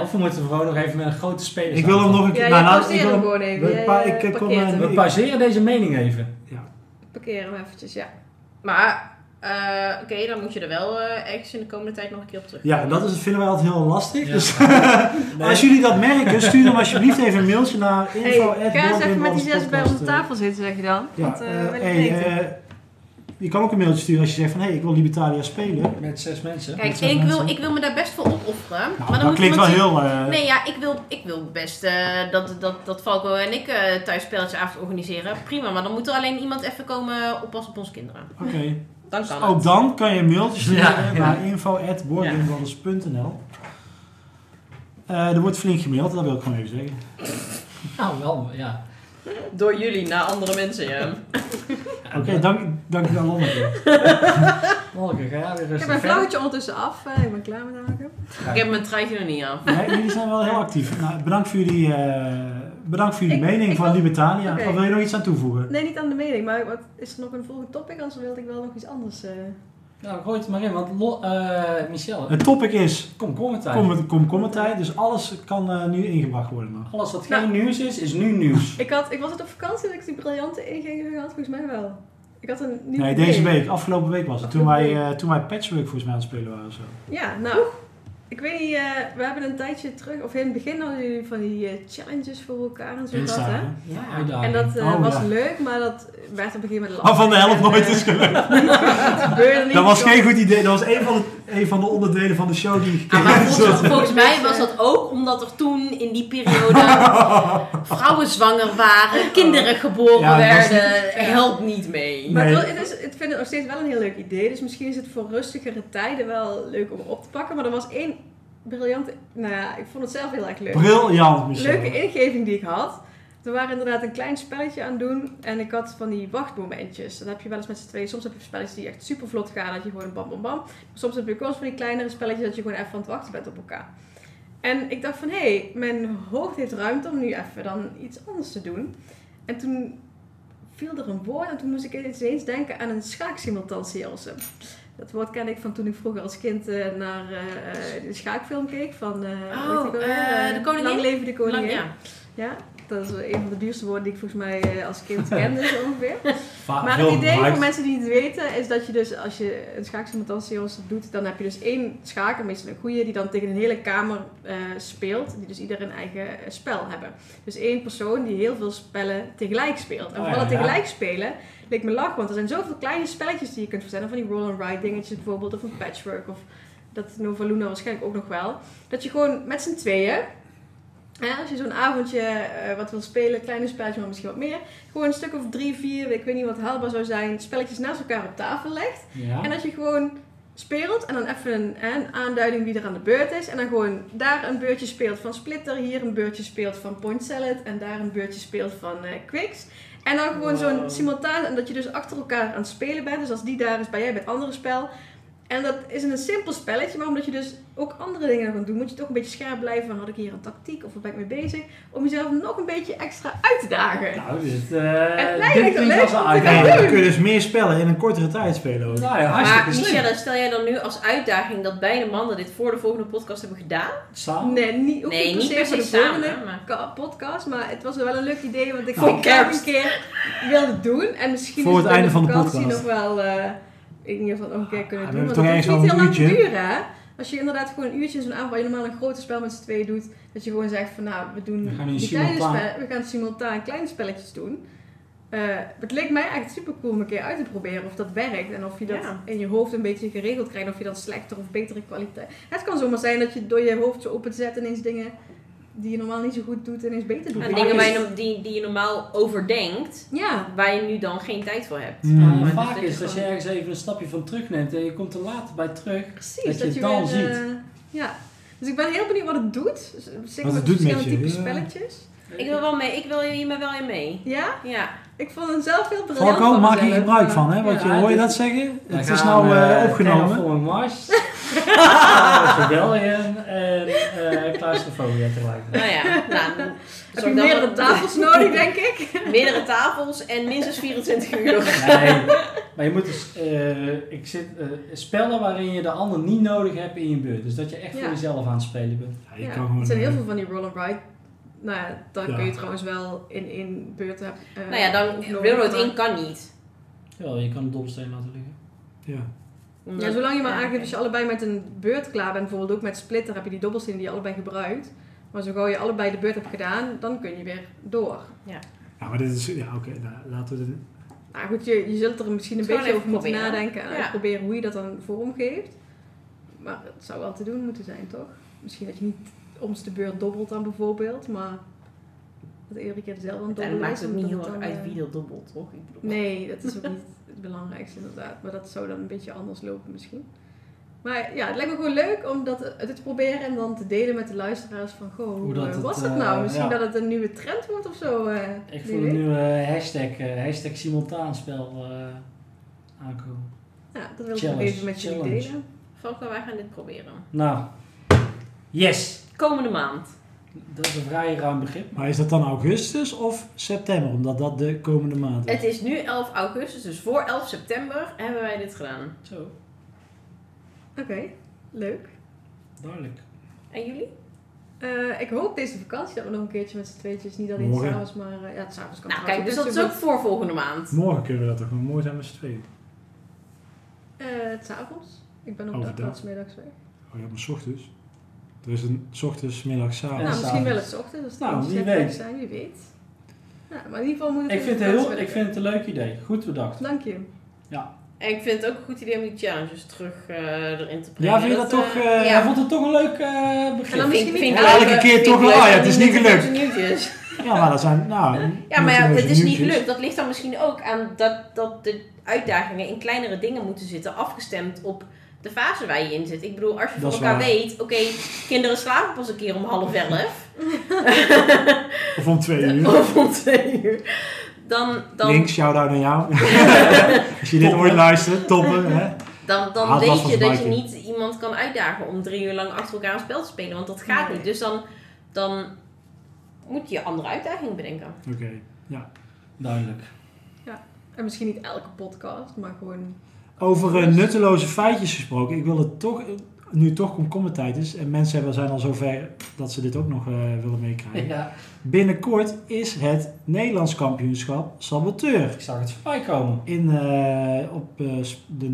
Speaker 5: Of we moeten gewoon nog even met een grote speler
Speaker 1: Ik wil hem nog een
Speaker 2: Ja,
Speaker 1: keer...
Speaker 2: je
Speaker 1: nou, nou,
Speaker 2: pauzeert
Speaker 1: ik wil
Speaker 2: hem
Speaker 1: hem-
Speaker 2: gewoon even.
Speaker 1: we
Speaker 2: Jij,
Speaker 1: pa-
Speaker 2: eh,
Speaker 1: ik- ik kom,
Speaker 2: parkeert
Speaker 1: eh,
Speaker 2: hem.
Speaker 5: We pauzeren deze mening even.
Speaker 2: Parkeer hem eventjes, ja.
Speaker 4: Maar, eh, oké, dan moet je er wel eh, ergens in de komende tijd nog een keer op terug.
Speaker 1: Ja, en dat is, vinden wij altijd heel lastig.
Speaker 5: Ja.
Speaker 1: Dus
Speaker 5: <laughs> Nee.
Speaker 1: als jullie dat merken, stuur dan alsjeblieft even een mailtje naar
Speaker 2: Hey,
Speaker 1: info.
Speaker 2: ga eens even met die zes bij
Speaker 1: eh,
Speaker 2: onze tafel zitten, zeg je dan.
Speaker 1: Ja,
Speaker 2: Want eh,
Speaker 1: eh,
Speaker 2: wil ik
Speaker 1: hey,
Speaker 2: weten.
Speaker 1: eh, je kan ook een mailtje sturen als je zegt van hé, ik wil Libertalia spelen. Nou,
Speaker 5: Met zes mensen.
Speaker 4: Kijk,
Speaker 1: Dat zijn
Speaker 4: ik wil,
Speaker 1: mensen.
Speaker 4: ik wil me daar best voor opofferen.
Speaker 1: Nou,
Speaker 4: maar dan
Speaker 1: dat
Speaker 4: moet
Speaker 1: klinkt
Speaker 4: iemand
Speaker 1: wel
Speaker 4: die-
Speaker 1: heel. eh,
Speaker 4: Nee, ja, ik wil, ik wil best eh, dat, dat, dat Falco en ik eh thuis spelletjesavond organiseren. Prima, maar dan moet er alleen iemand even komen oppassen op onze kinderen.
Speaker 1: Oké.
Speaker 4: Dan kan
Speaker 1: Ook
Speaker 4: het.
Speaker 1: dan kan je een mailtje sturen
Speaker 5: Ja, ja.
Speaker 1: naar info.boardgamebrothers.nl. Eh, er wordt flink gemaild, dat wil ik gewoon even zeggen.
Speaker 5: Nou, wel, ja.
Speaker 4: Door jullie naar andere mensen, ja.
Speaker 1: Oké, dank, dank je wel,
Speaker 5: <laughs>
Speaker 1: Lonneke.
Speaker 5: Morgen ga jij weer
Speaker 2: Ik heb
Speaker 5: rustig
Speaker 2: mijn
Speaker 5: verder.
Speaker 2: vlaggetje ondertussen af. eh, ik ben klaar met haken.
Speaker 4: Ik heb mijn truitje nog niet aan.
Speaker 1: Nee, jullie zijn wel heel actief. Nou, bedankt voor jullie, eh, bedankt voor jullie
Speaker 2: Ik-
Speaker 1: mening
Speaker 2: ik
Speaker 1: van
Speaker 2: wil-
Speaker 1: Libertalia.
Speaker 2: Oké.
Speaker 1: Of wil je nog iets aan toevoegen?
Speaker 2: Nee, niet aan de mening, maar wat, is er nog een volgend topic? Anders wilde ik wel nog iets anders. eh.
Speaker 5: Nou, gooi het maar in, want lo, eh, Michelle,
Speaker 1: Het topic is
Speaker 5: kom, kom het uit.
Speaker 1: kom, kom, kom tijd, dus alles kan eh, nu ingebracht worden. nog.
Speaker 5: Alles wat geen nieuws is, is nu nieuws.
Speaker 2: Ik, had, ik was het op vakantie dat ik die briljante ingeving had, volgens mij wel. Ik had een nieuw
Speaker 1: Nee, deze
Speaker 2: idee.
Speaker 1: week, afgelopen week was het. Toen wij, eh, toen wij patchwork volgens mij aan het spelen waren. of Zo.
Speaker 2: Ja, nou. Ik weet niet, eh, we hebben een tijdje terug, of in het begin hadden jullie van die eh, challenges voor elkaar en zo gehad,
Speaker 1: Insta,
Speaker 2: hè?
Speaker 1: hè?
Speaker 4: Ja.
Speaker 5: Uitdaging.
Speaker 2: En dat eh,
Speaker 1: Oh,
Speaker 2: was
Speaker 1: ja.
Speaker 2: leuk, maar dat werd op een gegeven moment lastig.
Speaker 1: Waarvan de helft
Speaker 2: En, eh,
Speaker 1: nooit is gelukt.
Speaker 2: het gebeurde niet.
Speaker 1: <laughs> Dat was geen goed idee. Dat was een van de, een van de onderdelen van de show die
Speaker 4: Ah, <laughs> maar volgens,
Speaker 1: Zo.
Speaker 4: volgens mij was dat ook omdat er toen in die <laughs> periode vrouwen zwanger waren, kinderen geboren
Speaker 1: Ja, dat was
Speaker 4: werden. Helpt niet mee.
Speaker 2: Maar
Speaker 1: Nee.
Speaker 2: het, wil- het is, ik vind het nog steeds wel een heel leuk idee. Dus misschien is het voor rustigere tijden wel leuk om op te pakken. Maar er was één briljante... Nou ja, ik vond het zelf heel erg leuk.
Speaker 1: <laughs> Briljant, Michel.
Speaker 2: leuke ingeving die ik had. We waren inderdaad een klein spelletje aan het doen. En ik had van die wachtmomentjes. Dat heb je wel eens met z'n tweeën. Soms heb je spelletjes die echt super vlot gaan. Dat je gewoon bam bam bam. Soms heb je ook wel eens van die kleinere spelletjes dat je gewoon even aan het wachten bent op elkaar. En ik dacht van, hé, hey, mijn hoofd heeft ruimte om nu even dan iets anders te doen. En toen viel er een woord en toen moest ik ineens denken aan een schaaksimultanseelse. Dat woord kende ik van toen ik vroeger als kind eh, naar eh, eh, de schaakfilm keek van... eh,
Speaker 4: Oh,
Speaker 2: hoe heet die ook alweer?
Speaker 4: eh,
Speaker 2: Eh,
Speaker 4: De Koningin?
Speaker 2: Lang leven de koningin.
Speaker 4: Lang-
Speaker 2: ja.
Speaker 4: ja.
Speaker 2: dat is een van de duurste woorden die ik volgens mij eh, als kind kende zo ongeveer.
Speaker 1: Ah,
Speaker 5: Va-
Speaker 2: Maar
Speaker 5: veel
Speaker 2: het idee
Speaker 5: hype.
Speaker 2: voor mensen die het weten is dat je dus als je een schaaksimultantie doet, dan heb je dus één schaker, meestal een goeie, die dan tegen een hele kamer eh, speelt. Die dus ieder een eigen eh, spel hebben. Dus één persoon die heel veel spellen tegelijk speelt. En
Speaker 5: Oh,
Speaker 2: vooral
Speaker 5: ja,
Speaker 2: dat
Speaker 5: ja.
Speaker 2: tegelijk spelen leek me lach, want er zijn zoveel kleine spelletjes die je kunt verzinnen. Van die roll and ride dingetjes bijvoorbeeld, of een patchwork, of dat Nova Luna waarschijnlijk ook nog wel. Dat je gewoon met z'n tweeën, hè, als je zo'n avondje eh, wat wil spelen, kleine spelletjes, maar misschien wat meer. Gewoon een stuk of drie, vier, ik weet niet wat haalbaar zou zijn, spelletjes naast elkaar op tafel legt.
Speaker 5: Ja.
Speaker 2: En dat je gewoon speelt en dan even een, hè, een aanduiding wie er aan de beurt is. En dan gewoon daar een beurtje speelt van Splitter, hier een beurtje speelt van Point Salad en daar een beurtje speelt van eh Quicks. En dan gewoon zo'n simultaan, en dat je dus achter elkaar aan het spelen bent. Dus als die daar is, ben jij bij het andere spel. En dat is een simpel spelletje, maar omdat je dus ook andere dingen nog aan het doen, moet je toch een beetje scherp blijven. Van, had ik hier een tactiek of wat ben ik mee bezig? Om jezelf nog een beetje extra uit te dagen.
Speaker 5: Nou, dit,
Speaker 2: Het
Speaker 5: eh
Speaker 2: lijkt me
Speaker 5: dit klinkt
Speaker 2: leuk
Speaker 5: als een
Speaker 2: om te
Speaker 1: Hey,
Speaker 5: uitdaging.
Speaker 2: doen.
Speaker 1: dan kun je dus meer spellen in een kortere tijd spelen ook.
Speaker 5: Nou ja,
Speaker 4: Maar
Speaker 5: hartstikke slim.
Speaker 4: Michelle, stel jij dan nu als uitdaging dat beide mannen dit voor de volgende podcast hebben gedaan?
Speaker 5: Samen.
Speaker 2: Nou. Nee, niet, ook
Speaker 4: Nee,
Speaker 2: niet per se voor de
Speaker 4: samen.
Speaker 2: volgende.
Speaker 4: hè, maar-
Speaker 2: ka- podcast, maar het was wel een leuk idee, want ik
Speaker 4: Voor
Speaker 2: vond het
Speaker 4: kerst.
Speaker 2: een keer wilde doen. En misschien
Speaker 1: Voor
Speaker 2: is
Speaker 1: het
Speaker 2: in
Speaker 1: einde van de
Speaker 2: vakantie
Speaker 1: podcast.
Speaker 2: nog wel, eh, ik weet niet of we dat nog een keer kunnen
Speaker 1: Ah, we hebben
Speaker 2: doen, want
Speaker 1: toch
Speaker 2: het
Speaker 1: ergens
Speaker 2: hoeft
Speaker 1: al
Speaker 2: niet
Speaker 1: een
Speaker 2: heel lang te
Speaker 1: uurtje.
Speaker 2: duren, hè. Als je inderdaad gewoon een uurtje in zo'n avond, waar je normaal een grote spel met z'n tweeën doet, dat je gewoon zegt van nou, we doen
Speaker 5: We gaan nu
Speaker 2: die kleine
Speaker 5: simultaan.
Speaker 2: spellen- we gaan simultaan kleine spelletjes doen. Eh, het leek mij echt super cool om een keer uit te proberen of dat werkt. En of je dat
Speaker 4: Ja.
Speaker 2: in je hoofd een beetje geregeld krijgt. Of je dan slechter of betere kwaliteit. Het kan zomaar zijn dat je door je hoofd zo op het zet ineens dingen die je normaal niet zo goed doet ineens beter doet.
Speaker 4: En dingen waar je, no- die, die je normaal overdenkt,
Speaker 2: Ja,
Speaker 4: waar je nu dan geen tijd voor hebt.
Speaker 1: Mm.
Speaker 4: Maar
Speaker 3: Maar
Speaker 4: dus
Speaker 3: vaak
Speaker 4: dat
Speaker 3: is als je
Speaker 4: gewoon-
Speaker 3: ergens even een stapje van terugneemt en je komt er later bij terug.
Speaker 2: precies.
Speaker 3: Dat je het dan
Speaker 2: weer, eh, ja. Dus ik ben heel benieuwd wat het doet. Dus, eh,
Speaker 1: Wat
Speaker 2: Zeker met
Speaker 1: het doet met
Speaker 2: verschillende
Speaker 1: je,
Speaker 2: type
Speaker 1: ja.
Speaker 2: spelletjes.
Speaker 4: Ik wil wel mee, ik wil hier maar wel in mee.
Speaker 2: Ja,
Speaker 4: Ja,
Speaker 2: ik vond het zelf heel briljant.
Speaker 1: Falco,
Speaker 3: van
Speaker 1: maak hier
Speaker 3: mezelf.
Speaker 1: gebruik van, hè? Want
Speaker 3: Ja,
Speaker 1: je, hoor je
Speaker 3: dit-
Speaker 1: dat zeggen?
Speaker 3: Dan
Speaker 1: Het
Speaker 3: gaan
Speaker 1: is nou
Speaker 3: we,
Speaker 1: eh,
Speaker 3: eh,
Speaker 1: opgenomen.
Speaker 3: Terraforming
Speaker 1: <laughs>
Speaker 3: Mars, eh, Rebellion en eh Claustrofobia tegelijk.
Speaker 4: nou ja.
Speaker 2: <laughs>
Speaker 4: Nou, dan
Speaker 2: Heb
Speaker 4: zorg
Speaker 2: je
Speaker 4: dan
Speaker 2: meerdere
Speaker 4: dat-
Speaker 2: tafels nodig, denk ik?
Speaker 4: <laughs> meerdere tafels en minstens 24 uur.
Speaker 3: Nee, maar je moet dus, eh, ik zit, eh, spellen waarin je de ander niet nodig hebt in je beurt. Dus dat je echt
Speaker 2: Ja.
Speaker 3: voor jezelf aan het spelen bent.
Speaker 1: Ja, je
Speaker 2: Ja,
Speaker 1: kan gewoon,
Speaker 2: er zijn heel
Speaker 1: eh,
Speaker 2: veel van die roll and ride. Nou ja, daar
Speaker 1: Ja.
Speaker 2: kun je trouwens wel in, in beurten hebben. eh,
Speaker 4: Nou ja, dan
Speaker 2: opgenomen,
Speaker 4: Railroad
Speaker 2: maar-
Speaker 4: 1 kan niet.
Speaker 3: Jawel, je kan de domsteen laten liggen.
Speaker 1: ja.
Speaker 2: Ja, zolang je maar
Speaker 4: Ja,
Speaker 2: aangeeft als
Speaker 4: oké.
Speaker 2: je allebei met een beurt klaar bent, bijvoorbeeld ook met splitter, heb je die dobbelstenen die je allebei gebruikt. Maar zo gauw je allebei de beurt hebt gedaan, dan kun je weer door.
Speaker 1: Ja, maar dit is... Ja, oké. nou, laten we dit...
Speaker 2: Nou goed, je, je zult er misschien een
Speaker 4: Gewoon
Speaker 2: beetje over
Speaker 4: even
Speaker 2: moeten
Speaker 4: proberen.
Speaker 2: nadenken en
Speaker 4: Ja.
Speaker 2: proberen hoe je dat dan vormgeeft. Maar het zou wel te doen moeten zijn, toch? Misschien dat je niet om de beurt dobbelt dan bijvoorbeeld, maar dat iedere keer dezelfde aan het
Speaker 4: En het
Speaker 2: dobbelen
Speaker 4: maakt
Speaker 2: is,
Speaker 4: ook niet
Speaker 2: omdat
Speaker 4: heel
Speaker 2: het
Speaker 4: erg
Speaker 2: dan,
Speaker 4: uit
Speaker 2: eh,
Speaker 4: wie dat dobbelt, toch? Ik bedoel-
Speaker 2: Nee, dat is ook niet het belangrijkste inderdaad. Maar dat zou dan een beetje anders lopen misschien. Maar ja, het lijkt me gewoon leuk om dat eh, te proberen en dan te delen met de luisteraars van... Goh, hoe,
Speaker 3: dat
Speaker 2: eh,
Speaker 3: het,
Speaker 2: was dat
Speaker 3: eh,
Speaker 2: nou? Misschien
Speaker 3: ja.
Speaker 2: dat het een nieuwe trend wordt of zo. eh,
Speaker 3: Ik
Speaker 2: wie
Speaker 3: voel een
Speaker 2: weet.
Speaker 3: nieuwe hashtag, eh, hashtag simultaanspel eh, aankomen.
Speaker 2: Ja, dat wil ik nog
Speaker 3: Challenge,
Speaker 2: even met jullie
Speaker 3: challenge.
Speaker 2: delen.
Speaker 4: Falco, wij gaan dit proberen.
Speaker 3: Nou, yes!
Speaker 4: Komende maand.
Speaker 3: Dat is een vrij ruim begrip.
Speaker 1: Maar is dat dan augustus of september? Omdat dat de komende maand is.
Speaker 4: Het is nu 11 augustus, dus voor 11 september hebben wij dit gedaan.
Speaker 3: Zo,
Speaker 2: Oké, leuk.
Speaker 3: duidelijk.
Speaker 4: En jullie?
Speaker 2: Eh, ik hoop deze vakantie dat we nog een keertje met z'n tweetjes, niet alleen
Speaker 1: Morgen.
Speaker 2: s'avonds, maar eh, ja, het s'avonds kan
Speaker 4: Nou,
Speaker 2: trouwens
Speaker 4: kijk, dus dat is ook
Speaker 2: natuurlijk
Speaker 4: voor volgende maand.
Speaker 1: Morgen kunnen we dat toch gewoon mooi zijn met z'n tweeën.
Speaker 2: wel- Eh, het s'avonds. Ik ben op
Speaker 1: Overdag.
Speaker 2: dag plaats middags weg.
Speaker 1: Oh ja, maar 's ochtends. Er is een 's ochtends, middags,
Speaker 3: En
Speaker 2: nou,
Speaker 1: avonds.
Speaker 2: misschien
Speaker 3: s'avonds.
Speaker 2: wel het ochtend. Als het
Speaker 3: Nou,
Speaker 2: nou,
Speaker 3: wie weet.
Speaker 2: zijn, wie weet. Ja, maar in ieder geval moet het
Speaker 3: Ik
Speaker 2: in
Speaker 3: vind,
Speaker 2: de
Speaker 3: het heel,
Speaker 2: vakantie
Speaker 3: ik vind het een leuk idee. Goed bedacht.
Speaker 2: Dank je.
Speaker 4: En ik vind het ook een goed idee om die challenges terug eh, erin te brengen.
Speaker 1: Ja, vind je dat toch...
Speaker 4: eh,
Speaker 1: eh,
Speaker 3: Jij vond het toch een leuk eh,
Speaker 2: En
Speaker 3: begin.
Speaker 2: dan misschien
Speaker 4: vind
Speaker 2: niet
Speaker 4: ik
Speaker 1: elke
Speaker 4: leuk,
Speaker 1: keer
Speaker 4: vind ik
Speaker 1: toch wel,
Speaker 4: leuk
Speaker 1: ah ja,
Speaker 4: om
Speaker 1: het is
Speaker 4: die
Speaker 1: niet gelukt.
Speaker 4: met nieuwtjes.
Speaker 1: Ja, maar dat zijn... Nou,
Speaker 4: Ja, maar ja,
Speaker 1: multimodal
Speaker 4: het is niet
Speaker 1: nieuwtjes.
Speaker 4: gelukt. Dat ligt dan misschien ook aan dat, dat de uitdagingen in kleinere dingen moeten zitten, afgestemd op de fase waar je in zit. Ik bedoel, als je
Speaker 1: Dat
Speaker 4: van
Speaker 1: is
Speaker 4: elkaar
Speaker 1: waar.
Speaker 4: weet, oké, kinderen slapen pas een keer om half
Speaker 1: <laughs>
Speaker 4: elf. <laughs>
Speaker 1: Of om twee uur.
Speaker 4: Of om twee uur. Dan, dan,
Speaker 1: Link, shout-out aan
Speaker 4: <laughs>
Speaker 1: jou. Als je dit
Speaker 3: Toppen.
Speaker 1: ooit luistert, toppen. Hè?
Speaker 4: Dan, dan
Speaker 1: Ah, het was
Speaker 4: weet
Speaker 1: van
Speaker 4: je dat je
Speaker 1: Viking.
Speaker 4: niet iemand kan uitdagen om drie uur lang achter elkaar een spel te spelen. Want dat gaat
Speaker 2: Nee.
Speaker 4: niet. Dus dan, dan moet je andere uitdagingen bedenken.
Speaker 1: Oké.
Speaker 3: Duidelijk.
Speaker 2: En misschien niet elke podcast, maar gewoon...
Speaker 1: Over eh, nutteloze feitjes gesproken. Ik wil het toch, eh, nu het toch komkommertijd is. En mensen hebben- zijn al zover dat ze dit ook nog eh, willen meekrijgen.
Speaker 3: Ja,
Speaker 1: Binnenkort is het Nederlands kampioenschap saboteur.
Speaker 3: ik zag het voorbij komen.
Speaker 1: In, eh, op eh, sp- de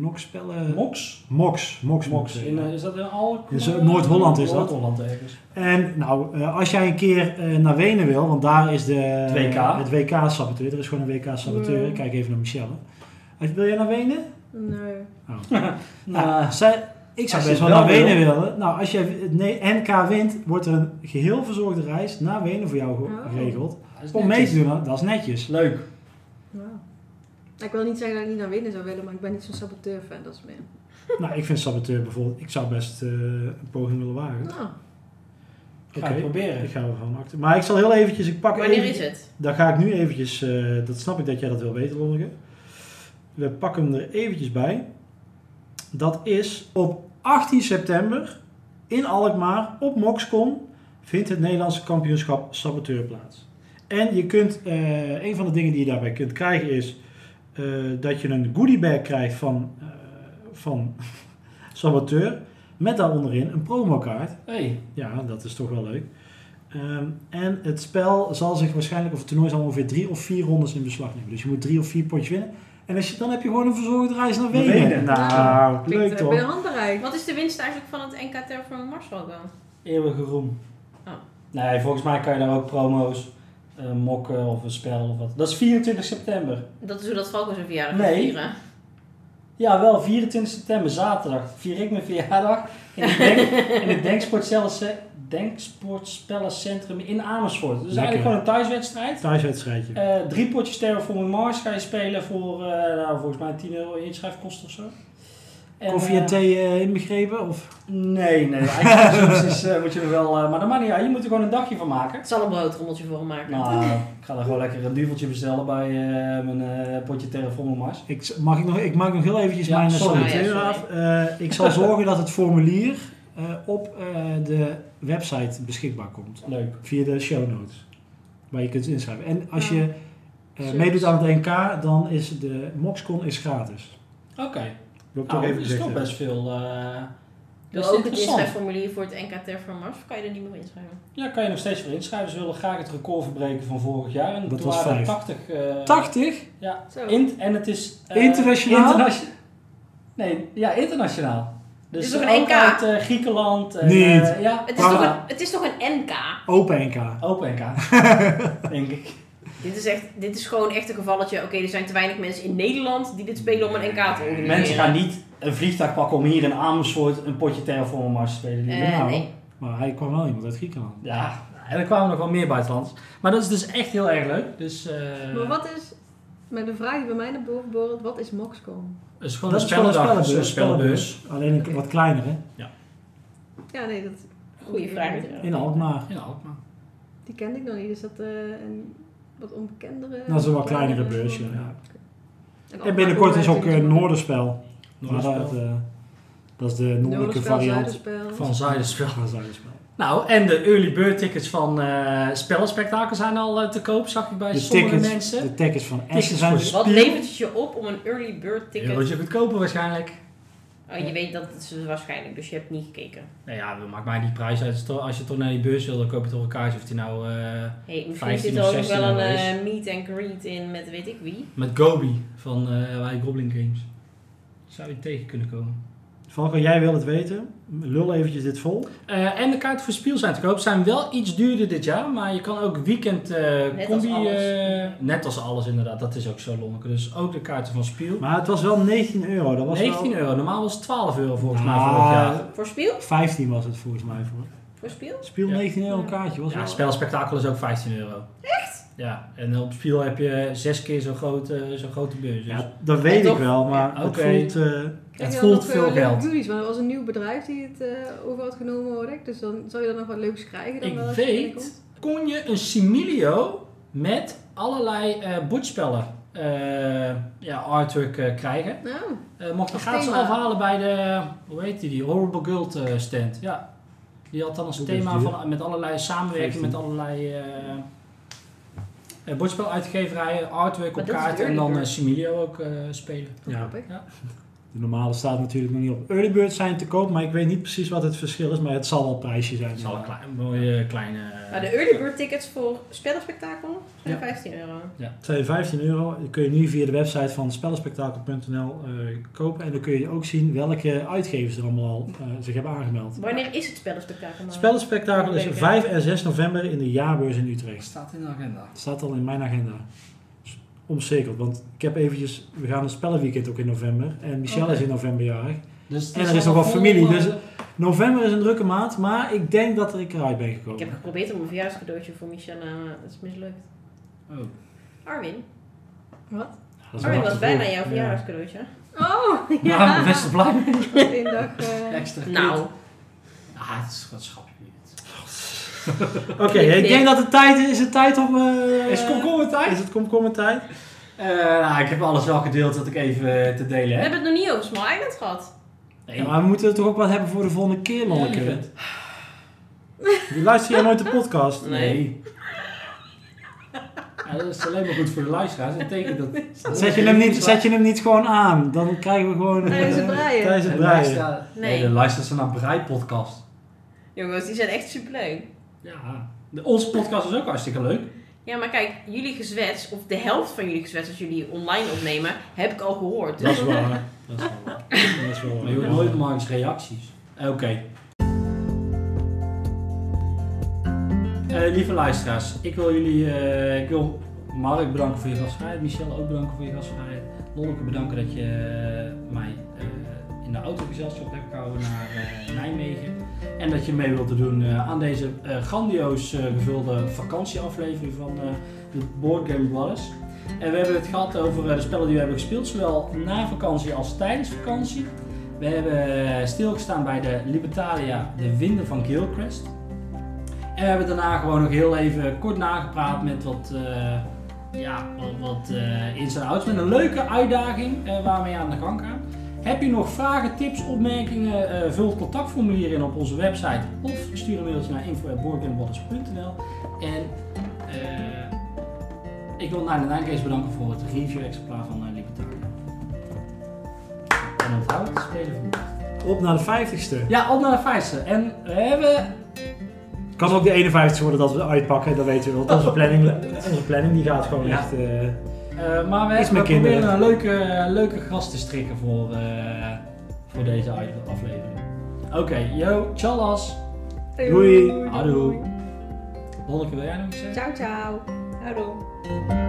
Speaker 1: Nokspellen...
Speaker 3: Mox?
Speaker 1: Mox. Mox.
Speaker 3: Mox.
Speaker 1: moet, eh.
Speaker 3: In, eh, is dat in al?
Speaker 1: In Zo- Noord-Holland is dat.
Speaker 3: Noord-Holland ergens.
Speaker 1: En nou, eh, als jij een keer eh, naar Wenen wil, want daar is de,
Speaker 3: Het WK.
Speaker 1: het WK saboteur. Er is gewoon een WK saboteur.
Speaker 2: Ja.
Speaker 1: Ik kijk even naar Michelle. Als- Wil jij naar Wenen?
Speaker 2: Nee.
Speaker 1: Nou,
Speaker 3: Nou,
Speaker 1: zij- ik zou
Speaker 3: als
Speaker 1: best
Speaker 3: je
Speaker 1: wel
Speaker 3: wel
Speaker 1: naar Wenen willen. Nou, als je het ne- NK wint, wordt er een geheel verzorgde reis naar Wenen voor jou ge-
Speaker 2: Oh.
Speaker 1: geregeld.
Speaker 3: dat is
Speaker 1: Om mee te
Speaker 3: netjes.
Speaker 1: doen, hè? dat is netjes.
Speaker 3: Leuk.
Speaker 2: Nou. Ik wil niet zeggen dat ik niet naar winnen zou willen, maar ik ben niet zo'n saboteur-fan, dat is meer.
Speaker 1: nou, ik vind saboteur bijvoorbeeld, ik zou best eh, een poging willen wagen.
Speaker 2: Nou,
Speaker 3: Ga
Speaker 1: Oké.
Speaker 3: het proberen.
Speaker 1: Ik ga er gewoon acten. Maar ik zal heel eventjes, ik pak
Speaker 4: Wanneer
Speaker 1: even-
Speaker 4: is het?
Speaker 1: Dan ga ik nu eventjes, eh, dat snap ik dat jij dat wil weten, Lonneke. We pakken hem er eventjes bij. Dat is op 18 september in Alkmaar op Moxcon vindt het Nederlandse kampioenschap saboteur plaats. En je kunt, eh, een van de dingen die je daarbij kunt krijgen is eh, dat je een goodiebag krijgt van, eh, van <laughs> saboteur. Met daaronderin een promokaart.
Speaker 3: Hey,
Speaker 1: Ja, dat is toch wel leuk. Ehm, en het spel zal zich waarschijnlijk, of het toernooi zal ongeveer drie of vier rondes in beslag nemen. Dus je moet drie of vier potjes winnen. En als je, dan heb je gewoon een verzorgde reis naar Wenen.
Speaker 3: Wenen.
Speaker 1: Nou,
Speaker 2: klinkt
Speaker 1: leuk
Speaker 2: eh, binnen
Speaker 1: toch?
Speaker 2: handbereik.
Speaker 4: Wat is de winst eigenlijk van het NK Terraform Mars wel dan?
Speaker 3: eeuwige roem.
Speaker 4: Oh.
Speaker 3: Nee, volgens mij kan je daar ook promo's
Speaker 5: eh, mokken of een spel of wat. Dat is 24 september.
Speaker 4: Dat is hoe dat Falco zijn verjaardag
Speaker 5: Nee.
Speaker 4: gaat vieren.
Speaker 5: Ja, wel, 24 september, zaterdag, vier ik mijn verjaardag in het, denk, in het Denksportcellen- Denksportspellencentrum in Amersfoort. Dus
Speaker 1: Lekker.
Speaker 5: eigenlijk gewoon een thuiswedstrijd.
Speaker 1: Thuiswedstrijdje.
Speaker 5: Eh, drie potjes Terraforming Mars ga je spelen voor eh, nou, volgens mij 10 euro inschrijfkosten of zo. En,
Speaker 1: Koffie en
Speaker 5: eh,
Speaker 1: thee eh, inbegrepen? Of?
Speaker 5: Nee, nee, eigenlijk is, eh, moet je er wel... eh, maar dat maakt niet uit, je moet er gewoon een dagje van maken.
Speaker 4: Ik zal een broodrommeltje voor hem maken.
Speaker 5: Nou, ik ga er gewoon lekker een duveltje bestellen bij eh, mijn eh, potje Terraforming Mars.
Speaker 1: Ik, s- mag ik, nog, ik maak nog heel eventjes
Speaker 5: Ja,
Speaker 1: mijn eh,
Speaker 5: sorry.
Speaker 1: saboteur
Speaker 4: Ja, ja,
Speaker 1: af.
Speaker 4: sorry.
Speaker 1: Eh, ik zal zorgen dat het formulier eh, op eh, de website beschikbaar komt.
Speaker 5: Leuk.
Speaker 1: Via de show notes. Waar je kunt inschrijven. En als
Speaker 2: Ja.
Speaker 1: je eh,
Speaker 4: Zoiets.
Speaker 1: meedoet aan het NK, dan is de Moxcon is gratis.
Speaker 5: Oké,
Speaker 1: Wil ik toch
Speaker 5: nou,
Speaker 1: even
Speaker 5: dat is
Speaker 1: gezegd
Speaker 5: toch
Speaker 1: hebben.
Speaker 5: best veel... eh,
Speaker 4: Doe
Speaker 5: is
Speaker 4: Dus ook het
Speaker 5: interessant.
Speaker 4: inschrijfformulier voor het NK Ter van Mars. Of kan je er niet meer inschrijven?
Speaker 5: Ja, kan je nog steeds voor inschrijven. Ze willen graag het record verbreken van vorig jaar. En
Speaker 1: Dat
Speaker 5: toen
Speaker 1: was
Speaker 5: waren er
Speaker 1: vijf.
Speaker 5: 80. eh,
Speaker 1: 80?
Speaker 4: Zo.
Speaker 5: in- en het is... eh,
Speaker 1: Internationaal?
Speaker 5: internatio- nee, ja, internationaal. Dus
Speaker 4: Dit is toch een
Speaker 5: ook
Speaker 4: NK?
Speaker 5: uit eh, Griekenland. En,
Speaker 1: Niet.
Speaker 5: eh, ja,
Speaker 4: Het is,
Speaker 1: Ah.
Speaker 4: toch een, het is toch een NK?
Speaker 1: Open NK.
Speaker 5: Open NK.
Speaker 1: <laughs>
Speaker 5: denk ik.
Speaker 4: Dit is, echt, dit is gewoon echt een gevalletje. Oké, er zijn te weinig mensen in Nederland die dit spelen om een NK te organiseren.
Speaker 5: Mensen gaan niet een vliegtuig pakken om hier in Amersfoort een potje Terraform Mars te spelen.
Speaker 4: Eh,
Speaker 1: Nou.
Speaker 4: nee.
Speaker 1: Maar hij kwam wel iemand uit Griekenland.
Speaker 5: Ja, en er kwamen nog wel meer buitenlanders. Maar dat is dus echt heel erg leuk. Dus, eh,
Speaker 2: Maar wat is, met de vraag die bij mij naar boven borrelt, wat is Moxcom?
Speaker 5: Het is gewoon
Speaker 1: Dat
Speaker 5: een
Speaker 1: is wel een
Speaker 5: spellendag. Het is een
Speaker 1: spellenbus.
Speaker 5: spellenbus.
Speaker 1: Alleen een- wat kleiner, hè?
Speaker 2: Ja, nee, dat...
Speaker 4: Goeie vraag.
Speaker 1: In Alkmaar.
Speaker 5: In Alkmaar.
Speaker 2: Die kende ik nog niet, dus dat eh, een wat onbekendere...
Speaker 1: Dat is een wat kleinere beurs, ja.
Speaker 2: En
Speaker 1: En
Speaker 2: Alkmaar
Speaker 1: binnenkort
Speaker 2: doen
Speaker 1: is
Speaker 2: wij
Speaker 1: ook eh, een
Speaker 2: natuurlijk
Speaker 1: Noorderspel.
Speaker 5: Noorderspel.
Speaker 1: Maar dat, eh, dat is de noordelijke
Speaker 2: Noorderspel,
Speaker 1: variant
Speaker 2: Zuiderspel.
Speaker 5: Van Zuiderspel.
Speaker 1: van Zuiderspel.
Speaker 5: Nou, en de early bird tickets van eh spellenspectakel zijn al eh, te koop, zag ik bij
Speaker 1: De
Speaker 5: sommige
Speaker 1: tickets,
Speaker 5: mensen.
Speaker 1: de tickets van
Speaker 5: Tickets
Speaker 1: Essen zijn
Speaker 5: voor
Speaker 4: Wat
Speaker 1: spier-
Speaker 4: levert het je op om een early bird
Speaker 5: Een
Speaker 4: ticket?
Speaker 5: Eurotje goedkoper waarschijnlijk.
Speaker 4: Oh, je weet dat het is waarschijnlijk, dus je hebt niet gekeken.
Speaker 5: Nou ja, dat maakt mij die prijs uit. Als je toch naar die beurs wil, dan koop je toch een kaartje. Of die nou eh,
Speaker 4: Hey, misschien
Speaker 5: 15
Speaker 4: zit
Speaker 5: of
Speaker 4: er ook nog
Speaker 5: 16
Speaker 4: wel een
Speaker 5: euro is.
Speaker 4: eh, meet and greet in met weet ik wie.
Speaker 5: met Gobi van eh bij Goblin Games. Zou je tegen kunnen komen.
Speaker 1: Valko, jij wil het weten. Lul eventjes dit vol.
Speaker 5: Eh, en de kaarten voor Spiel zijn te koop. Zijn wel iets duurder dit jaar, maar je kan ook weekend eh,
Speaker 4: Net als
Speaker 5: combi...
Speaker 4: alles.
Speaker 5: eh, net als alles inderdaad, dat is ook zo lonken. Dus ook de kaarten van Spiel.
Speaker 1: Maar het was wel 19 euro. Dat was
Speaker 5: 19
Speaker 1: wel...
Speaker 5: euro, normaal was het 12 euro volgens mij
Speaker 1: Ah,
Speaker 5: vorig jaar.
Speaker 4: Voor speel?
Speaker 1: 15 was het volgens mij voor.
Speaker 4: Voor speel?
Speaker 1: Spiel
Speaker 5: Ja.
Speaker 1: 19 euro een kaartje. Was
Speaker 5: Ja,
Speaker 1: wel-
Speaker 5: spelspektakel is ook 15 euro. Echt? Ja, en op Spiel heb je zes keer zo'n grote, zo'n grote beurs. Dus-
Speaker 1: Ja, dat weet
Speaker 4: Ja,
Speaker 1: ik
Speaker 4: toch?
Speaker 1: wel, maar
Speaker 5: Ja,
Speaker 1: het
Speaker 5: oké.
Speaker 1: voelt... eh,
Speaker 2: Krijg
Speaker 5: Het
Speaker 2: je dan
Speaker 5: voelt
Speaker 2: nog,
Speaker 5: veel
Speaker 2: eh, leuke
Speaker 5: geld.
Speaker 2: goodies? want er was een nieuw bedrijf die het eh, over had genomen, hoor ik. Dus dan zou je dan nog wat leuks krijgen. Dan
Speaker 5: Ik
Speaker 2: wel als je
Speaker 5: weet.
Speaker 2: binnenkomt.
Speaker 5: Kon je een similio met allerlei eh bordspellen eh, ja, artwork eh, krijgen.
Speaker 2: Nou,
Speaker 5: Eh, mocht je
Speaker 2: Als
Speaker 5: gratis
Speaker 2: thema.
Speaker 5: afhalen bij de, hoe heet die, die Horrible Girl eh, stand. Ja. Die had dan als
Speaker 1: Oeh, dat is
Speaker 5: thema
Speaker 1: duur.
Speaker 5: van, met allerlei samenwerking, met allerlei eh eh, bordspeluitgeverijen, artwork
Speaker 4: Maar
Speaker 5: op
Speaker 4: dat is
Speaker 5: kaart
Speaker 4: de
Speaker 5: en dan
Speaker 4: early
Speaker 5: eh, similio ook eh, spelen.
Speaker 2: dat
Speaker 1: Ja.
Speaker 2: grappig.
Speaker 1: De normale staat natuurlijk nog niet op. Early birds zijn te koop, maar ik weet niet precies wat het verschil is. Maar het zal wel een prijsje zijn.
Speaker 5: Het is al een klein, mooie kleine...
Speaker 4: Maar Ah, de early bird tickets voor spellenspectakel zijn
Speaker 5: Ja.
Speaker 4: 15 euro.
Speaker 1: Het zijn 15 euro. Die kun je nu via de website van spellenspectakel.nl eh, kopen. En dan kun je ook zien welke uitgevers er allemaal al, eh, zich hebben aangemeld.
Speaker 4: Wanneer is het spellenspectakel nou?
Speaker 1: Spellenspectakel is
Speaker 4: Leuk, hè?
Speaker 1: 5 en 6 november in de jaarbeurs in Utrecht.
Speaker 5: staat in de agenda.
Speaker 1: Het staat al in mijn agenda. Dus Omcirkeld, want ik heb eventjes... We gaan een spellenweekend ook in november. En Michelle
Speaker 5: Oké.
Speaker 1: is in november jarig.
Speaker 5: Dus het
Speaker 1: En er is nog
Speaker 5: wel
Speaker 1: wat familie,
Speaker 5: vol,
Speaker 1: dus-
Speaker 5: eh,
Speaker 1: November is een drukke maand, maar ik denk dat ik eruit ben
Speaker 4: Ik
Speaker 1: gekomen.
Speaker 4: heb geprobeerd om een verjaarscadeautje voor Michelle, maar dat is mislukt.
Speaker 5: oh.
Speaker 4: Arwin.
Speaker 2: Wat?
Speaker 1: Dat is wel
Speaker 4: Arwin was
Speaker 1: achtervolg.
Speaker 4: bijna jouw
Speaker 1: Ja.
Speaker 4: verjaardagscadeautje.
Speaker 2: Oh, <laughs> ja.
Speaker 5: Nou, ik ben best blij mee.
Speaker 2: Eén dag. eh,
Speaker 5: Extra
Speaker 4: Nou,
Speaker 5: kut. Ah, het is wat schapje.
Speaker 1: Oké, ik denk dat het tijd is. Het tijd om... eh,
Speaker 5: Is het komkommertijd?
Speaker 1: Is het komkommertijd?
Speaker 5: Eh nou, ik heb alles wel gedeeld wat ik even eh, te
Speaker 4: we
Speaker 5: delen heb.
Speaker 4: hebben het nog niet over Small Island gehad.
Speaker 1: Ja, maar we moeten het toch ook wat hebben voor de volgende keer, manneke.
Speaker 5: Ja, lieverd.
Speaker 1: Die luister je nooit de podcast.
Speaker 5: Nee. Ja, dat is alleen maar goed voor de luisteraars. Dat betekent dat...
Speaker 1: <laughs> Zet je, hem niet, zet je hem niet gewoon aan, dan krijgen we gewoon...
Speaker 2: Tijdens het
Speaker 1: eh,
Speaker 2: breien.
Speaker 1: Tijdens het
Speaker 5: de
Speaker 1: breien.
Speaker 5: luisteraar...
Speaker 4: Nee.
Speaker 5: nee, de luisteraars zijn naar Breipodcast.
Speaker 4: Jongens, die zijn echt superleuk.
Speaker 5: Ja. De, onze podcast is ook hartstikke leuk.
Speaker 4: Ja, maar kijk, jullie gezwets, of de helft van jullie gezwets als jullie online opnemen, heb ik al gehoord.
Speaker 5: Dat
Speaker 4: Dus
Speaker 5: is waar.
Speaker 1: Dat is wel waar. Dat is wel
Speaker 5: Maar je hoort
Speaker 1: waar.
Speaker 5: nooit Marks reacties. Eh, Oké. Eh, eh, lieve luisteraars, ik wil jullie, eh, ik wil Mark bedanken voor je gastvrijheid, Michelle ook bedanken voor je gastvrijheid, Lonneke bedanken dat je eh, mij eh, in de autogezelschap hebt gehouden naar eh, Nijmegen en dat je mee wilt doen eh, aan deze eh, grandioos eh, gevulde vakantieaflevering van eh, de Board Game Brothers. En we hebben het gehad over eh, de spellen die we hebben gespeeld, zowel na vakantie als tijdens vakantie. We hebben eh, stilgestaan bij de Libertalia, de winden van Gilcrest. En we hebben daarna gewoon nog heel even kort nagepraat met wat, eh, ja, wat, wat eh, ins en outs. Met een leuke uitdaging eh, waar we mee aan de gang gaan. Heb je nog vragen, tips, opmerkingen? eh, vul het contactformulier in op onze website. Of stuur een mailtje naar info.boardgamebottles.nl En eh, ik wil Nine Nine bedanken voor het review-exemplaar van eh, Libertaria. En onthoud, spelen voor
Speaker 1: Op naar de 50ste.
Speaker 5: Ja, op naar de vijfste. En we hebben
Speaker 1: Kan ook de 51ste worden dat we het uitpakken, dat weten we. Want onze planning, onze planning die gaat gewoon
Speaker 5: Ja.
Speaker 1: echt. eh,
Speaker 5: Eh, maar we,
Speaker 1: Iets
Speaker 5: we
Speaker 1: met kinderen.
Speaker 5: proberen een leuke, een leuke gast te strikken voor, eh, voor deze uit- aflevering. Oké, yo, tjallas.
Speaker 1: Doei.
Speaker 5: Houdoe. Lonneke, wil jij nog iets zeggen?
Speaker 2: Ciao, ciao.
Speaker 6: Hallo.
Speaker 5: Ciao.